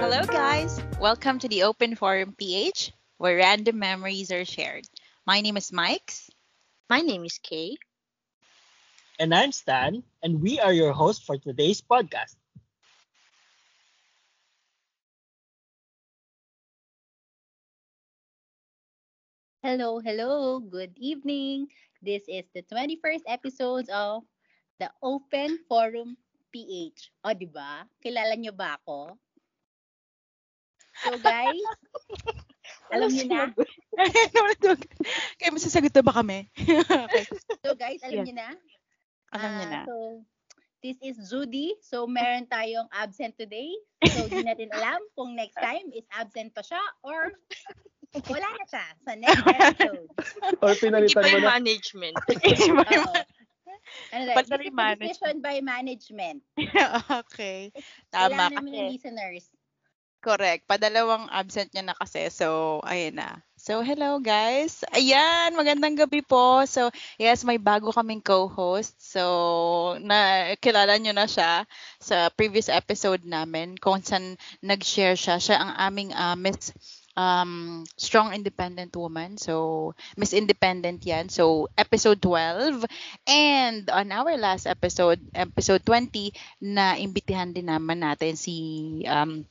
guys! Welcome to the Open Forum PH, where random memories are shared. My name is Mikes. My name is Kay. And I'm Stan, and we are your hosts for today's podcast. Hello, hello. Good evening. This is the 21st episode of the Open Forum PH. O, di ba? Kilala nyo ba ako? So, guys, alam nyo na. Kaya masasagot na ba kami? okay. So, guys, alam Yes. nyo na. Alam niyo na. Ah, So, this is Judy. So, meron tayong absent today. So, di natin alam kung next time is absent pa siya or wala na siya sa next episode. Hindi Or Oh, pinalitan pa mo yung na. management. Oo. Ano na, Diba? Pag this is a na-manage. decision by management. okay. Tama. Kailangan namin ng Kasi, listeners. correct. Padalawang absent niya na kasi. So, ayun na. So, hello guys. Ayan, magandang gabi po. So, yes, may bago kaming co-host. So, na kilala niyo na siya sa previous episode namin kung saan nag-share siya. Siya ang aming ah, Miss um, Strong Independent Woman. So, Miss Independent yan. So, episode 12. And on our last episode, episode 20, na imbitihan din naman natin si um,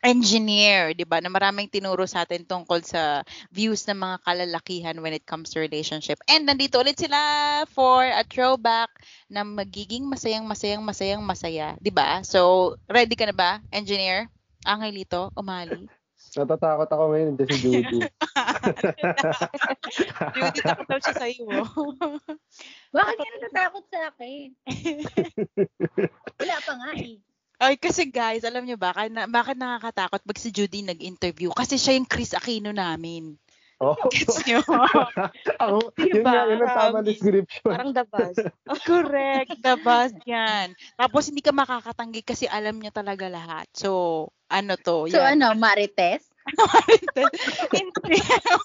engineer, 'di ba? Na maraming tinuro sa atin tungkol sa views ng mga kalalakihan when it comes to relationship. And nandito ulit sila for a throwback na magiging masayang masayang masayang masaya, 'di ba? So, ready ka na ba, engineer? Angelito, umali. Natatakot ako ngayon dito si Judy. Beauty takot daw siya oh. sa iyo. Bakit ka natatakot sa akin? Wala pa nga eh. Ay, kasi guys, alam niyo ba, kaya na, bakit nakakatakot pag si Judy nag-interview? Kasi siya yung Chris Aquino namin. oh. Gets niyo? ako, yun Diba? nga, yun ang tama Grabe. Ano description. Parang the buzz. Correct. The buzz yan. Tapos hindi ka makakatanggi kasi alam niya talaga lahat. So, ano to? So yan. ano, Marites? Hindi. ano?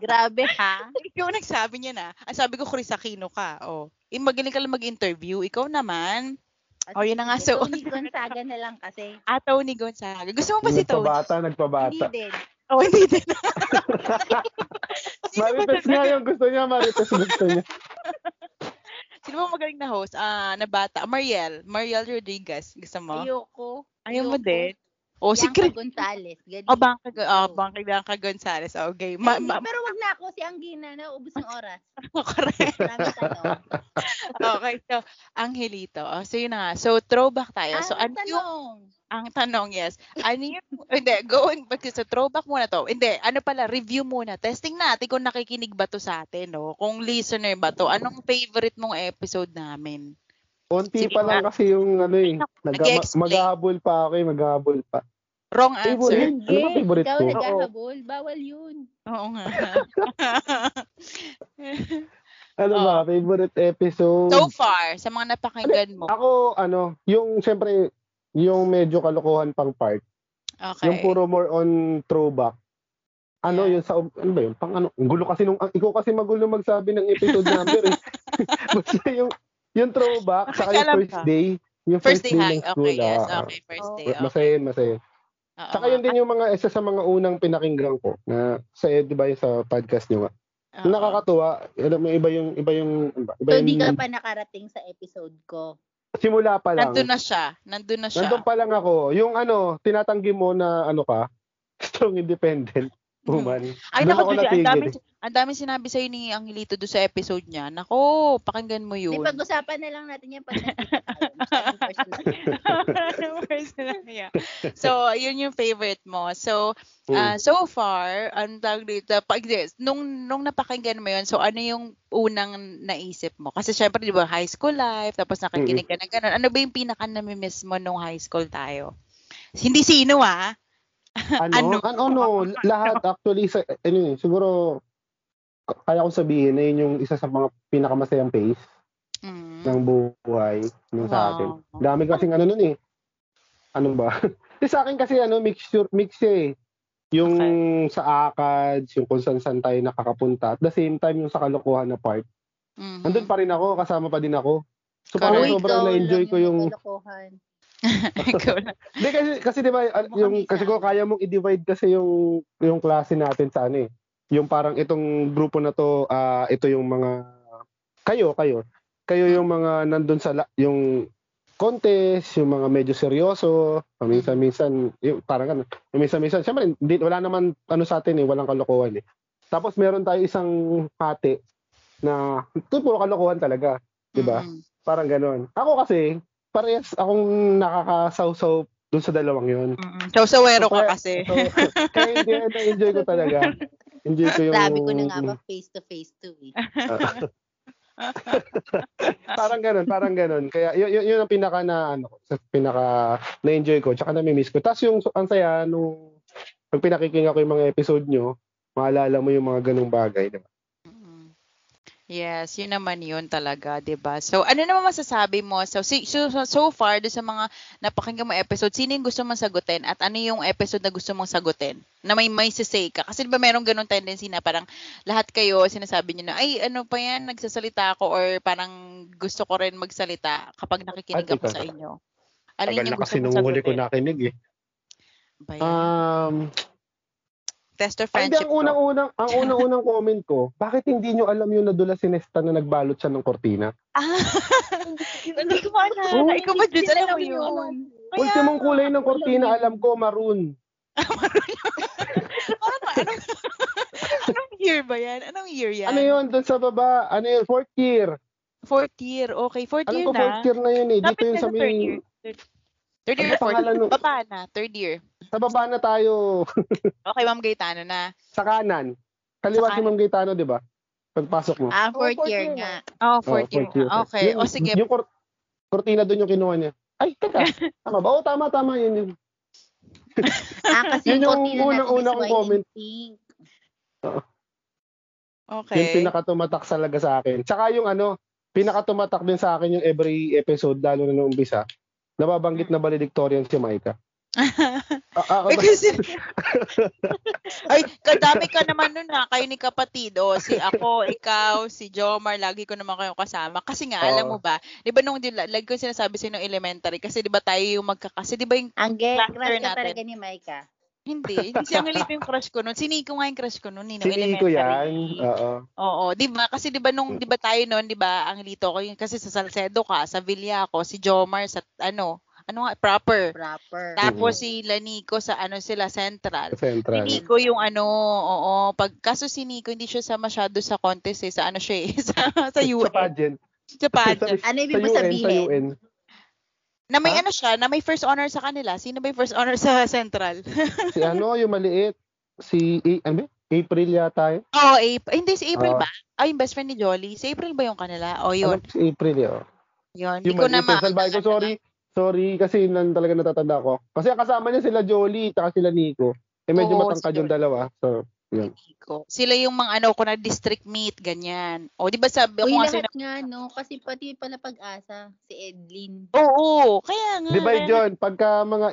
Grabe ha? Ikaw nagsabi niya na. Ang sabi ko, Chris Aquino ka. Oh. Eh, magaling ka lang mag-interview. Ikaw naman, Oh, yun na nga, so- Tony Gonzaga na lang kasi. ataw ni Gonzaga. Gusto mo ba si Tony? Nagpabata, Hindi nagpabata. din. Oh, hindi din. Sino ba Marites talaga? nga yung gusto niya, Marites gusto niya. Sino ba magaling na host? Ah, na bata. Mariel. Mariel Rodriguez. Gusto mo? Ayoko. Ayaw mo ayoko. din. Oh, si Bianca Chris. Gonzales. Galing. Oh, Bangka, oh, Oo. Bangka, Bangka Gonzalez. Oh, Okay. Ay, Ma, hindi, ma, pero wag na ako si Anggina na ubus ng oras. correct. Marami tanong. Okay, so, Angelito. Oh, so, yun na nga. So, throwback tayo. so, Ah, ano yung, tanong. ang tanong, yes. Ano yung, hindi, going back to, so, throwback muna to. Hindi, ano pala, review muna. Testing natin kung nakikinig ba to sa atin, no? Kung listener ba to. Anong favorite mong episode namin? Unti Sige pa lang kasi yung ano eh. Nag- Nag-explain. Ah, maghahabol pa ako eh, maghahabol pa. Wrong answer. Favorite? Ano ba favorite Ikaw ko? naghahabol. Bawal yun. Oo nga. Ano Oh. ba, favorite episode? so far, sa mga napakinggan mo. Ako, ano, yung siyempre, yung medyo kalokohan pang part. Yung Okay. puro more on throwback. Ano Yeah. yun sa ano ba yun? Pang ano? Ang gulo kasi nung ang- ikaw kasi magulo magsabi ng episode number eh. Basta yung yung throwback saka yung Nakakalam first ka. day, yung First day ng high. Okay, yes. ah. Okay, first day. Okay. Ah, Masaya yun, masaya yun. Oo Saka nga. yun din yung mga isa sa mga unang pinakinggan ko na sa di ba yun sa podcast nyo nga. Oo. Nakakatuwa. Alam mo iba yung iba yung iba So, yung di ka pa nakarating sa episode ko. simula pa lang. Nandun na siya. Nandun na siya. Nandun pa lang ako. Yung ano, tinatanggi mo na ano ka, strong independent Mm-hmm. woman. Ay, Doon naku, ako Judy, ang natigil dami, eh. ang dami sinabi sa'yo ni Angelito doon sa episode niya. Naku, pakinggan mo Di yun. pag-usapan na lang natin yan pag nakita tayo. Masyadong personal. Maraming personal niya. so, yun yung favorite mo. So, Mm. ah, so far, ang tawag dito, pag, yes, nung, nung napakinggan mo yun, so ano yung unang naisip mo? Kasi syempre, di ba, high school life, tapos nakikinig ka na gano'n. Ano ba yung pinaka namimiss mo nung high school tayo? Hindi sino, ah. ano, Ano? ano, ano, lahat actually, sa, ano, eh, siguro, kaya ko sabihin na yun yung isa sa mga pinakamasayang phase Mm. Oh. ng buhay nung sa akin. Wow. Dami kasing ano nun eh. Ano ba? Eh, sa akin kasi ano, mixture, mix siya eh. Yung sa ACADS, yung kung saan-saan tayo nakakapunta. At the same time, yung sa kalokohan na part. Mhm. Andun pa rin ako, kasama pa din ako. So Correct. parang Uy, sobrang ikaw na-enjoy lang ko yung, kalokohan. Ikaw lang. Hindi kasi kasi 'di ba al- Mukhang yung isa. kasi ko kaya mong i-divide kasi yung yung klase natin sa ano eh. Yung parang itong grupo na to ah, ito yung mga kayo kayo. Kayo yung mga nandun sa la- yung contest, yung mga medyo seryoso, paminsan-minsan, yung, parang ganun. Yung Minsan-minsan, syempre, hindi, wala naman ano sa atin eh, walang kalokohan eh. Tapos meron tayo isang hati na ito puro kalokohan talaga. Diba? Mm. Parang ganon. Ako kasi, parehas akong nakakasawsaw dun sa dalawang yun. Mm-mm. Sausawero So, kaya- ka kasi. So, kaya hindi, na-enjoy ko talaga. Enjoy ko yung... mm. Sabi ko na nga ba, face to face to eh. parang ganon, parang ganon. Kaya yun, yun, yun ang pinaka na, ano, ko, sa pinaka na-enjoy ko, tsaka nami-miss ko. Tapos yung, ang saya, nung, pag pinakikinga ko yung mga episode nyo, maalala mo yung mga ganong bagay, diba? Mm. Yes, yun naman yun talaga, 'di ba? So, ano naman masasabi mo? So, si- so, so- so far do sa mga napakinggan mo episode, sino yung gusto mong sagutin at ano yung episode na gusto mong sagutin? Na may may say ka. Kasi 'di ba merong ganung tendency na parang lahat kayo sinasabi niyo na ay ano pa yan nagsasalita ako or parang gusto ko rin magsalita kapag nakikinig At ako ikaw? sa inyo. Ano Tagal yun na yung gusto kasi mong nung huli ko sagutin? nakinig eh. Ba yan? Um, Test or Ay, Hindi, friendship ang to? unang-unang, ang unang-unang comment ko, bakit hindi nyo alam yung nadula si Nesta na nagbalot siya ng kortina? Ah, hindi ko pa alam. Oh. Ikaw ba, Jus? Alam mo Hindi ko alam yun? Kaya- Ultimong kulay ng kortina, alam ko, maroon. Ano? Anong, anong year ba yan? Anong year yan? Ano yun, doon sa baba? Ano yun, fourth year. Fourth year. Okay, fourth Alam year ko, na. fourth year na yun eh. Dito Lapit yun na sa sa third may, year. Third- Third year, Ano fourth pangalan year. nun? Baba na, third year. sa baba na tayo, Okay, Ma'am Gaetano na. sa kanan. Kaliwa Sa si Ma'am Gaetano, di ba? Pagpasok mo. Ah, fourth fourth year year nga. Oh, Oo, fourth, year. na. Okay, Yung- o sige. Yung kor- kortina doon yung kinuha niya. Ay, teka. Tama ba? Oo, tama, tama. Yun yun. Ah, kasi Yun yung konti na natin unang-unang is white comment. and pink. Yung Okay. pinakatumatak talaga sa akin. Tsaka yung ano, pinakatumatak din sa akin yung every episode, lalo na nung umpisa, nababanggit na valedictorian si Maika. Ah, ah, ah, Because, ay, kadami ka naman nun na, kayo ni Kapatido, si ako, ikaw, si Jomar, lagi ko naman kayong kasama. Kasi nga, alam mo Oo. ba, di ba nung, di- lagi ko sinasabi sa inyo nung elementary, kasi di ba tayo yung magkakasi, di ba yung Ang gay, Cluster crush ka natin. talaga ni Micah. Hindi. Hindi siya ngalito yung crush ko noon. Si Nico nga yung crush ko eh, noon. Nino, si Nico yan. Oo. Oo, di ba? Kasi di ba nung, di ba tayo noon, di ba, ang lito ko yun, kasi sa Salcedo ka, sa Villa ako, si Jomar sa, ano, ano nga, proper. Proper. Tapos si Lanico sa, ano sila, Central. Si Mm. Central. Nico yung ano, oo, pag, kaso si Nico, hindi siya sa masyado sa contest eh, sa ano siya eh, sa, sa Sa UN, pageant. sa pageant. Ano Sa ibig mo UN, sa sabihin? UN. Na may Ha? ano siya, na may first honor sa kanila. Sino ba yung first honor sa Central? Si ano, yung maliit. Si, A- ano ba? April yata yun. Oo, Ano? April. Hindi, si April Oo. ba? Ay, yung best friend ni Jolly. Si April ba yung kanila? O, yun. Yun. Si April yun. Yun. Hindi Ano? Yung ko na maliit. ma... Yung salbay ko, sorry. Sorry, kasi nan talaga natatanda ko. Kasi ang kasama niya sila Jolie, tsaka sila Nico. Eh medyo Oo, matangkad si yung Jolie. dalawa. So, Ko. Sila yung mga ano ko na district meet, ganyan. O, di ba sabi Uy, ko nga lahat sinabi- nga, no? Kasi pati pala pag-asa, si Edlin. Oh, Oo, kaya nga. eh. Divide kaya nga. yun. Pagka mga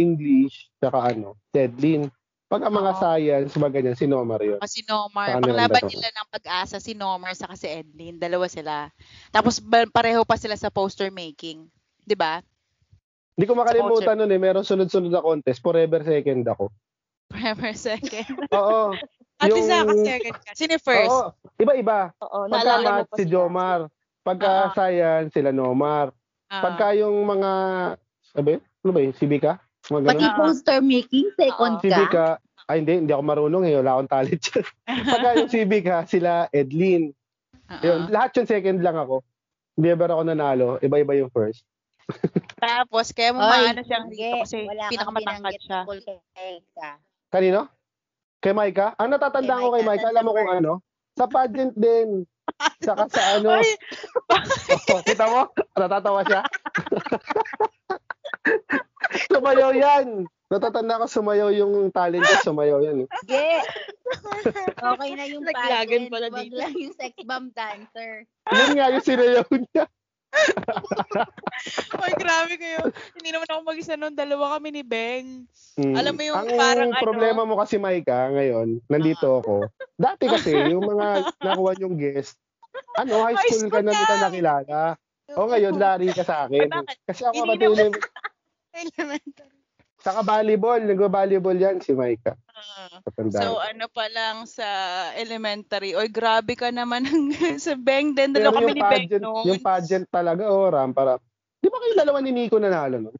English-English, tsaka ano, deadline. Pagka mga Oo. science, mga ganyan, si Nomar yun. O, si Nomar. Saan Panglaban nandun? nila ng pag-asa, si Nomar sa kasi Edlin. Dalawa sila. Tapos ba- pareho pa sila sa poster making. Di ba? Hindi ko makalimutan nun eh, meron sunod-sunod na contest. Forever second ako. Forever second. Oo. At Yung- least ako second ka. Sino first? Oo. Iba-iba. Oo, Pagka naalala math, mo pa si sila. Jomar. Pagka Ah. science, sila Nomar. Ah. Pagka yung mga, sabi, ano ba yun? Sibika? Mga Pati ganun. Ganun. poster making, second Oo. ka. Sibika. Ay, hindi. Hindi ako marunong eh. Wala akong talent yun. Pagka yung Sibika, sila Edlin. Ah. Yun, lahat yung second lang ako. Hindi ever ako nanalo. Iba-iba yung first. Tapos, kaya mo Oy, maano siyang dito hindi. kasi Wala kang pinakamatangkad binanggit siya. tungkol kay Micah. Kanino? Kay Maika? Ang natatandaan Kay ko kay Maika, Maika, alam mo number. kung ano? Sa pageant din. Saka sa ano. Ay, Oh, kita mo? Natatawa siya. sumayaw yan. Natatanda ko sumayaw yung talent niya. Sumayaw yan. eh. Ge! Okay na yung pageant. Naglagan pala Wag dito. lang yung sex bomb dancer. Yun nga yung sinayaw niya. ay, grabe kayo. Hindi naman ako mag-isa noon. Dalawa kami ni Beng. Mm. Alam mo yung Ang parang ano- problema mo kasi, Maika, ngayon, nandito ako. Dati kasi, yung mga nakuha yung guest, ano, high High school ka school na nila lang. nakilala. O ngayon, lari ka sa akin. Ay, bakit? Kasi ako Hindi kapatid, Elementary. Saka volleyball, nagba-volleyball yan si Maika. Ah. Katanda. So ano pa lang sa elementary. Oy, grabe ka naman ng- sa Beng. Then dalawa kami ni Beng pageant, noon. yung pageant talaga, oh, ram, para. Di ba kayo dalawa ni Nico nanalo nun?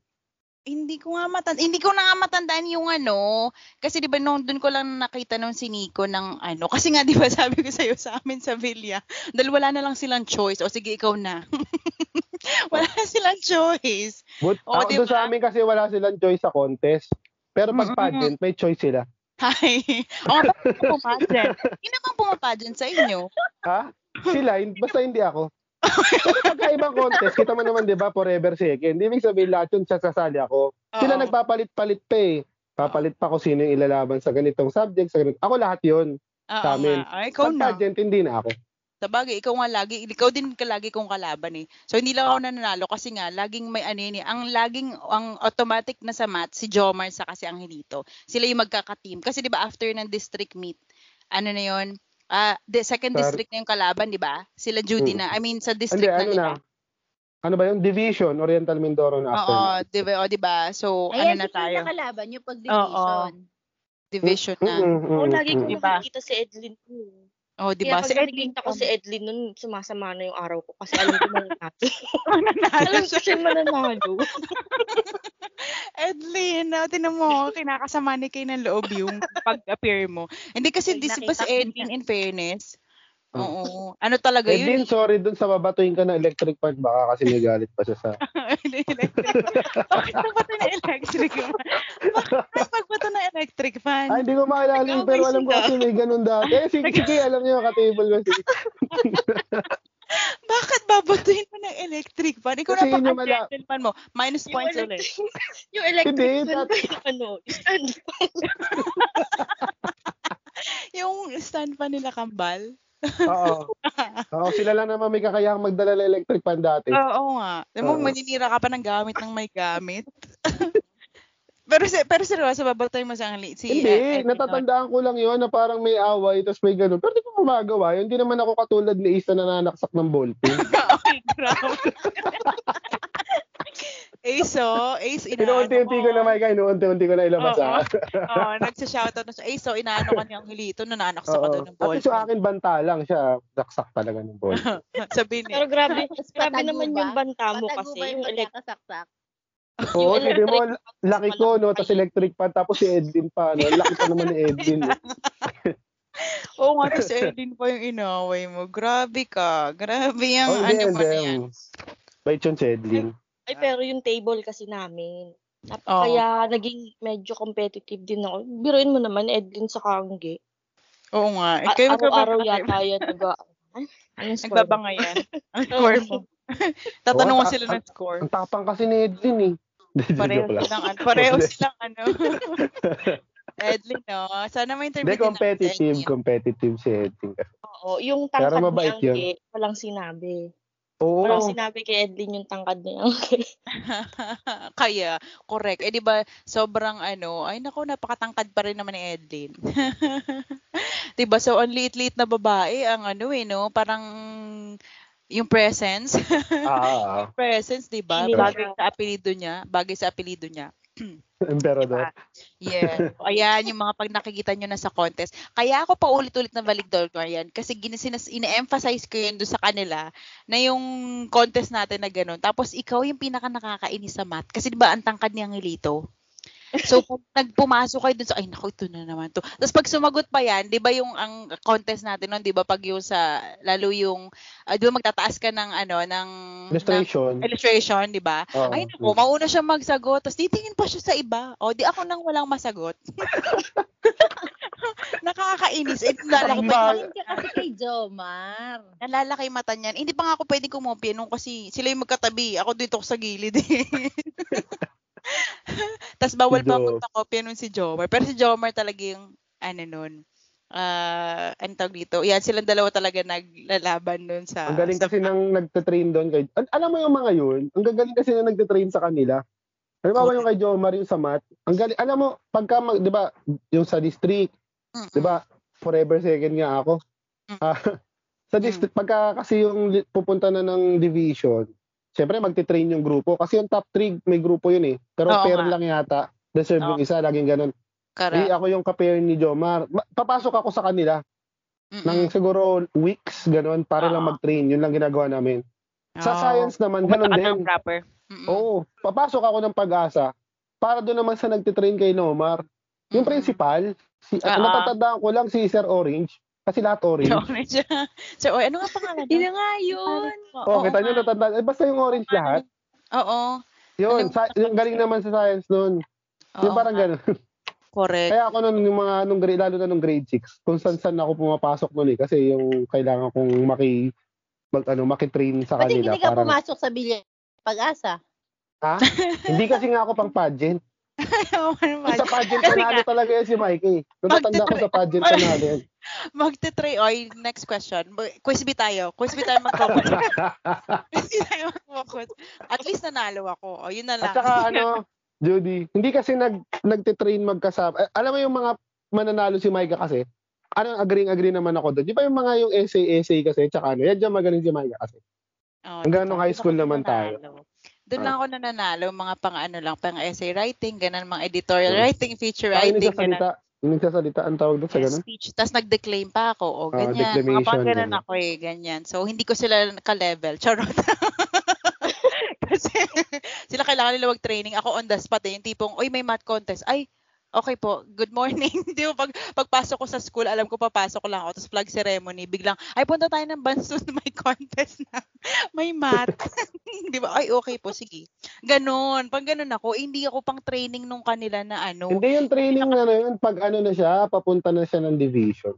Hindi ko nga matandaan. Hindi ko na nga matandaan yung ano. Kasi di ba noon doon ko lang nakita nung si Nico ng ano. Kasi nga di ba sabi ko sa'yo sa amin sa Villa. Dahil wala na lang silang choice. O sige, ikaw na. wala na silang choice. But, Oo, ako di doon sa ba? amin kasi wala silang choice sa contest. Pero pag Mm-mm. pageant, may choice sila. Hi. O nga, bakit ka pumapageant? Hindi naman pumapageant sa inyo. Ha? Sila, hin- basta hindi ako. Pero pagkaibang contest, kita mo naman, di ba, forever second. Hindi ibig sabihin lahat yun sasasali ako. Sila Oo. nagpapalit-palit pa eh. Papalit pa ko sino yung ilalaban sa ganitong subject. Sa ganit- Ako lahat yun. Oo sa amin. nga. Ay, ikaw Pag na. pageant, hindi na ako. Sabagay, ikaw nga lagi, ikaw din ka lagi kong kalaban eh. So hindi lang Ah. ako nananalo kasi nga laging may ano yun eh. Ang laging ang automatic na sa math si Jomar sa kasi ang Hilito. Sila yung magkaka-team kasi 'di ba after ng district meet, ano na 'yon? Ah, the second Sir. district na yung kalaban, 'di ba? Sila Judy Mm. na. I mean sa district Hindi, na. ano na. Ano ba yun? Division, Oriental Mindoro iba. na after. Oo, 'di ba? O, 'di ba? So Ayan, ano ano na tayo? nakalaban yung pag-division. Division na. Mm-mm, mm-mm, Oo, lagi ko mm-mm. Diba? nakikita si Edlin ko. eh. Oh, 'di ba? Kaya pag Si Edwin nakikita ko si Edlin nun, sumasama na yung araw ko. Kasi alam ko mananalo. alam nanalo ko siya. siya mananalo. Edlin, no, tinan mo, oh, kinakasama ni kay ng loob yung pag-appear mo. Hindi kasi Pag di si ba si nakita ko Edlin in fairness? Ah. Oo. Ano talaga Eh din, yun? sorry dun sa babatuin ka ng electric part. Baka kasi may galit pa siya sa... electric fan. Bakit napatay na electric fan? Bakit napagpato na electric fan? Ay, hindi ko maalala yun, pero alam ko kasi may ganun dati. Eh, sige, sige, alam niyo, katable ko. Sige, Bakit babatuhin mo ng electric fan? Ikaw Kasi na yun yung mala- gentleman mo. Minus yung points ulit. electric, yung electric Hindi, fan ba dati- yung ano, stand fan? Yung stand pa nila kambal. Oo. Oo, sila lang naman may kakayahang magdala ng electric pan dati. Oo nga. Alam mo, Eh. Oo. maninira ka pa ng gamit ng may gamit. pero si, pero seryoso, babatuhin mo sa si hindi, Edlin nun. natatandaan ko lang yun na parang may away, tapos may ganun. Pero di ko gumagawa yun. Hindi naman ako katulad ni Isa na nanaksak ng ballpen. Ay, grabe. Aso, Ace, inaano Inuunti-unti ko na, Micah. Inuunti-unti ko na ilabas. Oo. ah. Oo, nagsashoutout na siya. Aso, inaano ka niyang hilito, nananak sa Oo. kadal ng ball. At sa akin, banta lang siya. Saksak talaga ng ball. Sabi niya, Pero grabe, Tapos grabe patago naman ba? yung banta mo Patago kasi. ba yung Yung, elec- pagkakasaksak? Oo, yung hindi mo, electric fan, laki ko, no? Tapos electric pan, tapos si Edwin pa, no? Laki pa naman ni Edwin. eh. oo nga, tapos Edlin pa yung inaway mo. Grabe ka. Grabe yung Oh, ano hindi, mo hindi. na yan. Bait yun si Edwin. Ay, pero yung table kasi namin. Nap- Oo. Kaya naging medyo competitive din ako. Biruin mo naman, Edlin sa Kangge. Oo nga. Eh, A- kayo Araw-araw magkabangga- yata yan nag Anong score mo? Nagbabanga yan. Ang score mo. Tatanungan Oo, sila ng score. Ang tapang kasi ni Edwin, eh. Pareho Joke lang. silang ano. Pareho silang ano. Edlin, no? Sana may interview din natin si Hindi, competitive, Edlin. competitive si Edwin. Oo, oh, yung Pero tangkad ni mabait yun. Angge, walang sinabi. Oo. Oh. Walang sinabi kay Edlin yung tangkad ni Angge. Kaya, correct. Eh, di ba, sobrang ano, ay nako, napakatangkad pa rin naman ni Edlin. di ba, so, ang liit-liit na babae, ang ano eh, no? Parang, yung presence. Ah, ah, presence, di ba? Feeling Bagay siya. sa apelido niya. Bagay sa apelido niya. Diba? emperador. Yeah. O, ayan, yung mga pag nakikita nyo na sa contest. Kaya ako paulit-ulit na valedictorian yan kasi ginasinas, ina-emphasize ko yun doon sa kanila na yung contest natin na ganun. Tapos ikaw yung pinaka nakakainis sa math kasi di ba ang tangkad niyang hilito. So, pag nagpumasok kayo dun sa, ay, naku, ito na naman to. Tapos, pag sumagot pa yan, di ba yung ang contest natin nun, di ba, pag yung sa, lalo yung, ah, di ba, magtataas ka ng, ano, ng, ng Illustration. Oh, illustration, di ba? Oo. Diba? Ay, naku, mauna siya magsagot, tapos titingin pa siya sa iba. O, di ako nang walang masagot. Nakakainis. Eh, nalala ko, Ang pa- bag- Tingin ka kasi kay Jomar. nalala ko yung mata niyan. Hindi pa nga ako pwede kumopya nung kasi sila yung magkatabi. Ako dito ako sa gilid eh. Tapos bawal pa Jo. akong kopya nun si Jomar. Pero si Jomar talaga yung, ano nun, ah ano tawag dito? Yan, silang dalawa talaga naglalaban nun sa... Ang galing sa- kasi nang nagte-train doon kay Al- alam mo yung mga yun, ang gagaling kasi nang nagte-train sa kanila. Halimbawa yung kay Jomar yung sa math, ang galing, alam mo, pagka, mag, di ba, yung sa district, Mm-mm. di ba, forever second nga ako. Mm. Ah, sa district, pagka kasi yung li- pupunta na ng division, Siyempre, magte-train yung grupo. Kasi yung top 3, may grupo yun eh. Pero Oo pair nga. lang yata. Deserve Oo. yung isa, laging ganun. Eh, Correct. ako yung kapair ni Jomar. Ma- papasok ako sa kanila Mm-mm. ng siguro weeks, ganun, para lang Oo. mag-train. Yun lang ginagawa namin. Sa Oo. science naman, Pumunta ganun ka din. ng proper. Mm-mm. Oo. Papasok ako ng pag-asa para doon naman sa nagtitrain kay Nomar. Mm-mm. Yung Ah, principal, si, at Oo. natatandaan ko lang si Sir Orange. Kasi lahat orange. So, medyo- so, oy, ano nga pangalan? Yun nga yun. Oh, kita nyo natatandaan. Eh, basta yung orange lahat. Oo. Yun, Ano- sa, yung galing naman sa science noon. Oo yung parang Eh. nga. ganun. Correct. Kaya ako noon, yung mga, nung, grade- lalo na nung grade 6, kung saan-saan ako pumapasok noon eh. Kasi yung kailangan kong maki, mag, ano, makitrain sa Pati kanila. hindi ka parang- pumasok sa bilya pag-asa. Ha? hindi kasi nga ako pang pageant. Oo, ano ba? Sa pageant Kasi panalo talaga yan si Mike eh. Natatanda ko sa pageant Magtitry- panalo yan. Magte-try. Oy, next question. Bu- Quiz bee tayo. Quiz bee tayo mag-focus. Quiz bee tayo mag-focus. At least nanalo ako. O, yun na lang. At saka ano, Judy, hindi kasi nag nagte-train magkasama. Eh, alam mo yung mga mananalo si Micah kasi, ano, agreeing-agree naman ako doon. Di ba yung mga yung essay-essay kasi, tsaka ano, yan dyan magaling si Micah kasi. Oh, Hanggang nung high school naman tayo. Ah. Doon lang ako nananalo, mga pang ano lang, pang essay writing, ganun, mga editorial Hmm. writing, feature Ay, yung writing, ganun. nagsasalita, yung nagsasalita, ang tawag doon sa Yes, ganun. speech. Tapos nag-declaim pa ako. O, Ah, ganyan. mga pang declamation, ganun ganun. ako eh, ganyan. So, hindi ko sila ka-level. Charot. Kasi, sila kailangan nila mag-training. Ako on the spot eh. Yung tipong, uy, may math contest. Ay, okay po, good morning. Hindi mo, pag, pagpasok ko sa school, alam ko papasok lang ako. Tapos flag ceremony, biglang, ay, punta tayo ng Bansun, may contest na. May math. Di ba? Ay, okay po, sige. Ganon. Pag ganon ako, eh, hindi ako pang training nung kanila na ano. Hindi yung training na ano yun, pag ano na siya, papunta na siya ng division.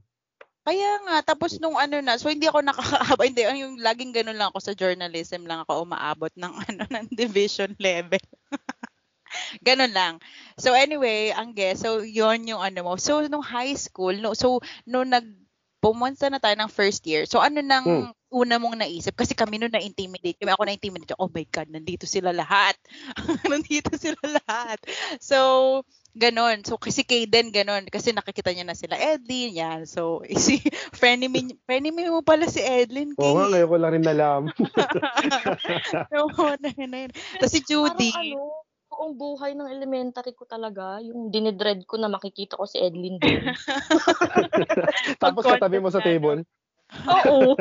Kaya nga, tapos nung ano na, so hindi ako nakakaabot, hindi, ano, yung laging ganun lang ako sa journalism lang ako umaabot ng ano, ng division level. ganun lang. So anyway, ang guess, so yon yung ano mo. So nung high school, no, so nung nag pumunta na tayo ng first year. So ano nang Hmm. una mong naisip? Kasi kami nung na-intimidate. Kami ako na-intimidate. Oh my God, nandito sila lahat. nandito sila lahat. So, Ganon. So, kasi Kaden, ganon. Kasi nakikita niya na sila Edlin, yan. So, si frenemy, frenemy mo pala si Edlin. Oo nga, Kay. ngayon ko lang rin nalaman. Oo nga. Tapos si Judy. Parang ano, buong buhay ng elementary ko talaga, yung dinedread ko na makikita ko si Edlin doon. Tapos katabi mo sa table. Oo.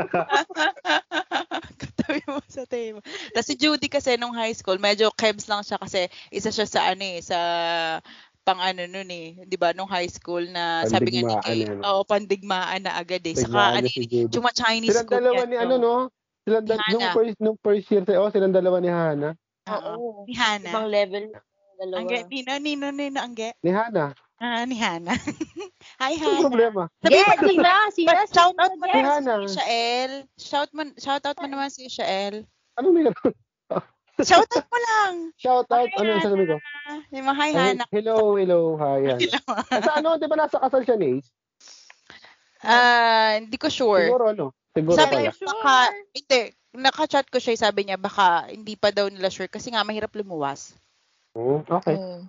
Katabi mo sa table. Tapos si Judy kasi nung high school, medyo kebs lang siya kasi isa siya sa ano eh, sa pang ano nun eh, 'di ba nung high school na sabi nga ni Pandigmaan Kay, eh, no? oo, pandigmaan na agad eh. Tigmaan Saka ano, niya si Judy. Chuma Chinese Silang dalawa ni yan, ano, no? no? Silang dal- Ni nung Hana. first, nung first year, oh, silang dalawa ni Hana. Oo. Oo. Ni Hana. Ibang level. Dalawa. Ang ge, Nino, Nino, Nino, ang ge. Ni Hana. Ah, ni Hannah. Hi, Ano Hannah. problema? Yes, sila, sila, But sila. shout out mo Yes. naman Hannah. si Shael. Shout, mo, shout out mo naman si Shael. Ano meron? Shout out mo lang. Shout out. Hi, ano yung sasabihin ko? Hannah. Yung mga hi, Ay, Hannah. hello, hello, hi, Hana. Sa ano, di ba nasa kasal siya ni Ace? Ah, hindi ko sure. Siguro ano? Siguro Sabi pala. niya, baka, hindi, naka-chat ko siya, sabi niya, baka hindi pa daw nila sure kasi nga mahirap lumuwas. Mm, Okay.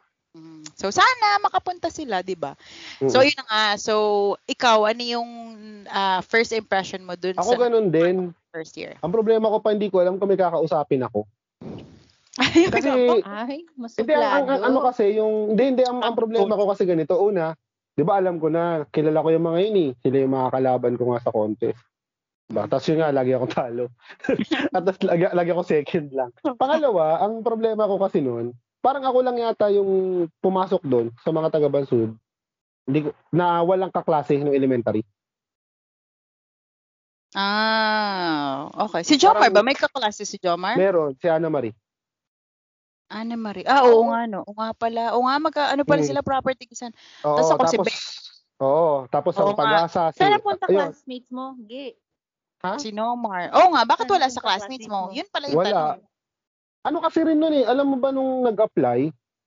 Mm. Mm. So, sana makapunta sila, di ba? Mm. So, yun na nga. So, ikaw, ano yung ah, first impression mo dun ako sa ganun din. first year? Ang problema ko pa, hindi ko alam kung may kakausapin ako. Kasi, Ay, Hindi, ang, ang, ang- ano masuplado. kasi, yung, hindi, hindi, ang, ang problema ko kasi ganito, una, di ba alam ko na, kilala ko yung mga yun eh, sila yung mga kalaban ko nga sa contest. Diba? Tapos yun nga, lagi akong talo. At tapos lagi, lagi ako second lang. Pangalawa, ang problema ko kasi noon, parang ako lang yata yung pumasok doon sa mga taga-Bansud, hindi ko, na walang kaklase ng elementary. Ah, okay. Si Jomar ba? Parang- May kaklase si Jomar? Meron, si Ana Marie. Ana Marie. Ah, oo nga, no. Oo nga pala. Oo nga, magka, ano pala Hmm. sila property kisan. Oo, Tapos ako si tapos, oo, tapos Oo ang nga. pag-asa. Si, Sana punta ayun, classmates mo, Gi. Si Nomar. Oo nga, bakit Ano wala yung sa classmates kaklase mo? mo? Yun pala yung tanong. Wala. Ano kasi rin nun eh, alam mo ba nung nag-apply,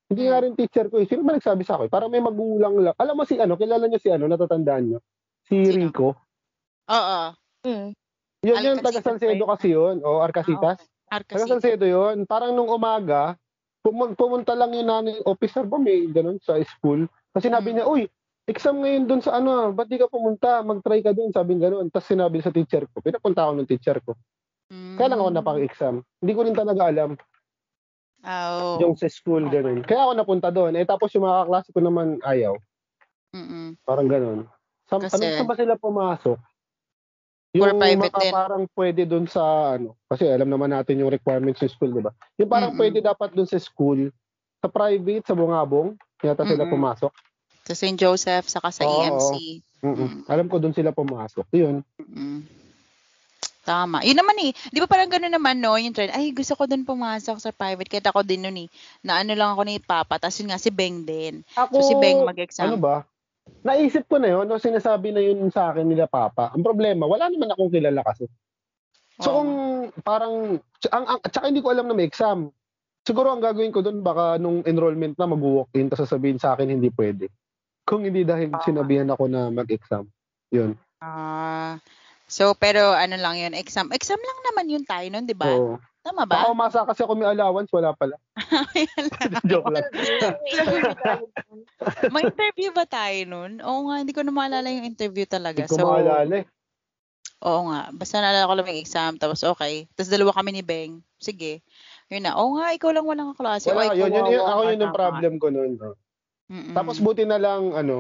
hindi Mm. nga rin teacher ko eh, sino ba nagsabi sa akin? Para may magulang lang. Alam mo si ano, kilala niyo si ano, natatandaan niyo? Si Sino? Rico. Oo. Mm. Yun, yun, Alcasitas taga ba Salcedo yun? Ah, kasi yun. O, Arcasitas. taga Arkasi. Salcedo yun. Parang nung umaga, pumun- pumunta lang yung nanay, officer ba may ganun sa school? Kasi Mm. sinabi niya, uy, exam ngayon dun sa ano, ah, ba't di ka pumunta? Mag-try ka dun, sabi niya ganun. Tapos sinabi sa teacher ko, pinapunta ako ng teacher ko. Mm. Kaya lang ako napag-exam. Hindi ko rin talaga alam Oh. yung sa school, ganun. Kaya ako napunta doon. Eh, tapos yung mga kaklase ko naman ayaw. Mm-mm. Parang ganun. Sa, Kasi- ano, saan ba sila pumasok? For Yung private mga din. parang pwede doon sa ano, kasi alam naman natin yung requirements sa school, di ba? Yung parang Mm-mm. pwede dapat doon sa school, sa private, sa Bungabong, yata sila Mm-mm. pumasok. Sa St. Joseph, saka sa E Oo. EMC. Mm. Mm-mm. Alam ko doon sila pumasok. Yun. Mm. Tama. Yun naman eh. Di ba parang gano'n naman no, yung trend, ay gusto ko doon pumasok sa private. Kaya ako din nun eh. Na ano lang ako ni Papa. Tapos yun nga si Beng din. Ako, So si Beng mag-exam. ano ba? Naisip ko na yun, no, sinasabi na yun sa akin nila Papa. Ang problema, wala naman akong kilala kasi. So Oo. kung parang, tsa- ang, ang, tsaka hindi ko alam na may exam. Siguro ang gagawin ko doon, baka nung enrollment na mag-walk-in, tapos sasabihin sa akin hindi pwede. Kung hindi dahil Tama. sinabihan ako na mag-exam. Yun. Ah. so pero ano lang yun, exam. Exam lang naman yun tayo nun, di ba? Oo. Tama ba? Baka umasa kasi ako may allowance, wala pala. Ayan lang. Joke lang. May interview ba tayo nun? Oo nga, hindi ko na maalala yung interview talaga. Hindi ko so, maalala eh. oo nga. Basta naalala ko lang yung exam, tapos okay. Tapos dalawa kami ni Beng. Sige. Yun na. Oo nga, ikaw lang walang kaklase. Wala, Ay, yun, yun, yun, kawawa ako ka, Ah, yun yung tama. Mm. problem ko noon. no. Mm-mm. Tapos buti na lang, ano,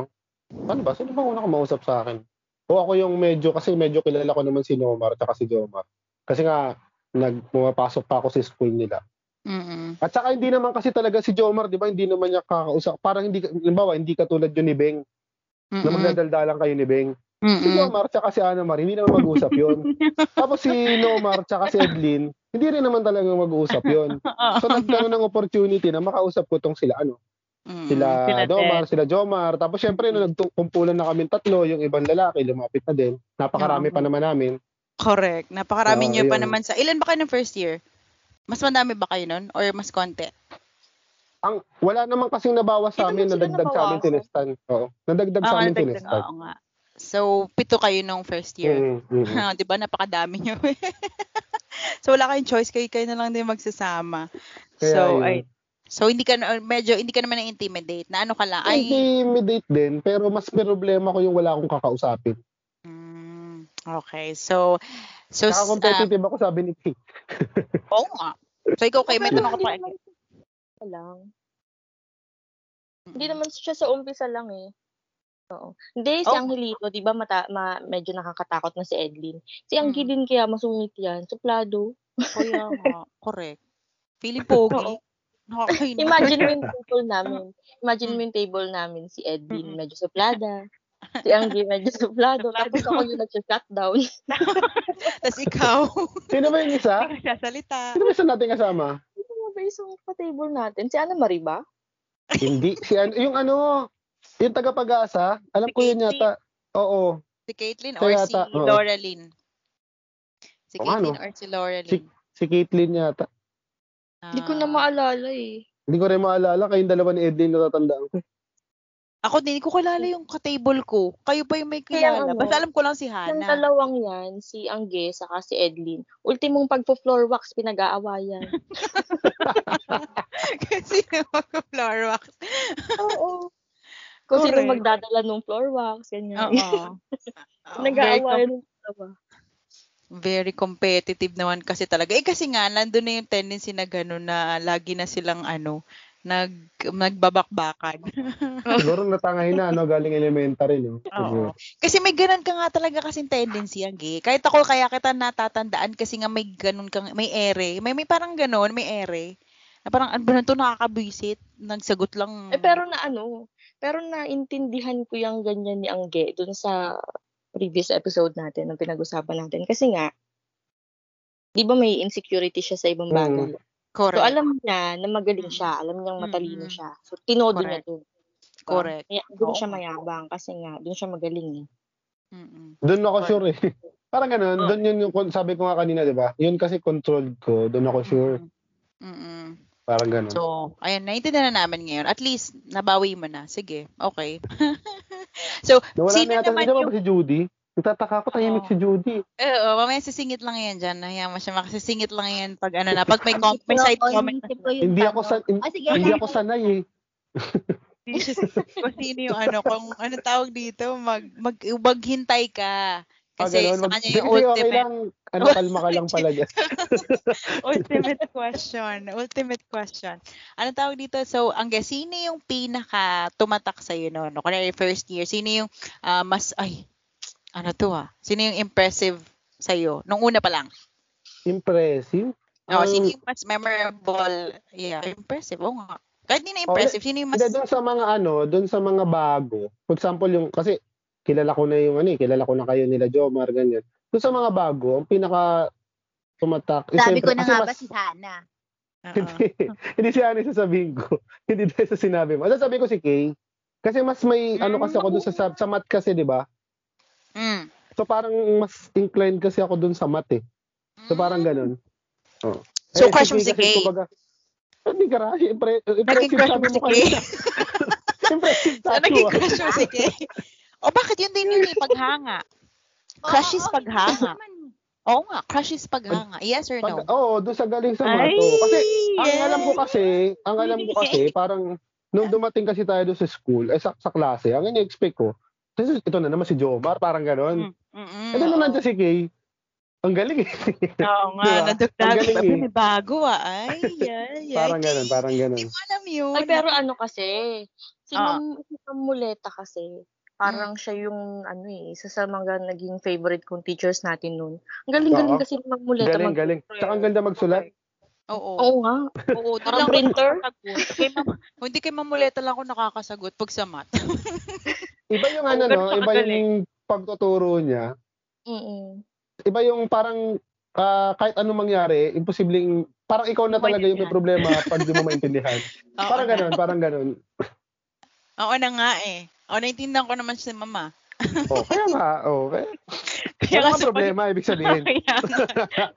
ano ba, sino bang una kumausap sa akin? O ako yung medyo, kasi medyo kilala ko naman si Nomar at si Jomar. Kasi nga, nagpumapasok pa ako sa school nila. Mm-mm. At saka hindi naman kasi talaga si Jomar, di ba, hindi naman niya kakausap. Parang hindi, limbawa, hindi katulad yun ni Beng, na Mm-mm. magdadaldalan kayo ni Beng. Si Mm-mm. Jomar, tsaka si Ana Mar, hindi naman mag-usap yun. Tapos si Nomar, tsaka si Edlin, hindi rin naman talaga mag-uusap yun. Oo. So nagkaroon ng opportunity na makausap ko tong sila, ano, Mm, sila, Domar, din. sila Jomar. Tapos syempre, nung nagkumpulan na kami tatlo, yung ibang lalaki, lumapit na din. Napakarami Oo. pa naman namin. Correct. Napakarami Oo, niyo pa Ah, yun. naman sa... Ilan ba kayo ng first year? Mas madami ba kayo nun? Or mas konti? Ang, wala naman kasing nabawas sa Hindi naman sila amin, nadagdag sa amin nabawasan. tinestan. Oo, nadagdag sa Oo, amin dagdag- tinestan. Ah, oo nga. So, pito kayo nung first year. Mm, mm, mm. Ah, 'di ba napakadami niyo. so wala kayong choice kayo kayo na lang din magsasama. Kaya so yun. ay So hindi ka na- medyo hindi ka naman na intimidate na ano ka lang ay Intimidate din, pero mas may problema ko yung wala akong kakausapin. Mm, okay. So so Saka ah, competitive ako, sabi ni King. oo nga. So ikaw kay may Pero tanong ka hindi pa. naman siya lang. Hindi naman siya sa umpisa lang eh. Oo. Hindi, si Oh. Angelito, di ba, mata, ma, medyo nakakatakot na si Edlin. Si Mm. Angelin kaya masungit yan, suplado. Kuya nga. Correct. Feeling pogi. Oo. Nakakainis. Imagine mo yung table namin. Imagine mo Mm. yung table namin, si Edwin Mm-mm. medyo suplada. Si Angie medyo suplado. Mm. Suplado. Tapos ako yung nagsha-shutdown. Tapos ikaw, Sino ba yung isa? hindi ka salita. Sino ba isa natin kasama? Ito nga ba yung sa table natin? Si Ana Marie ba? Hindi. Si, ano- yung ano, yung tagapag-aasa, alam ko yun Katie. yata. Oo, Si Caitlyn Siya or si yata, oo. Laura Lynn? Si Oo nga, Caitlyn no? or si Laura Si- Lynn? si Caitlyn yata. Hindi ko na Ah. maalala eh. Hindi ko rin maalala kayong dalawa ni Edlin natatandaan ko. Ako din, hindi ko kilala yung ka-table ko. Kayo ba yung may Kaya kilala? ano, Basta alam ko lang si Yung Hana. dalawang yan, si Angge, saka si Edlin. Ultimong pagpo-floor wax, pinag-aawayan. Kasi mag-floor wax. Oo. Kung sino Correct. magdadala ng floor wax, ganyan. Oo. Very, com- Pinag-aawayan ng dalawa. very competitive naman kasi talaga. Eh kasi nga, nandun na yung tendency na gano'n na lagi na silang ano, nag, nagbabakbakan. Siguro natangahin na, no? Galing elementary, no? Oo. Kasi may ganun ka nga talaga kasing tendency, ang gay. Kahit ako, kaya kita natatandaan kasi nga may ganun kang, may ere. May, may parang ganun, may ere. Na parang, ano ba na to, nakakabwisit. Nagsagot lang. Eh, pero na ano, pero naintindihan ko yung ganyan ni Angge dun sa previous episode natin, ng pinag-usapan natin. Kasi nga, di ba may insecurity siya sa ibang bagay. Mm. Correct. So, alam niya na magaling Mm. siya. Alam niyang matalino Mm. siya. So, tinodo niya Correct. to. Diba? Correct. Kaya, dun Oo siya nga. mayabang kasi nga, dun siya magaling. eh. Mm-mm. Doon ako Correct. sure, eh. Parang ganun, doon yun yung kon- sabi ko nga kanina, di ba? Yun kasi controlled ko, doon ako sure. Mm-mm. Parang ganun. So, ayun, naiintindihan na namin ngayon. At least, nabawi mo na. Sige, okay. so, Nawala sino na yata, naman sino ba yung- ba si Judy? Nagtataka ko, tahimik Oo. si Judy. eh. Eh, oo, mamaya sisingit lang yan dyan. Hayaan mo siya, makasisingit lang yan pag ano na, pag may, com- may Isip side ko, comment. inisip ko yung Hindi ako, tanong. san, Ah, sige, hindi wala ako ko. sanay, eh. Hindi siya sisingit kung sino yung ano, kung ano tawag dito, mag, mag, maghintay ka. Ah, Kasi ganun. sa Wag- kanya Sige, yung sige, okay ultimate. lang. Ano, kalma ka lang pala dyan. ultimate question. Ultimate question. Ano tawag dito? So, ang guess, sino yung pinaka tumatak sa iyo noon? No? Kunwari, first year, sino yung ah, mas, ay, ano to ah? Sino yung impressive sa iyo? Nung una pa lang. Impressive. No, Ang- sino yung mas memorable? Yeah, impressive. Oo nga. Kahit hindi na impressive, sino yung mas... Oh, Hindi, doon sa mga ano, doon sa mga bago. For example, yung, kasi kilala ko na yung ano eh, kilala ko na kayo nila Jomar, ganyan. Doon sa mga bago, ang pinaka tumatak. eh, Sabi syempre, ko na kasi nga mas- ba si Hana? Oo. hindi, hindi siya ano yung sasabihin ko. hindi dahil sa sinabi mo. Ang sasabihin ko si Kay. Kasi mas may, ano kasi ako doon sa, sab- sa math kasi, di ba? Mm. So parang mas inclined kasi ako doon sa math eh. So parang ganun. Oh. So, crush mo si kasi, Kay? kumbaga, Hindi ka rahi. Impre- Naging impressive Hmm. crush sabi mo si mo Kay? kanina. impressive Ano tattoo. naging ah. crush mo si Kay? O bakit yun din yun eh, paghanga? Crush is paghanga. Oo nga, crush is paghanga. Yes or no? Pag, oo, doon sa galing sa Ay, mato. Kasi, ang yes. alam ko kasi, ang alam ko kasi, parang, nung dumating kasi tayo doon sa school, eh, sa, sa klase, ang ini-expect ko, "This is- ito na naman si Jomar, parang ganon. Hmm. Mm-mm. Eh, doon na nandiyan si Kay. Ang galing eh. Oo nga, Diba? nadagdag. Ang galing Sabi, eh. may bago ah. Ay, ay, ay. parang ganon, parang Hindi ganon. ko alam yun. Ay, pero ano kasi, si Ah. Ma'am, si Ma'am Muleta kasi, parang siya yung, ano eh, isa sa mga naging favorite kong teachers natin noon. Ang galing-galing Oo. kasi ni Ma'am Muleta. Ah. Galing, galing. Tsaka ang ganda magsulat. Oo. Oo nga. Oo, doon Parang lang ako printer. nakakasagot. Kay Ma'am- Hindi kay mamuleta lang ako nakakasagot pag sa mat. Iba yung ano, Pero no? tsaka Iba galing. yung pagtuturo niya. Mm-mm. iba yung parang ah, kahit anong mangyari, imposibleng parang ikaw na talaga yung may problema pag di mo maintindihan. Oo parang nga. ganun, parang ganun. Oo na nga eh. O, naintindihan ko naman si mama. Oh, kaya nga, oh, kaya, Kaya wala kasi kang problema, ibig sabihin. Kaya nga.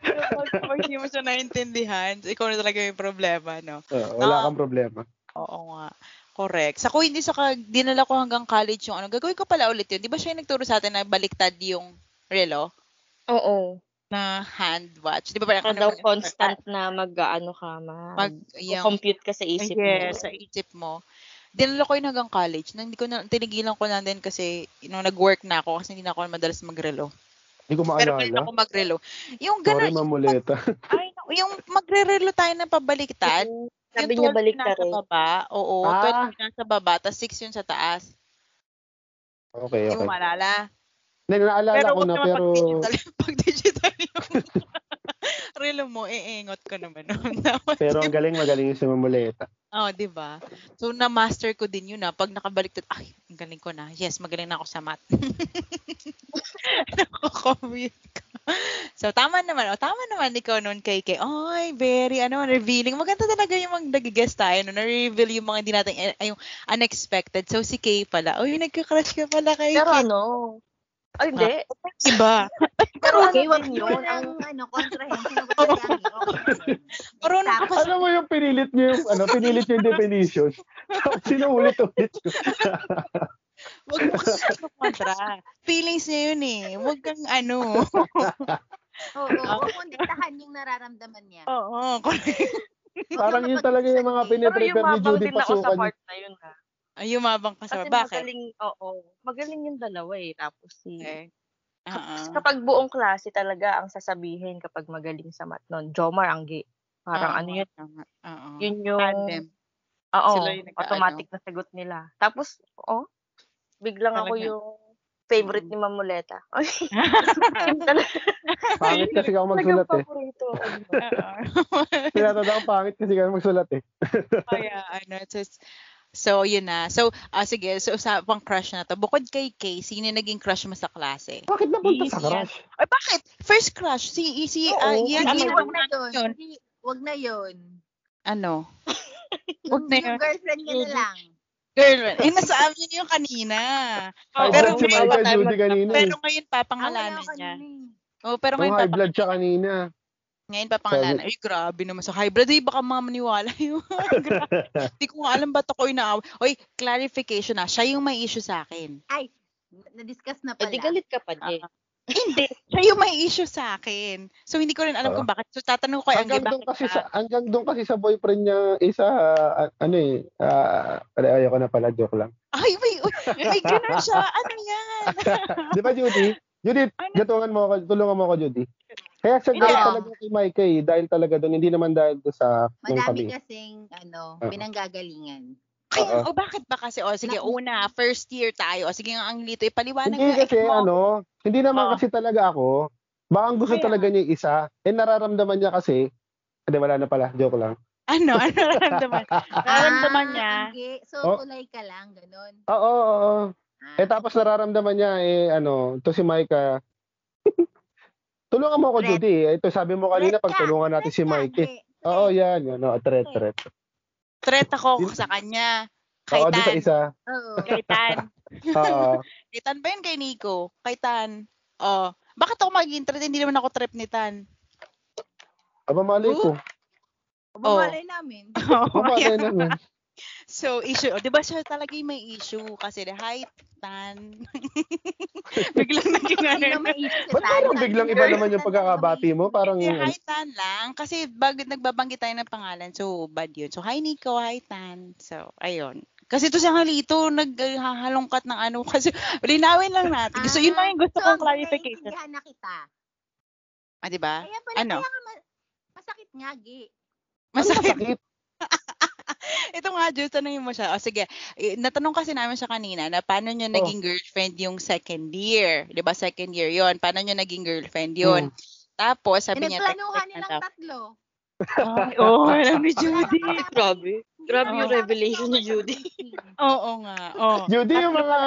Kapag- Kapag hindi mo siya naintindihan, ikaw na talaga yung problema, no? Oo, Ah. wala kang problema. Oo nga. Correct. Sa ko hindi sa ka- dinala ko hanggang college yung ano. Gagawin ko pala ulit yun. Di ba siya yung nagturo sa atin na baliktad yung relo Oo. na hand watch? Di ba parang ano, Para Ah, daw constant na mag-ano ka, Mag, mag, yung, compute ka sa isip yes, sa mo. isip mo. Dinala ko yun hanggang college. Na, hindi ko na, tinigilan ko na din kasi nung nag-work na ako kasi hindi na ako madalas magrelo. Hindi ko Pero galit maalala. ako magrelo. Yung ah. Sorry, gano'n, mamuleta. ay, naku, yung magre-relo tayo ng pabaliktad, Oo. Sabi niya 12 balik yung ka nasa rin. baba, oo, Ah. 12 yung nasa baba, tapos 6 yun sa taas. Okay, Hindi okay. mo maalala. Hindi, naalala Pero ko huwag na, naman pero... pag-digital. Pag-digital yung relo mo, iingot ko naman noon. Tapos, Pero ang galing, magaling yung si Mamuleta. oh, di ba? So, na-master ko din yun na pag nakabaliktad, ay, ang galing ko na. Yes, magaling na ako sa math. Nakukommute ko. So, tama naman. O, tama naman ikaw noon, KK. Ay, very, ano, revealing. Maganda talaga yung mga nag-guess tayo. No? Na-reveal yung mga hindi natin, eh, ay, yung unexpected. So, si K pala. Uy, nagka-crush ka pala kay Pero K. ano, ay hindi. Iba. Pero okay, ano wag din yun. Ang yun, ang- ano, contrahension ng Dami. Okay na yun. Marunong ka Alam mo yung pinilit niyo yung, ano, pinilit niyo yung definition. Tapos sinuulit-ulit ko. Huwag mo kasi kontra. Feelings niya yun eh. Huwag kang ano. Oo, oo, kukontektahan yung nararamdaman niya. Oo, correct. Parang yun talaga yung mga Pero piniprepare ni yumabang Judy din ako sa Pasukan. part na yun ha. Ay, Yumabang ka sa Kasi Bakit? magaling, oo. Magaling yung dalawa eh. Tapos si, Eh. Kap- Oo. kapag buong klase talaga ang sasabihin kapag magaling sa mat nun, Jomar ang gi. Oo, Parang ano yun, tama. Oo. yun yung, Tandem. oo, Sila yung nagkaano. automatic na sagot nila. Tapos, oo, biglang ako Talaga. yung favorite Mm. ni Mamuleta. Ay, yun talaga. Pangit kasi ako Talagang magsulat eh. paborito. ano. Oo. Tinatanda ko pangit kasi kaya magsulat eh. Kaya ano, it's just, so yun na. So, ah, sige, so usapang crush na to. Bukod kay Kay, sino naging crush mo sa klase? Bakit napunta sa Easy yan. crush? Ay, bakit? First crush, si, si, Oo, ah, yan, Hindi, ano, wag ginawa na natin yun. yun. Hindi, wag na yun. Ano? Wag Yung, na yung yun. girlfriend niya na lang. Girlfriend. Eh, nasabi niyo yung kanina. High Oh, Pero blood si ngayon- Micah Judy kanina. eh. Pero ngayon, Ah, wala papangalanan ako niya. kanina eh. Oh, pero Yung ngayon, high papang- blood siya kanina. ngayon papangalanan. Ay, grabe naman sa hybrid. Ay, baka mga maniwala yun. Grabe. Hindi ko nga alam ba't ako inaawa. Oy, clarification na. Siya yung may issue sa akin. Ah, Na-discuss na eh pala. di galit ka pa di. Hindi. Siya yung may issue sa akin. So, hindi ko rin alam Oo. kung bakit. So, tatanong ko kay Angge, Hanggang doon bakit kasi ka? sa hanggang doon kasi sa boyfriend niya isa ah, ano eh ah, ay- ayoko na pala joke lang. Ay, may, uy, may ganun siya. Ano yan? Di ba Judy? Judy, Ano? gatungan mo ako, tulungan mo ako Judy. Kaya siya Hindi, galit ah. talaga kay Mike eh, dahil talaga doon, hindi naman dahil doon sa Madami nung kami. kasing, ano, Oo. pinanggagalingan. Ay, o Oo. bakit ba kasi? O, sige, Na- una, first year tayo. O, sige nga, ang lito, ipaliwanag Hindi nga, kasi eh, mo. ano, hindi naman Ah. kasi talaga ako. Baka ang gusto Kaya. talaga niya yung isa, eh nararamdaman niya kasi, hindi wala na pala, joke lang. Ano, ano nararamdaman? Nararamdaman niya. Ah, okay. So, Oh. kulay ka lang, ganun. Oo, oo, oo. Ah, Eh tapos nararamdaman niya, eh ano, to si Mike, tulungan mo ako, Threat. Judy. Eh, Ito sabi mo kanina, Threat ka, pagtulungan natin si threat ka, Mike. eh. threat, Oo, threat. yan, yan. Oh, threat, threat. Threat ako Yun- sa kanya. Kay Oo, doon sa Tan. isa. Oo. Kay Tan. Oo. Kay Tan ba yun kay Nico? Kay Tan. Oh. Bakit ako magiging threat? Hindi naman ako trip ni Tan. Aba, malay ko. Bumalay namin. Mamalay namin. Oh, So, issue. O, di ba siya talaga yung may issue? Kasi the height, tan. Biglang naging ano. Sino may isip si Ba't Tan? parang Tan, biglang sino iba may naman yung isip? pagkakabati mo? Parang, Hindi, hi Tan lang. Kasi bago nagbabanggit tayo ng pangalan, so bad yun. So, hi Nico, hi Tan. So, ayun. Kasi ito sa halito, naghahalongkat ng ano. Kasi, linawin lang natin. So, yun lang yung gusto Ah, so, kong clarification. naiintindihan na kita. Ah, di ba? Kaya pala, Ano? kaya ka ma- masakit nga, Gi. Masakit. sakit. Ito nga, Jules, tanongin mo siya. O sige, eh, natanong kasi namin siya kanina na paano niya Oh. naging girlfriend yung second year. Di ba, second year yon Paano niya naging girlfriend yon Tapos, sabi niya, Pinagplanuhan text-text nilang na daw. tatlo. Ay, Oo, alam ni Judy. Grabe. Grabe yung revelation ni Judy. Oo nga. Oh. Judy, yung mga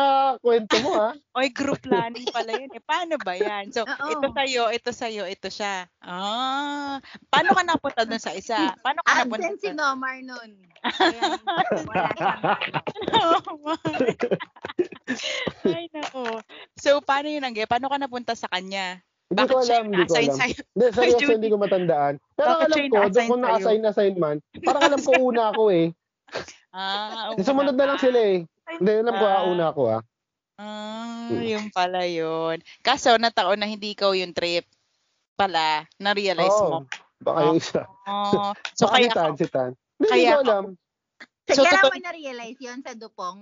kwento mo, ha? Oy, group planning pala yun. Eh, paano ba yan? So, Oo. ito sa'yo, ito sa'yo, ito siya. Ah. Paano ka napunta dun sa isa? Paano ka napunta Absent Ah, si dun? Nomar nun. Kaya wala siyang Ay, nako. So, paano yun, Angge? Paano ka napunta sa kanya? Hindi ko Bakit siya alam, yung hindi ko na-assign alam. sa'yo? Hindi, seryoso, Judy. hindi ko matandaan. Pero Bakit alam siya yung ko, doon na-assign kung sa'yo? na-assign, na-assign man, parang alam ko una ako eh. Ah, Sumunod na lang sila eh. Hindi, alam ko Ah. ha, una ako ha. Ah, Mm. yung pala yun. Kaso, nataon na hindi ikaw yung trip pala, na-realize mo. Oo. Baka yung isa. Oh, so, So, Baka kaya si Tan, ka, si Tan. Hindi, hindi kaya ko ka- alam. So, So, Kaya totoo- mo na-realize yun sa dupong?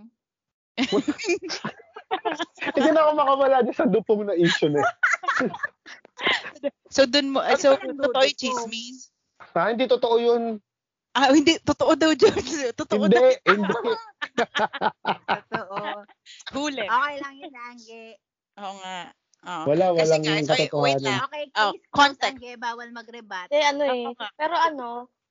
Hindi na ako makawala dyan sa dupong na issue na. eh. so dun mo, Ano so, ba nandun totoo yung ko? chismis? Ha, hindi totoo yun. Ah, hindi, totoo daw, George. Totoo Hindi, daw. hindi. Totoo. Huli. Ah. Okay lang yun, Angge. Oo nga. Oo. Wala, Kasi walang guys, wait, wait katotohanan. lang. Okay, case Oh, closed, contact. Angge. Bawal mag-rebat. Eh, ano eh. Oo nga. Pero ano,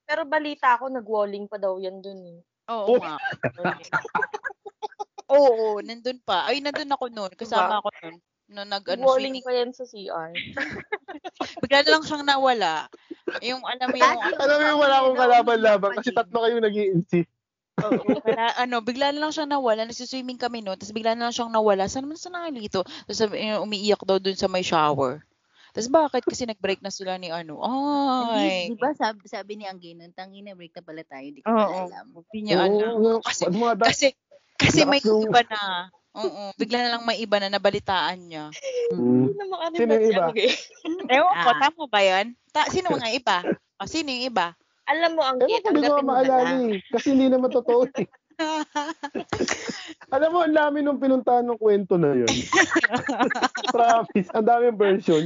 pero balita ako, nag-walling pa daw yan dun eh. Oo nga. Oh. Oo, nandun pa. Ay, nandun ako noon. Kasama ako noon. Nung nag, ano, Walling swimming. pa yan sa CR. Bigla na lang siyang nawala. Yung, alam mo yung, ano, Tapos Alam mo yung wala akong kalaban-laban kasi tatlo kayong nag insist Oo, wala, ano, bigla na lang siyang nawala. Nagsiswimming kami noon. Tapos bigla na lang siyang nawala. Saan man sa nakalito? Tapos sabi, eh, umiiyak daw dun sa may shower. Tapos bakit? Kasi nag-break na sila ni ano. Ay. Di, di ba sabi, sabi ni Angge nun, tangina, break na pala tayo, di ko Oo. pala alam. Hindi niya ano. Oo, Kasi- ano mga Kasi, dati? kasi may Lakas nung- iba na. Oo. Bigla na lang may iba na nabalitaan niya. Mm. Hindi na Sino makaribad yung si iba? Angge. Ewan ko, Ah. tama ba yan? Ta- sino mga iba? O, sino yung iba? Alam mo, Angge, Ewan ko, di ko tanggapin mo na maalala lang. eh. Kasi hindi naman totoo eh. Alam mo, ang dami nung pinuntahan ng kwento na yun. Promise, ang daming version.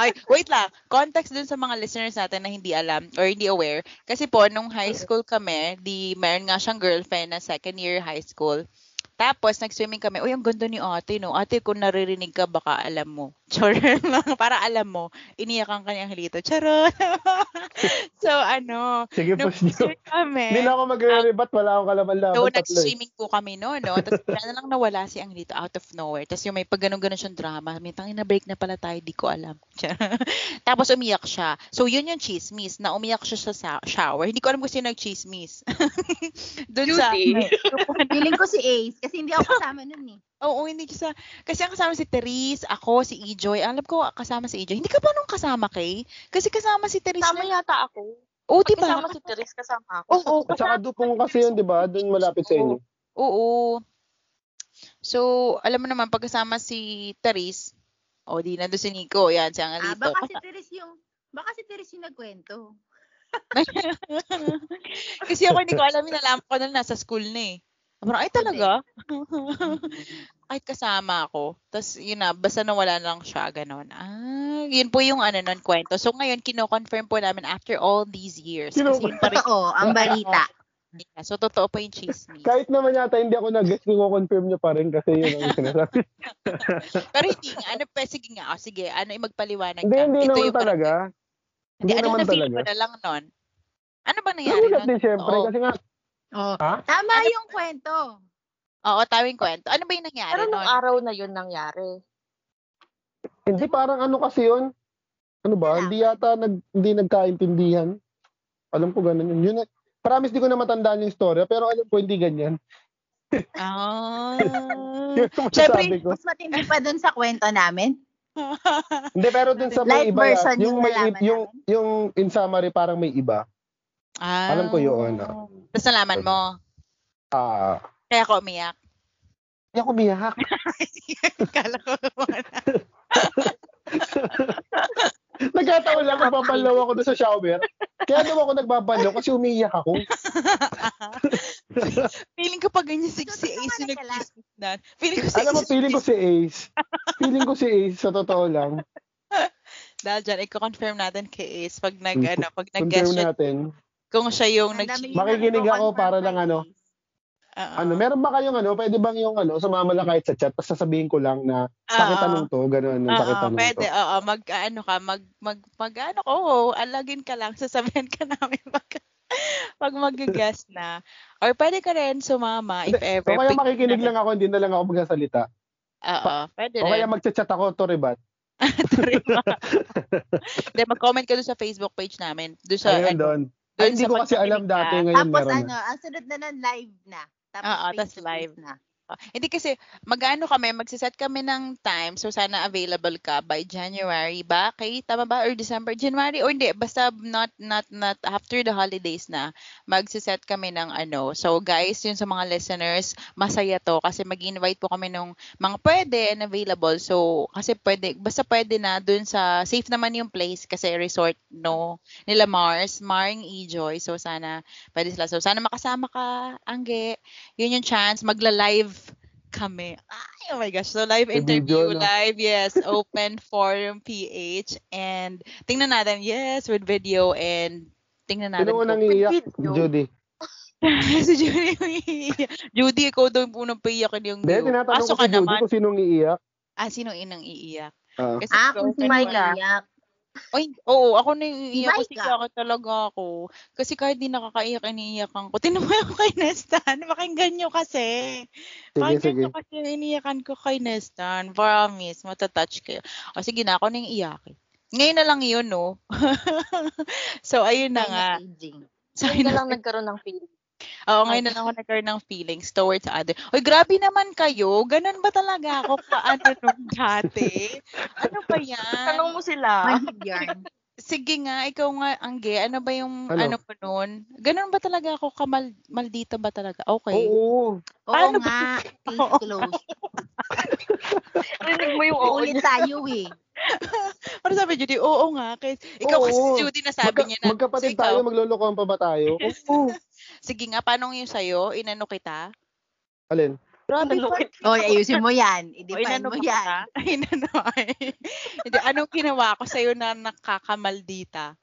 Ay, wait lang. Context dun sa mga listeners natin na hindi alam or hindi aware. Kasi po, nung high school kami, di, meron nga siyang girlfriend na second year high school. Tapos, nag-swimming kami. Uy, ang ganda ni ate, no? Ate, kung naririnig ka, baka alam mo. Charot lang. Para alam mo, iniyak ang kanyang halito. Charot! so, ano, Sige, nung push nyo. picture kami. Hindi na ako magre-rebat, wala akong So, kalaban-laban tatlo eh. nag-swimming po kami noon, no? Tapos, bigla na lang nawala si Ang dito out of nowhere. Tapos, yung may pag ganun-ganun siyang drama. May tangin na break na pala tayo, di ko alam. Tapos, umiyak siya. So, yun yung chismis, na umiyak siya sa sa shower. Hindi ko alam kung sino nag-chismis. Doon sa... Judy. Feeling ko si Ace, kasi hindi ako kasama nun eh. Oo, hindi siya. sa- Kasi ang kasama si Therese, ako, si Ejoy. Alam ko, kasama si Ejoy. Hindi ka ba nung kasama, Kay? Kasi kasama si Therese Kasama na... yata ako. Oo, diba? Kasama si Therese, kasama ako. Oh, Oo, oo, At saka dupong kasi yun, di ba? Doon malapit sa inyo. Oo. So, alam mo naman, pagkasama si Therese, o di, nandun si Nico, yan, si Ah, Angelito. baka si Teres yung, baka si Teres yung nagkwento. Kasi ako hindi ko alam, nalaman ko na nasa school na eh. Parang, ay talaga? Mm-hmm. Kahit kasama ako. Tapos, yun na, basta nawala na lang siya, ganon. Ah, yun po yung ano nun kwento. So ngayon, kino-confirm po namin after all these years. Kasi Kino- yun pa rin Totoo, ang balita. niya. So totoo po yung chismis. Kahit naman yata hindi ako nag-guess, kino-confirm nyo pa rin kasi yun ang sinasabi. Pero hindi nga. Ano pa, sige nga. Oh, sige, ano yung magpaliwanag Hindi, ka? hindi Ito naman yung- talaga. Hindi, Hindi anong naman na-feel talaga. mo na lang nun? Ano ba nangyari Nagulat nun? din syempre Oo. kasi nga, Oh. Ha? Tama Ano- yung kwento. Oo, tawing kwento. Ano ba yung nangyari Pero nung nun? araw na yun nangyari. hindi parang ano kasi yun. Ano ba? Hindi yata nag, hindi nagkaintindihan. Alam ko ganun yun. yun na- promise di ko na matandaan yung story pero alam ko hindi ganyan. Ah. Yun ang Syempre, masasabi ko. Mas matindi pa dun sa kwento namin. Hindi pero dun sa may Light iba, version yung, yung may, nalaman yung, yung in summary parang may iba. Ah. Alam ko yun. ah. Tapos nalaman mo. Ah, Kaya ako umiyak. hindi ako umiyak. Kala ko naman. Nagkataon lang nagpapalaw ako doon sa shower. Kaya naman ako nagbabalaw kasi umiyak ako. Feeling ko pag ganyan si, si Totoo Ace nga yung na nag na. Feeling ko si Alam mo, Ace feeling ko si Ace. Feeling ko si Ace, sa totoo lang. Dahil dyan, i-confirm natin kay Ace pag nag, Hmm, ano, pag nag-guess Confirm siya, natin. kung siya yung Ang nag dami yung Makikinig ako nagko-confirm para lang kay ano. Ace. Oo. Ano, meron ba kayong ano? Pwede bang yung ano, sumama lang kahit sa chat, tapos sasabihin ko lang na Oo. sakit tanong to, ganun, Oo, sakit tanong ah. pwede. to. Oo, mag, ano ka, mag, mag, mag, ano ko, alagin ka lang, sasabihin ka namin pag, pag mag-guess na. Or pwede ka rin sumama if ever. So kaya Pick- makikinig lang ako, hindi na lang ako magsasalita. Oo, pwede O kaya rin. magchat-chat ako, to rebat. Then mag-comment ka doon sa Facebook page namin. Doon sa, Ayun ano, doon. doon Ay, hindi sa ko kasi pagkikinig alam dati, ka. ngayon Tapos meron ano, na. ang sunod na nun, live na. Tapos Oo, face tas to live. face na. Ah, Hindi kasi, mag-ano kami, magsiset kami ng time. So, sana available ka by January ba? Kay, tama ba? Or December? January? Or hindi, basta not, not, not after the holidays na, magsiset kami ng ano. So, guys, yun sa mga listeners, masaya to kasi mag-invite po kami ng mga pwede and available. So, kasi pwede, basta pwede na dun sa, safe naman yung place kasi resort, no? Nila Mars, Maring E-Joy. So, sana, pwede sila. So, sana makasama ka, Angge. Yun yung chance, magla-live kami. Ay, oh my gosh. So, live May interview, video, no? live, yes, open forum PH. And tingnan natin, yes, with video and tingnan natin. Sino kung- unang iiyak? Video. Judy. si Judy. Judy, ikaw daw yung unang paiyakin yung Hindi, view. tinatanong ko Aso ka si Judy naman. kung sinong iiyak. Ah, sino inang iiyak? Ah. Kasi Ah, ikaw, kung si ano Mike ka? ah. Iyak. Oy, oo, ako na yung Si iiyak kasi Mike ah. ako talaga ako. Kasi kahit di nakakaiyak, iniiyakan ko. Tinan mo yung kay Nestan. Pakinggan nyo kasi. Sige, Pakinggan sige. nyo kasi yung iniyakan ko kay Nestan. Promise, matatouch kayo. O sige na, ako na yung iiyakin. Ngayon na lang yun, no? so, ayun na Sign nga. of aging. Hindi Sign na of lang nagkaroon ng feeling. Oo, ngayon na lang ako nagkaroon ng feelings towards other. Uy, grabe naman kayo. Ganun ba talaga ako paano nung dati? Ano ba yan? Tanong mo sila. Manhid yarn. Sige nga, ikaw nga, Angge, ano ba yung ano, Ano? mo nun? Ganun ba talaga ako kamal maldita ba talaga? Okay. Oo Oo. Paano ba? nga, case Oo. closed. Rinig mo yung oo Uulit niya. tayo eh. Ano sabi Judy? Oo nga. Kay, ikaw kasi si Oo. Judy na sabi Magka- niya na. magkapatid so, ikaw, tayo, maglulukohan pa ba tayo? Oo. Sige nga, paano yung sa'yo? Inano kita? Alin? Grabe Inano pa- Oy, ayusin mo yan. O, I-define mo ano ba yan. kita? Inano ay. Hindi, anong ginawa ko sa'yo na nakakakamaldita?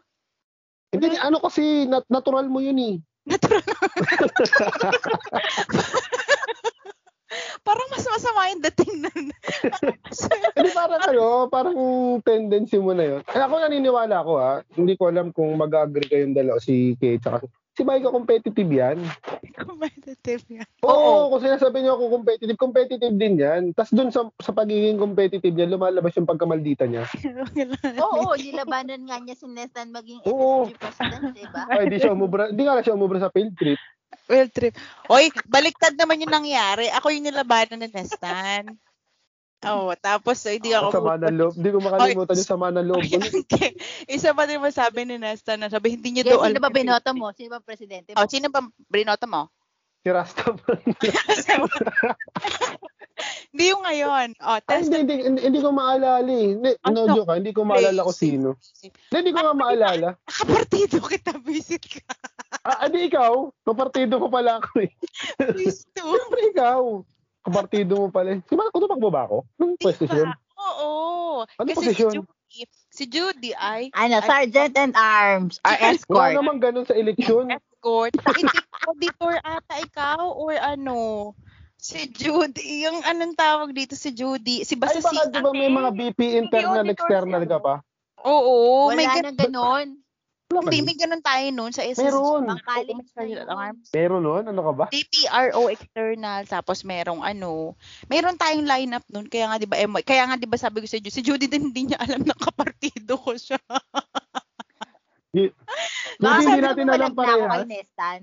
Hindi, ano kasi, nat- natural mo yun eh. Natural Parang mas masama yung dating nun. Hindi parang ano, parang tendency mo na yun. Eh, ako naniniwala ako ha. Hindi ko alam kung mag-agree kayong dalawa si Kate tsaka si Mike competitive yan. Competitive yan. Oo, Oo. kung sinasabi niyo ako competitive, competitive din yan. Tapos dun sa, sa pagiging competitive niya, lumalabas yung pagkamaldita niya. Oo, nilabanan nga niya si Nestan maging Oo. SSG president, di ba? Ay, di siya umubra, di nga siya umubra sa field trip. Well, trip. Oy, baliktad naman yung nangyari. Ako yung nilabanan ni Nestan. Oo, tapos eh, hindi Ang ako... sama ng loob. Hindi ko makalimutan yung sama ng loob. Oy, okay. Isa pa din masabi ni Nestan na sabi, hindi niya Guys, daw sino alam. ba yung binoto Philippines. mo? Sino ba presidente mo? Oh, sino ba binoto mo? Si Rasta. hindi yung ngayon. Oh, Ay, test hindi, hindi, hindi, hindi ko maalala eh. Hindi, Ano? no joke ha, hindi ko maalala kung sino. Hindi, hindi ko nga maalala. Kapartido kita, visit ka. Ah, hindi ikaw. Kapartido ko pala ako eh. Please do. Siyempre ikaw. Kapartido mo pala. eh. Si Marco tumakbo ba ako? Nung Di position? ba? Oo. Ano Kasi posisyon? si Judy, si Si Judy ay Ano, Ay- sergeant and arms or Wala escort. namang ganun sa eleksyon. escort. Hindi, auditor ata ikaw or ano? Si Judy, yung anong tawag dito si Judy? Si Ay, basta si... baka di ba may mga BP internal, auditor external siya, ka no? pa? Oo, Wala may na ganun. ganun. Hindi, may ganun tayo nun sa SSG. Meron. Mga college na yun. alarms. Meron nun? Ano ka ba? DPRO external tapos merong ano, meron tayong lineup nun kaya nga 'di ba eh, may- kaya nga 'di ba sabi ko sa Judy, si Judy din hindi niya alam na kapartido ko siya. Hindi, sabi ko, hindi natin walang eh. na alam ako parehas. kay Nestan.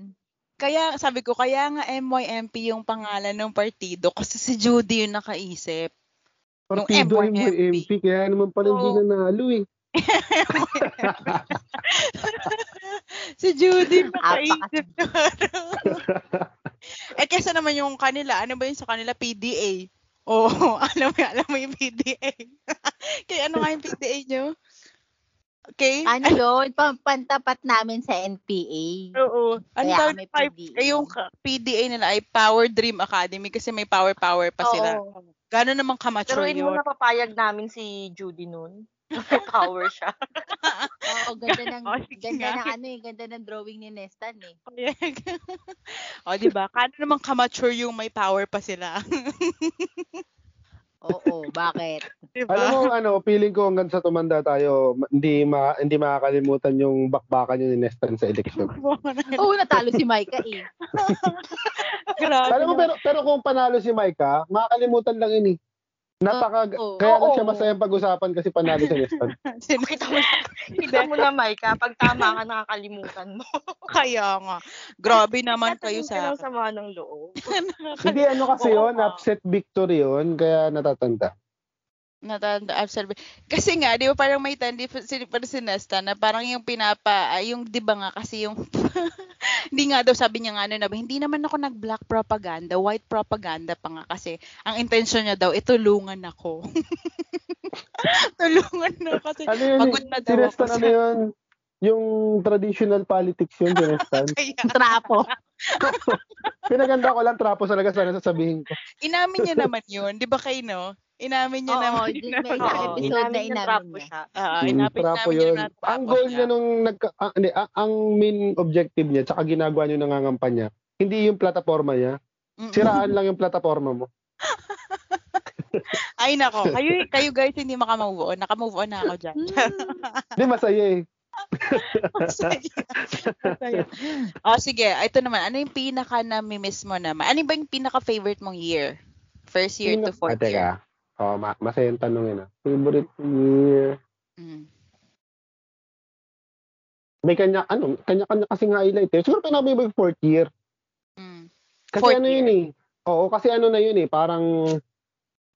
Kaya sabi ko kaya nga MYMP yung pangalan ng partido kasi si Judy yung nakaisip. Nung M1 Partido yung may MP. MP, kaya naman pala hindi Oo. na nalo eh. Si Judy Apakasin. nakaisip. eh kesa naman yung kanila, ano ba yun sa kanila PDA? Oo, alam mo, alam mo yung PDA. Kaya ano nga yung PDA nyo? Okay? Ano yun? Pam- Pantapat namin sa NPA. Oo. Ang Kaya tawag may pa, PDA. Ano eh, yung ka- PDA nila ay Power Dream Academy kasi may Power Power pa sila. Oo. Gano'n naman kamature Laruin yun. mo na papayag namin si Judy noon. May power siya. Oo, ganda ng, Oh, sige ganda nga. ng ano eh, ganda ng drawing ni Nestan eh. Correct. o, di ba? Kano naman kamature yung may power pa sila. Oo, bakit? di Alam mo, ba? ano, feeling ko hanggang sa tumanda tayo, ma- hindi ma hindi makakalimutan yung bakbakan yun ni Nestan sa eleksyon. Oo, natalo si Micah eh. Grabe Alam mo, naman. pero, pero kung panalo si Micah, makakalimutan lang yun eh. Napaka, Oo. kaya lang Oo. siya masayang pag-usapan kasi panalo si Nestan. Sino Kita mo na, kita mo na, Micah. Pag tama ka, nakakalimutan mo. kaya nga? Grabe naman kayo sa Tatagin ka ng sama ng loob. hindi, ano kasi Oo, yun, ma. upset victory yun, kaya natatanda. natanda absorb. Kasi nga, di ba parang may tandi parang si Nesta na parang yung pinapa, ah, yung di ba nga kasi yung, hindi nga daw sabi niya nga ano na ba, hindi naman ako nag-black propaganda, white propaganda pa nga kasi ang intention niya daw, itulungan ako. tulungan na kasi Ano yun, eh, pagod na si daw ako Nestan, sa ano yun, yung traditional politics yun, si Nestan. kaya. Trapo. Pinaganda ko lang trapo talaga sana sasabihin ko. Inamin niya naman yun, di ba kayo no? Inamin niya Oo, naman. dun may isang Oo. episode na Inamin ng inamin trapo niya. siya. Ah, Mm, inamin, trapo inamin niya yun. na natapos Ang goal siya. niya nung nagka, ah, hindi, ah, ang main objective niya tsaka ginagawa niya nangangampanya, hindi yung plataforma niya. Mm-mm. Siraan lang yung plataforma mo. Ay nako, kayo kayo guys hindi makamove on. Nakamove on na ako diyan. Hindi masaya eh. Masaya. Masaya. O sige, ito naman. Ano yung pinaka nami-miss mo naman? Ano ba yung pinaka-favorite mong year? First year to Sino- fourth Ah, teka. year. Oh, ma- masaya yung tanong yun. ah. Favorite year. Mm. May kanya, ano, kanya-kanya kasi nga highlight eh. Siguro pinabi yung fourth year. Mm. Kasi Fourth ano yun eh. Oo, kasi ano na yun eh. Parang,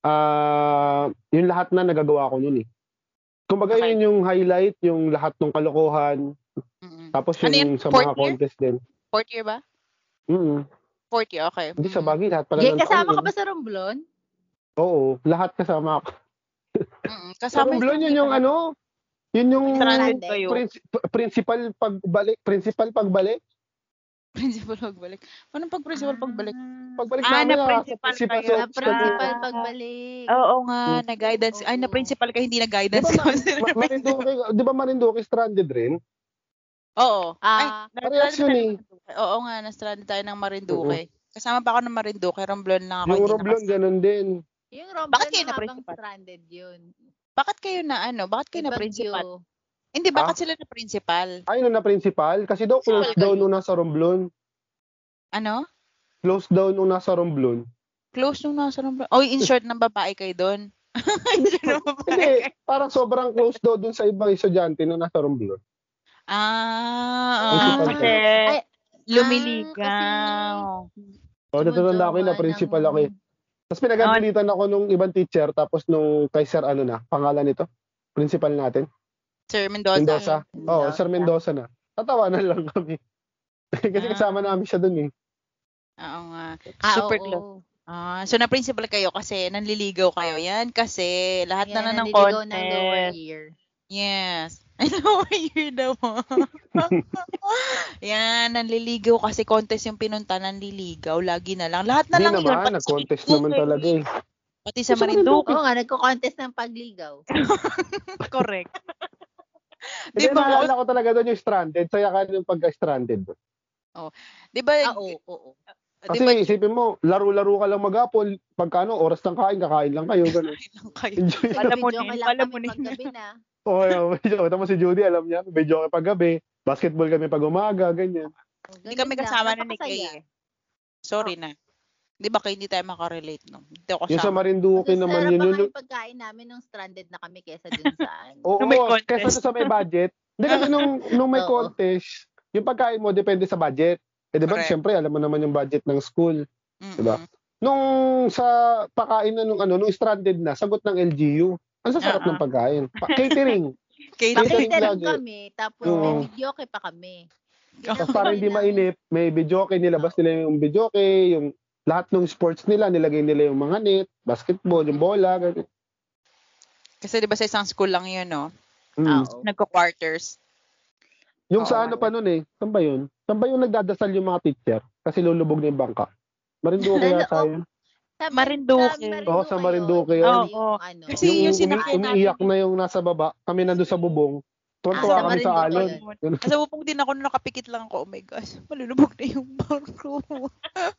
ah, yung lahat na nagagawa ko nun eh. Kumbaga Okay. yun yung highlight, yung lahat ng kalokohan, Mm-mm. tapos Ano yun? yung sa Fourth mga year? contest din. Fourth year ba? Mm-mm. Fourth year, okay. Hindi sa Mm. bagay, lahat pala Jay, ng kasama taon, ka eh. ba sa Romblon? Oo, lahat kasama ako. Mm-mm. Sa mm, Kasama Romblon, yun yung ano, yun yung Stranded Stranded. kayo. prin- principal pagbalik, principal pagbalik. principal pagbalik. Anong pag principal Ah. pagbalik? Pagbalik Ah, namin, na nakaka- principal principal kayo. Na sa- Ah. principal pagbalik. Oo nga, na guidance. Ay, Oo. na principal ka hindi na Hmm. Di guidance ba, counselor. ma- ma- Marinduque, di ba Marinduque stranded rin? Oo. Ay, Ah, na-stranded Parehas yun tayo eh. ng Marinduque. Oo nga, na-stranded tayo ng Marinduque. Kasama pa ako ng Marinduque, Romblon lang ako. Yung hindi Romblon, nakasama. ganun din. yung Romblon Bakit kayo na habang na-principal? stranded yun. Bakit kayo na ano? Bakit kayo May na principal? bagyo. Hindi, bakit sila na principal? Ayun na principal. Kasi daw, close Principal down kayo. nung nasa Romblon. Ano? Close down nung nasa Romblon. Close nung nasa Romblon. Oh, in short, ng babae kayo doon. in short, ng babae. Hindi, parang sobrang close daw dun sa ibang estudyante nung nasa Romblon. Ah, Principal kasi Ay, lumiligaw. O, natatanda Oh, ko yun na Sumadama principal ng- ano. ako eh. Tapos pinagagalitan ako nung ibang teacher tapos nung kay Sir ano na, pangalan nito, principal natin, Sir Mendoza. Mendoza. Oo, Mendoza. Oh, Sir Mendoza na. Tatawanan lang kami. Kasi Ah. kasama namin siya dun eh. Oo nga. Ah, Super oo. close. Ah, so na principal kayo kasi nanliligaw kayo. Yan kasi lahat Yan na na ng naniligaw ng lower contest. year. Yes. Ano ba year daw? Yan, nanliligaw kasi contest yung pinunta, nanliligaw. Lagi na lang. Lahat na lang yun. Hindi naman, pati sa nag-contest Marinduque. naman talaga eh. Pati sa Sa Marinduque. Marinduque. Oo nga, nagko-contest ng pagligaw. Ah, Correct. Hindi, Di ba, naalala ko talaga doon yung stranded. Saya ka yung pagka-stranded. Di ba, eh, Ah, oo, oo. di Kasi ba, isipin mo, laro-laro ka lang maghapon. Pagkano, oras ng kain, kakain lang kayo. Ganun. Ay, lang kayo. Enjoy. Alam mo Video na ko yun, lang alam kami mo na yun. paggabi na. Oo, oh, medyo. Tama si Judy, alam niya. Medyo kami paggabi. Basketball kami pag umaga, ganyan. Oh, Hindi kami kasama na ni Kay. eh. Sorry na. Di ba, Kay, hindi tayo makarelate, no? Hindi ako Yung sa... sa Marinduque naman yun. yun yung pagkain namin nung stranded na kami kesa dun sa ano. Oo, Nung may contest. kesa sa may budget. Hindi kasi nung, nung may Oo. contest, yung pagkain mo depende sa budget. Eh, di ba, Correct. syempre, alam mo naman yung budget ng school. Mm-mm. Di ba? Nung sa pakain na nung ano, nung stranded na, sagot ng LGU. Ang Ah, sasarap ng pagkain. Pa- catering. Kay, Kay- Bakit? lagi. Nakitering kami, tapos eh. Oo. may video kay pa kami. Tapos Ginagawa para hindi namin- mainip, may videoke, nilabas nila yung videoke, yung lahat ng sports nila, nilagay nila yung mga net, basketball, yung bola, ganun. kasi di ba sa isang school lang yun, no? Ah, oh. Mm. Oo. Nagko-quarters. Yung Oo. sa ano pa nun eh, saan ba yun? Saan ba yung nagdadasal yung mga teacher? Kasi lulubog na yung bangka. Marinduque Lalo- kaya tayo. Sa- Marinduque. Oo, sa Marinduque yun. yun. Yung Oo. ano, Kasi yung umi- sinakyan natin umiiyak na yung nasa baba, kami nandun sa bubong, tuwan-tuwa Ah, sa kami sa Marinduque alon. yun. Ganun. Kasi upong din ako, nakapikit lang ako, oh my gosh, malulubog na yung barko.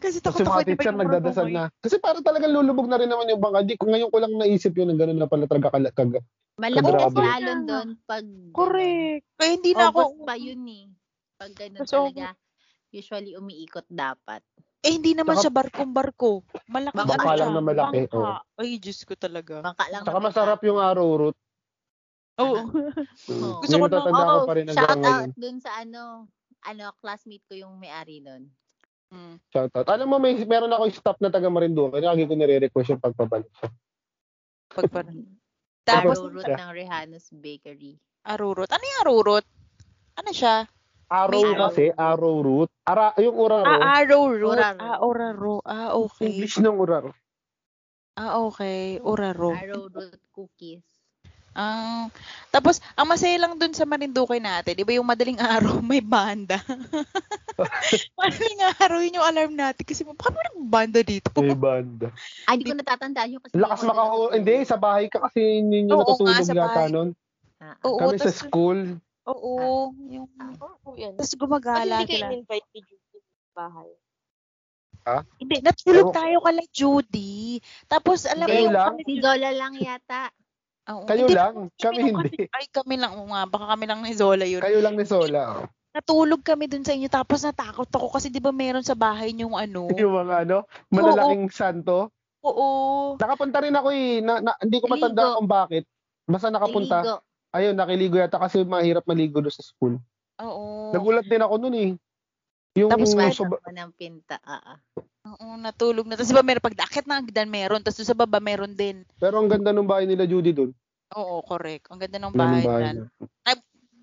kasi Kasi takot mga ako, di ba teacher yung nagdadasal barko na. Kasi para talagang lulubog na rin naman yung bangka. Di, ko- ngayon ko lang naisip yun na gano'n na pala talaga kala- kag- Malaki Grabe. kasi alon doon pag ano, Correct. Kaya hindi na ako, August pa yun eh. Pag ganun Mas August. talaga, usually umiikot dapat. eh hindi naman Tsaka- siya barkong barko. Malaki Bangka ano lang siya, na malaki, oh. bangka. oo. Ay, Diyos ko talaga. Bangka lang. Saka naman masarap yung araw root. Oo. Oo. Gusto ko na- natatanda ko pa rin hanggang shout ngayon. out dun sa ano, ano, classmate ko yung may-ari nun. Mm. Shout out. Alam mo, may, meron ako yung staff na taga Marinduque. Lagi ko nire-request yung pagpabalik. Pagpar- Tapos- Tapos, Arurot Yeah. ng Rehano's Bakery. arurot. Ano yung arurot? Ano siya? Arrow May kasi, arrow root. Ara, yung uraro. Ah, arrowroot. Oraro. Ah, oraro. Ah, okay. English ng uraro. Ah, okay. Oraro. Arrowroot cookies. Ah, tapos, ang masaya lang dun sa Marinduque natin, di ba yung madaling araw, may banda. madaling araw, yun yung alarm natin. Kasi, bakit mo nagbanda dito? May banda. Ay, hindi ko natatandaan yun kasi. Lakas hindi ako makaho. natutulog. Hindi, sa bahay ka kasi hindi nyo Oo natutulog nga, sa yata bahay. nun. Ah, ah. Oo, Kami sa tas, school. oo, yung, Oo, Oh, yan. tas Ba't gumagala hindi kayo sila. in-invite ni Judy sa bahay? Hindi, natulog Ewan ko. tayo kala Judy. Tapos, alam mo Kayo yung lang? kami- Si Zola lang yata. Oo, Kayo hindi, lang? natulog Kami nung hindi. kasi- ay, kami lang. Oo nga, baka kami lang ni Zola yun. Kayo lang ni Sola. oh. Natulog kami dun sa inyo, tapos natakot ako kasi di ba meron sa bahay yung ano? Yung mga ano, malalaking santo. Oo. Nakapunta rin ako eh. Na, na- hindi ko matanda Ligo. kung bakit. Basta nakapunta. Niligo. Ayun, nakiligo yata kasi mahirap maligo doon sa school. Oo. Nagulat din ako noon eh. Yung Tapos yung may- sob- Ako ng pinta. Ah, ah. Oo, natulog na. Tapos ba meron, pag daakit na agdan meron, tapos doon sa baba meron din. pero ang ganda ng bahay nila Judy doon. Oo, correct. Ang ganda ng Ganda ng bahay bahay niyan. nila.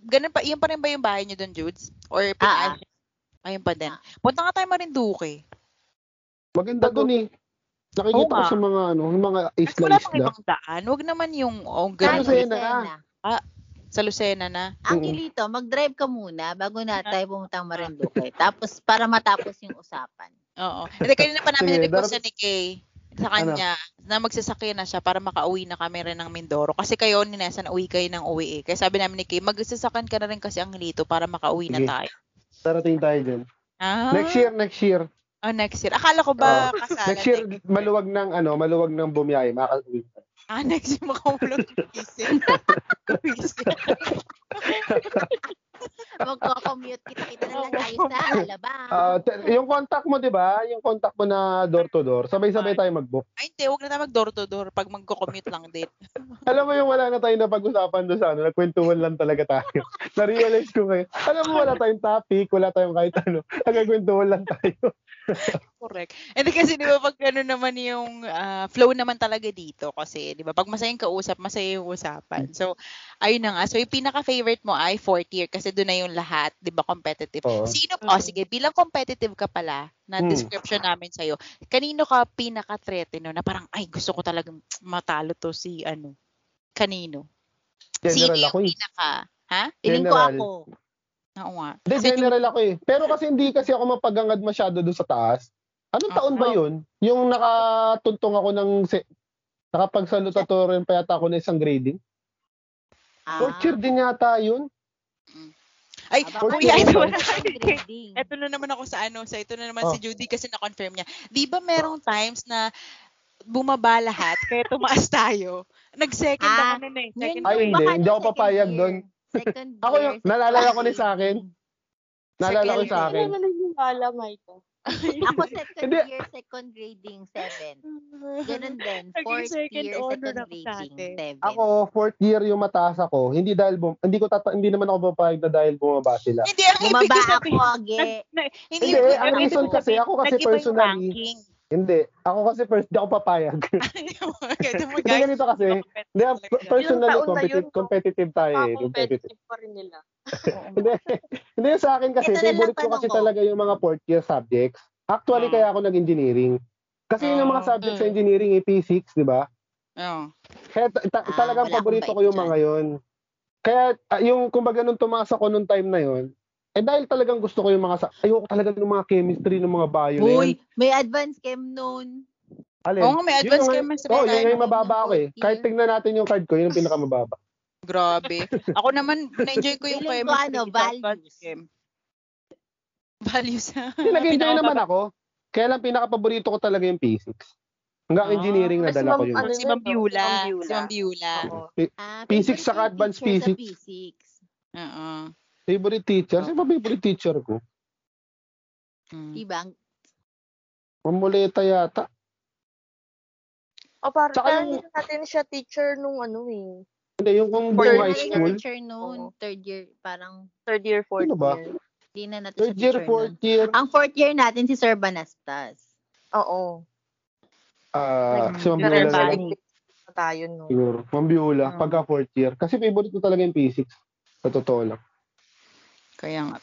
Ganun pa, iyan pa rin ba yung bahay niyo doon, Judes? Or Ah, pinaas? Ayun pa din. Ah. Punta nga tayo Marinduque. Maganda Bago- doon eh. Nakikita Oo ko nga. sa mga ano, yung mga At wala pang isla-isla. ibang daan. Huwag naman yung, oh, Pero ganun. Sa kasi- ulit. Lucena. Lucena. Sa Lucena na. Ang Mm-mm. kilito, mag-drive ka muna bago Ah. na tayo pumunta ng Marinduque. Tapos, para matapos yung usapan. Oo. Hindi, kanina pa namin Sige, Ano? request dapat- ni Kay sa kanya na magsasakyan na siya para makauwi na kami rin ng Mindoro. Kasi kayo ni Nessa na uwi kayo ng uwi eh. Kaya sabi namin ni Kay, magsasakyan ka na rin kasi ang lito para makauwi na Sige. tayo. Darating tayo dyan. Ah. Next year, next year. Oh, next year. Akala ko ba eh. kasalan? Ah, Next year, maluwag ng ano, maluwag ng bumiyay. Makaka- Ah, next year makamulot ng kisip. Magko-commute kita-kita na lang tayo sa Alabang. Ah, t- yung contact mo, di ba? Yung contact mo na door to door. Sabay-sabay tayo mag-book. Ay, hindi. Huwag na tayo mag-door to door pag magko-commute lang din. Alam mo yung wala na tayo na pag-usapan doon sa ano, nagkwentuhan lang talaga tayo. Na-realize ko ngayon. Alam mo, wala tayong topic, wala tayong kahit ano. Nagkwentuhan lang tayo. Correct. And kasi di ba pag gano'n naman yung ah, flow naman talaga dito kasi di ba pag masayang kausap, masaya yung usapan. So ayun na nga. So yung pinaka-favorite mo ay fourth year kasi doon na yung lahat, di ba competitive. Oo. Sino Oo. oh, sige, bilang competitive ka pala na Hmm. description namin sa kanino ka pinaka-threaten no, na parang ay gusto ko talagang matalo to si ano kanino? General Sino ako yung eh. pinaka? Ha? Piling ko General. ako. Oo nga. Hindi, Kasi yung- general ako eh. Pero kasi hindi kasi ako mapagangad masyado doon sa taas. Anong Oo. Ah, taon ba yun? Yung nakatuntong ako ng... Se- nakapagsalutatorin pa yata ako ng isang grading. Ah, Torture din yata yun. Ay, ah, baka kuya, may ito na. social grading. Ito na naman ako sa ano, sa ito na naman Oh. si Judy kasi na-confirm niya. Di ba merong times na bumaba lahat kaya tumaas tayo? Nag-second Ah, ako nun eh. Second Ay, grade. hindi. Baka Hindi nung ako second papayag year. doon. Second year. Ako yung- naalala ko ni sa akin. Naalala ko sa Ano akin. na naniniwala, Maika? Ako second Hindi. year, second grading, seven. Ganun din. Naging Fourth second year, honor ako second grading, dati. seven. Ako, fourth year yung mataas ako. Hindi dahil bum- hindi ko tata- hindi naman ako papayag na dahil bumaba sila. Hindi, ang ibig Bumaba ko ako, sabihin. age. Nag- na- hindi, Hindi, ibig- ang ibig reason sabihin, kasi, ako kasi nag-iba yung personally- ranking. Hindi. Ako kasi first, di ako papayag. Ganito mo, Hindi, guys. ganito kasi. Hindi, Ganito talaga. per- personally, Yung taon na yun, competitive, no? competitive tayo eh. Competitive. Competitive pa rin nila. Hindi, hindi yun sa akin kasi, Ito na lang favorite ko tanong kasi ko. talaga yung mga fourth year subjects. Actually, Mm. kaya ako nag-engineering. Kasi yun yung mga Mm. subjects sa Mm. engineering, eh, Physics, di ba? Oo. Kaya ta- ta- Ah, talagang wala akong paborito ko bait yung dyan. mga yun. Kaya ah, yung kumbaga nung tumaas ako nung time na yun, eh dahil talagang gusto ko yung mga, sa- ayoko talaga ng mga chemistry, ng mga bio na Uy, yun. may advance chem noon. Alin? Oo nga, may Yun advance yung- kayo man Oo, sabihin tayo. yun nga yung nung mababa ako eh. fourth year. Kahit tignan natin yung card ko, yun yung pinakamababa. Grabe. Ako naman, na-enjoy ko yung Feeling ko chemistry. ano, sa values. advanced chem. Values. ah. Hindi, nag-enjoy Pinakababa- naman ako. Kaya lang pinakapaborito ko talaga yung physics. Hanggang Ah. engineering na Kasi dala ko ma'am, yun. ano Si Ma'am yun, no? Si Biula. Ma'am Si Ma'am Biula. Oo. Ah, Physics favorite saka yung advanced teacher sa physics. physics. Oo. Favorite teacher? Sino ba favorite teacher ko? Mm. Diba? Hmm. Mamuleta yata. O parang Tsaka parang yung- hindi natin siya teacher nung ano eh. Hindi, yung kung Fourth buong year high na yun. school. teacher noon. Third year, parang Third year, fourth Sino Ano ba? year. di na natin Third siya year, teacher fourth noon. year. Ang fourth year natin si Sir Banastas. Oo. Ah, Nag- si Mambiula Career na lang. balik na tayo no. Siguro. Mambiula, Oo. pagka fourth year. Kasi favorite ko talaga yung physics. Sa totoo lang. Kaya nga.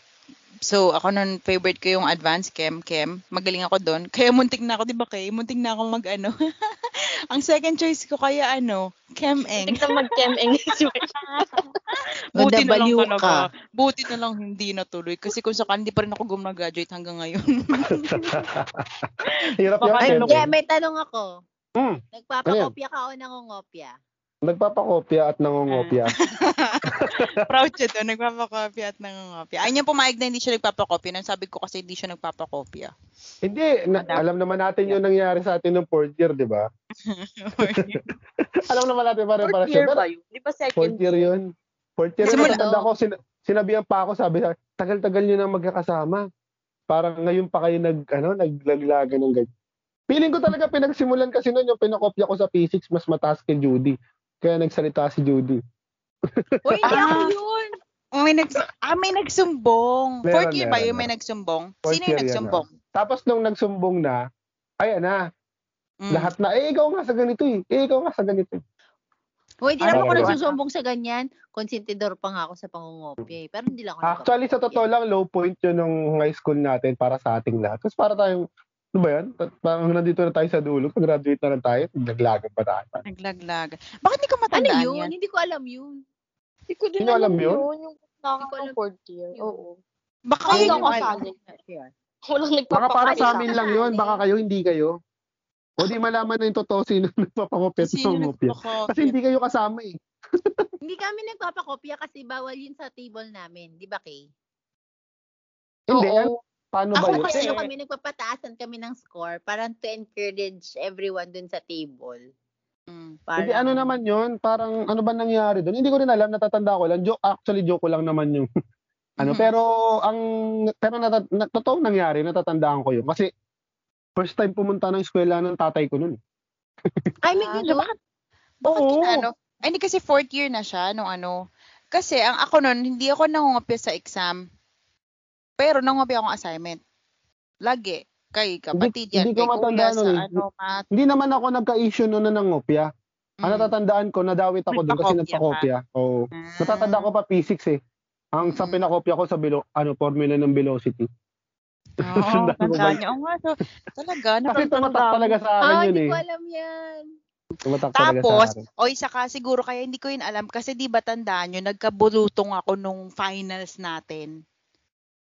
So, ako nun, favorite ko yung advanced chem, chem. Magaling ako doon. Kaya muntik na ako, di ba kay? Muntik na ako mag ano. Ang second choice ko kaya ano, chem eng. Tignan mag-chemeng si Mike. Buti na lang Nadabaliw talaga. ka. Buti na lang hindi natuloy. Kasi kung saan, hindi pa rin ako gumraduate hanggang ngayon. Hirap Baka yan, eh, Ay, Ay, nung- syempre. hindi, may tanong ako. Mm, Nagpapakopya ka o nangungopya? nagpapakopya at nangongopya. Proud siya doon. Nagpapakopya at nangangopya. Ay, niya pumayag na hindi siya nagpapakopya. Nang sabi ko kasi hindi siya nagpapakopya. Hindi, na- alam naman natin yung nangyari sa atin ng fourth year, di ba? Alam naman natin pare para Fourth year siya. ba yun? Di ba Fourth second year yun. Fourth year yun. Simula- Natatanda ko, sin- sinabihan pa ako, sabi sa tagal-tagal nyo na magkakasama. Parang ngayon pa kayo nag, ano, naglaglagan ng ganyan. Feeling ko talaga pinagsimulan kasi noon yung pinakopya ko sa physics, mas mataas kay Judy. Kaya nagsalita si Judy. Ano Uy, hindi ako Ah. yun. may nags ah, may nagsumbong. Meron, Fourth year ba meron, yung may nagsumbong? Fourth Sino yung year yan, ah. nagsumbong? Tapos nung nagsumbong na, ayan na, Mm. lahat na, eh ikaw nga sa ganito eh, eh ikaw nga sa ganito eh. Uy, hindi Ay, naman ako ano? nagsusumbong sa ganyan. Konsentidor pa nga ako sa pangungopya eh. Pero hindi lang ako Ah, Actually, sa totoo lang, low point yun nung high school natin para sa ating lahat. Kasi para tayong, ano ba yan? Ta- Parang nandito na tayo sa dulo, pag-graduate na lang tayo, naglagan pa tayo. Naglaglag. Bakit hindi ko Ano matandaan yun? yan? Hindi ko alam yun. Hindi ko din Sino alam alam yun? yun. Yung Hindi ko nakaka alam ng fourth year. yun. Oo. Baka Ay, yun ako yung ano. kasali. Sure. Walang Baka nagpapakopya. para Ay, sa amin lang yun, baka kayo, hindi kayo. O di malaman na yung totoo sino nagpapangupit ng Sino ngupit. nagpapakopya? Kasi hindi kayo kasama eh. Hindi kami nagpapakopya kasi bawal yun sa table namin. Di ba, Kay? Hindi, Oo. ano, paano ba Ako yun? kasi kasi- ano kami, nagpapataasan kami ng score parang to encourage everyone dun sa table. Mm. Parang, Hindi, ano naman yun? Parang ano ba nangyari doon? Hindi ko rin alam, natatanda ko lang. Joke, actually, joke ko lang naman yung ano. Mhm. Pero, ang, pero nata, na, totoong nangyari, natatandaan ko yun. Kasi, first time pumunta ng eskwela ng tatay ko noon. Ay, may Ah, ganun? bakit- Bakit Oo. ano? Ay, hindi kasi fourth year na siya, nung ano. Kasi ang ako nun, hindi ako nangungopya sa exam. Pero nangungopya akong assignment. Lagi. Kay kapatid Hindi- yan. hindi Kay ko kuya matandaan sa nun eh. ano, math. Hindi naman ako nagka-issue noon na nangopya. Ang Mm. natatandaan ko, nadawit ako doon kasi Nagpakopya nagpakopya. Oo. Ah. Natatanda ko pa physics eh. Ang sa Mm. pinakopya ko sa bilo, ano, formula ng velocity. Oo, Sundan ko tanda ba? niya. Oo nga, so, talaga, Kasi tumatak natatanda talaga sa akin Ah, yun hindi eh. ko alam yan. Tumatak talaga sa Tapos, akin. oy, saka siguro kaya hindi ko yun alam kasi di ba tandaan nyo, nagkabulutong ako nung finals natin.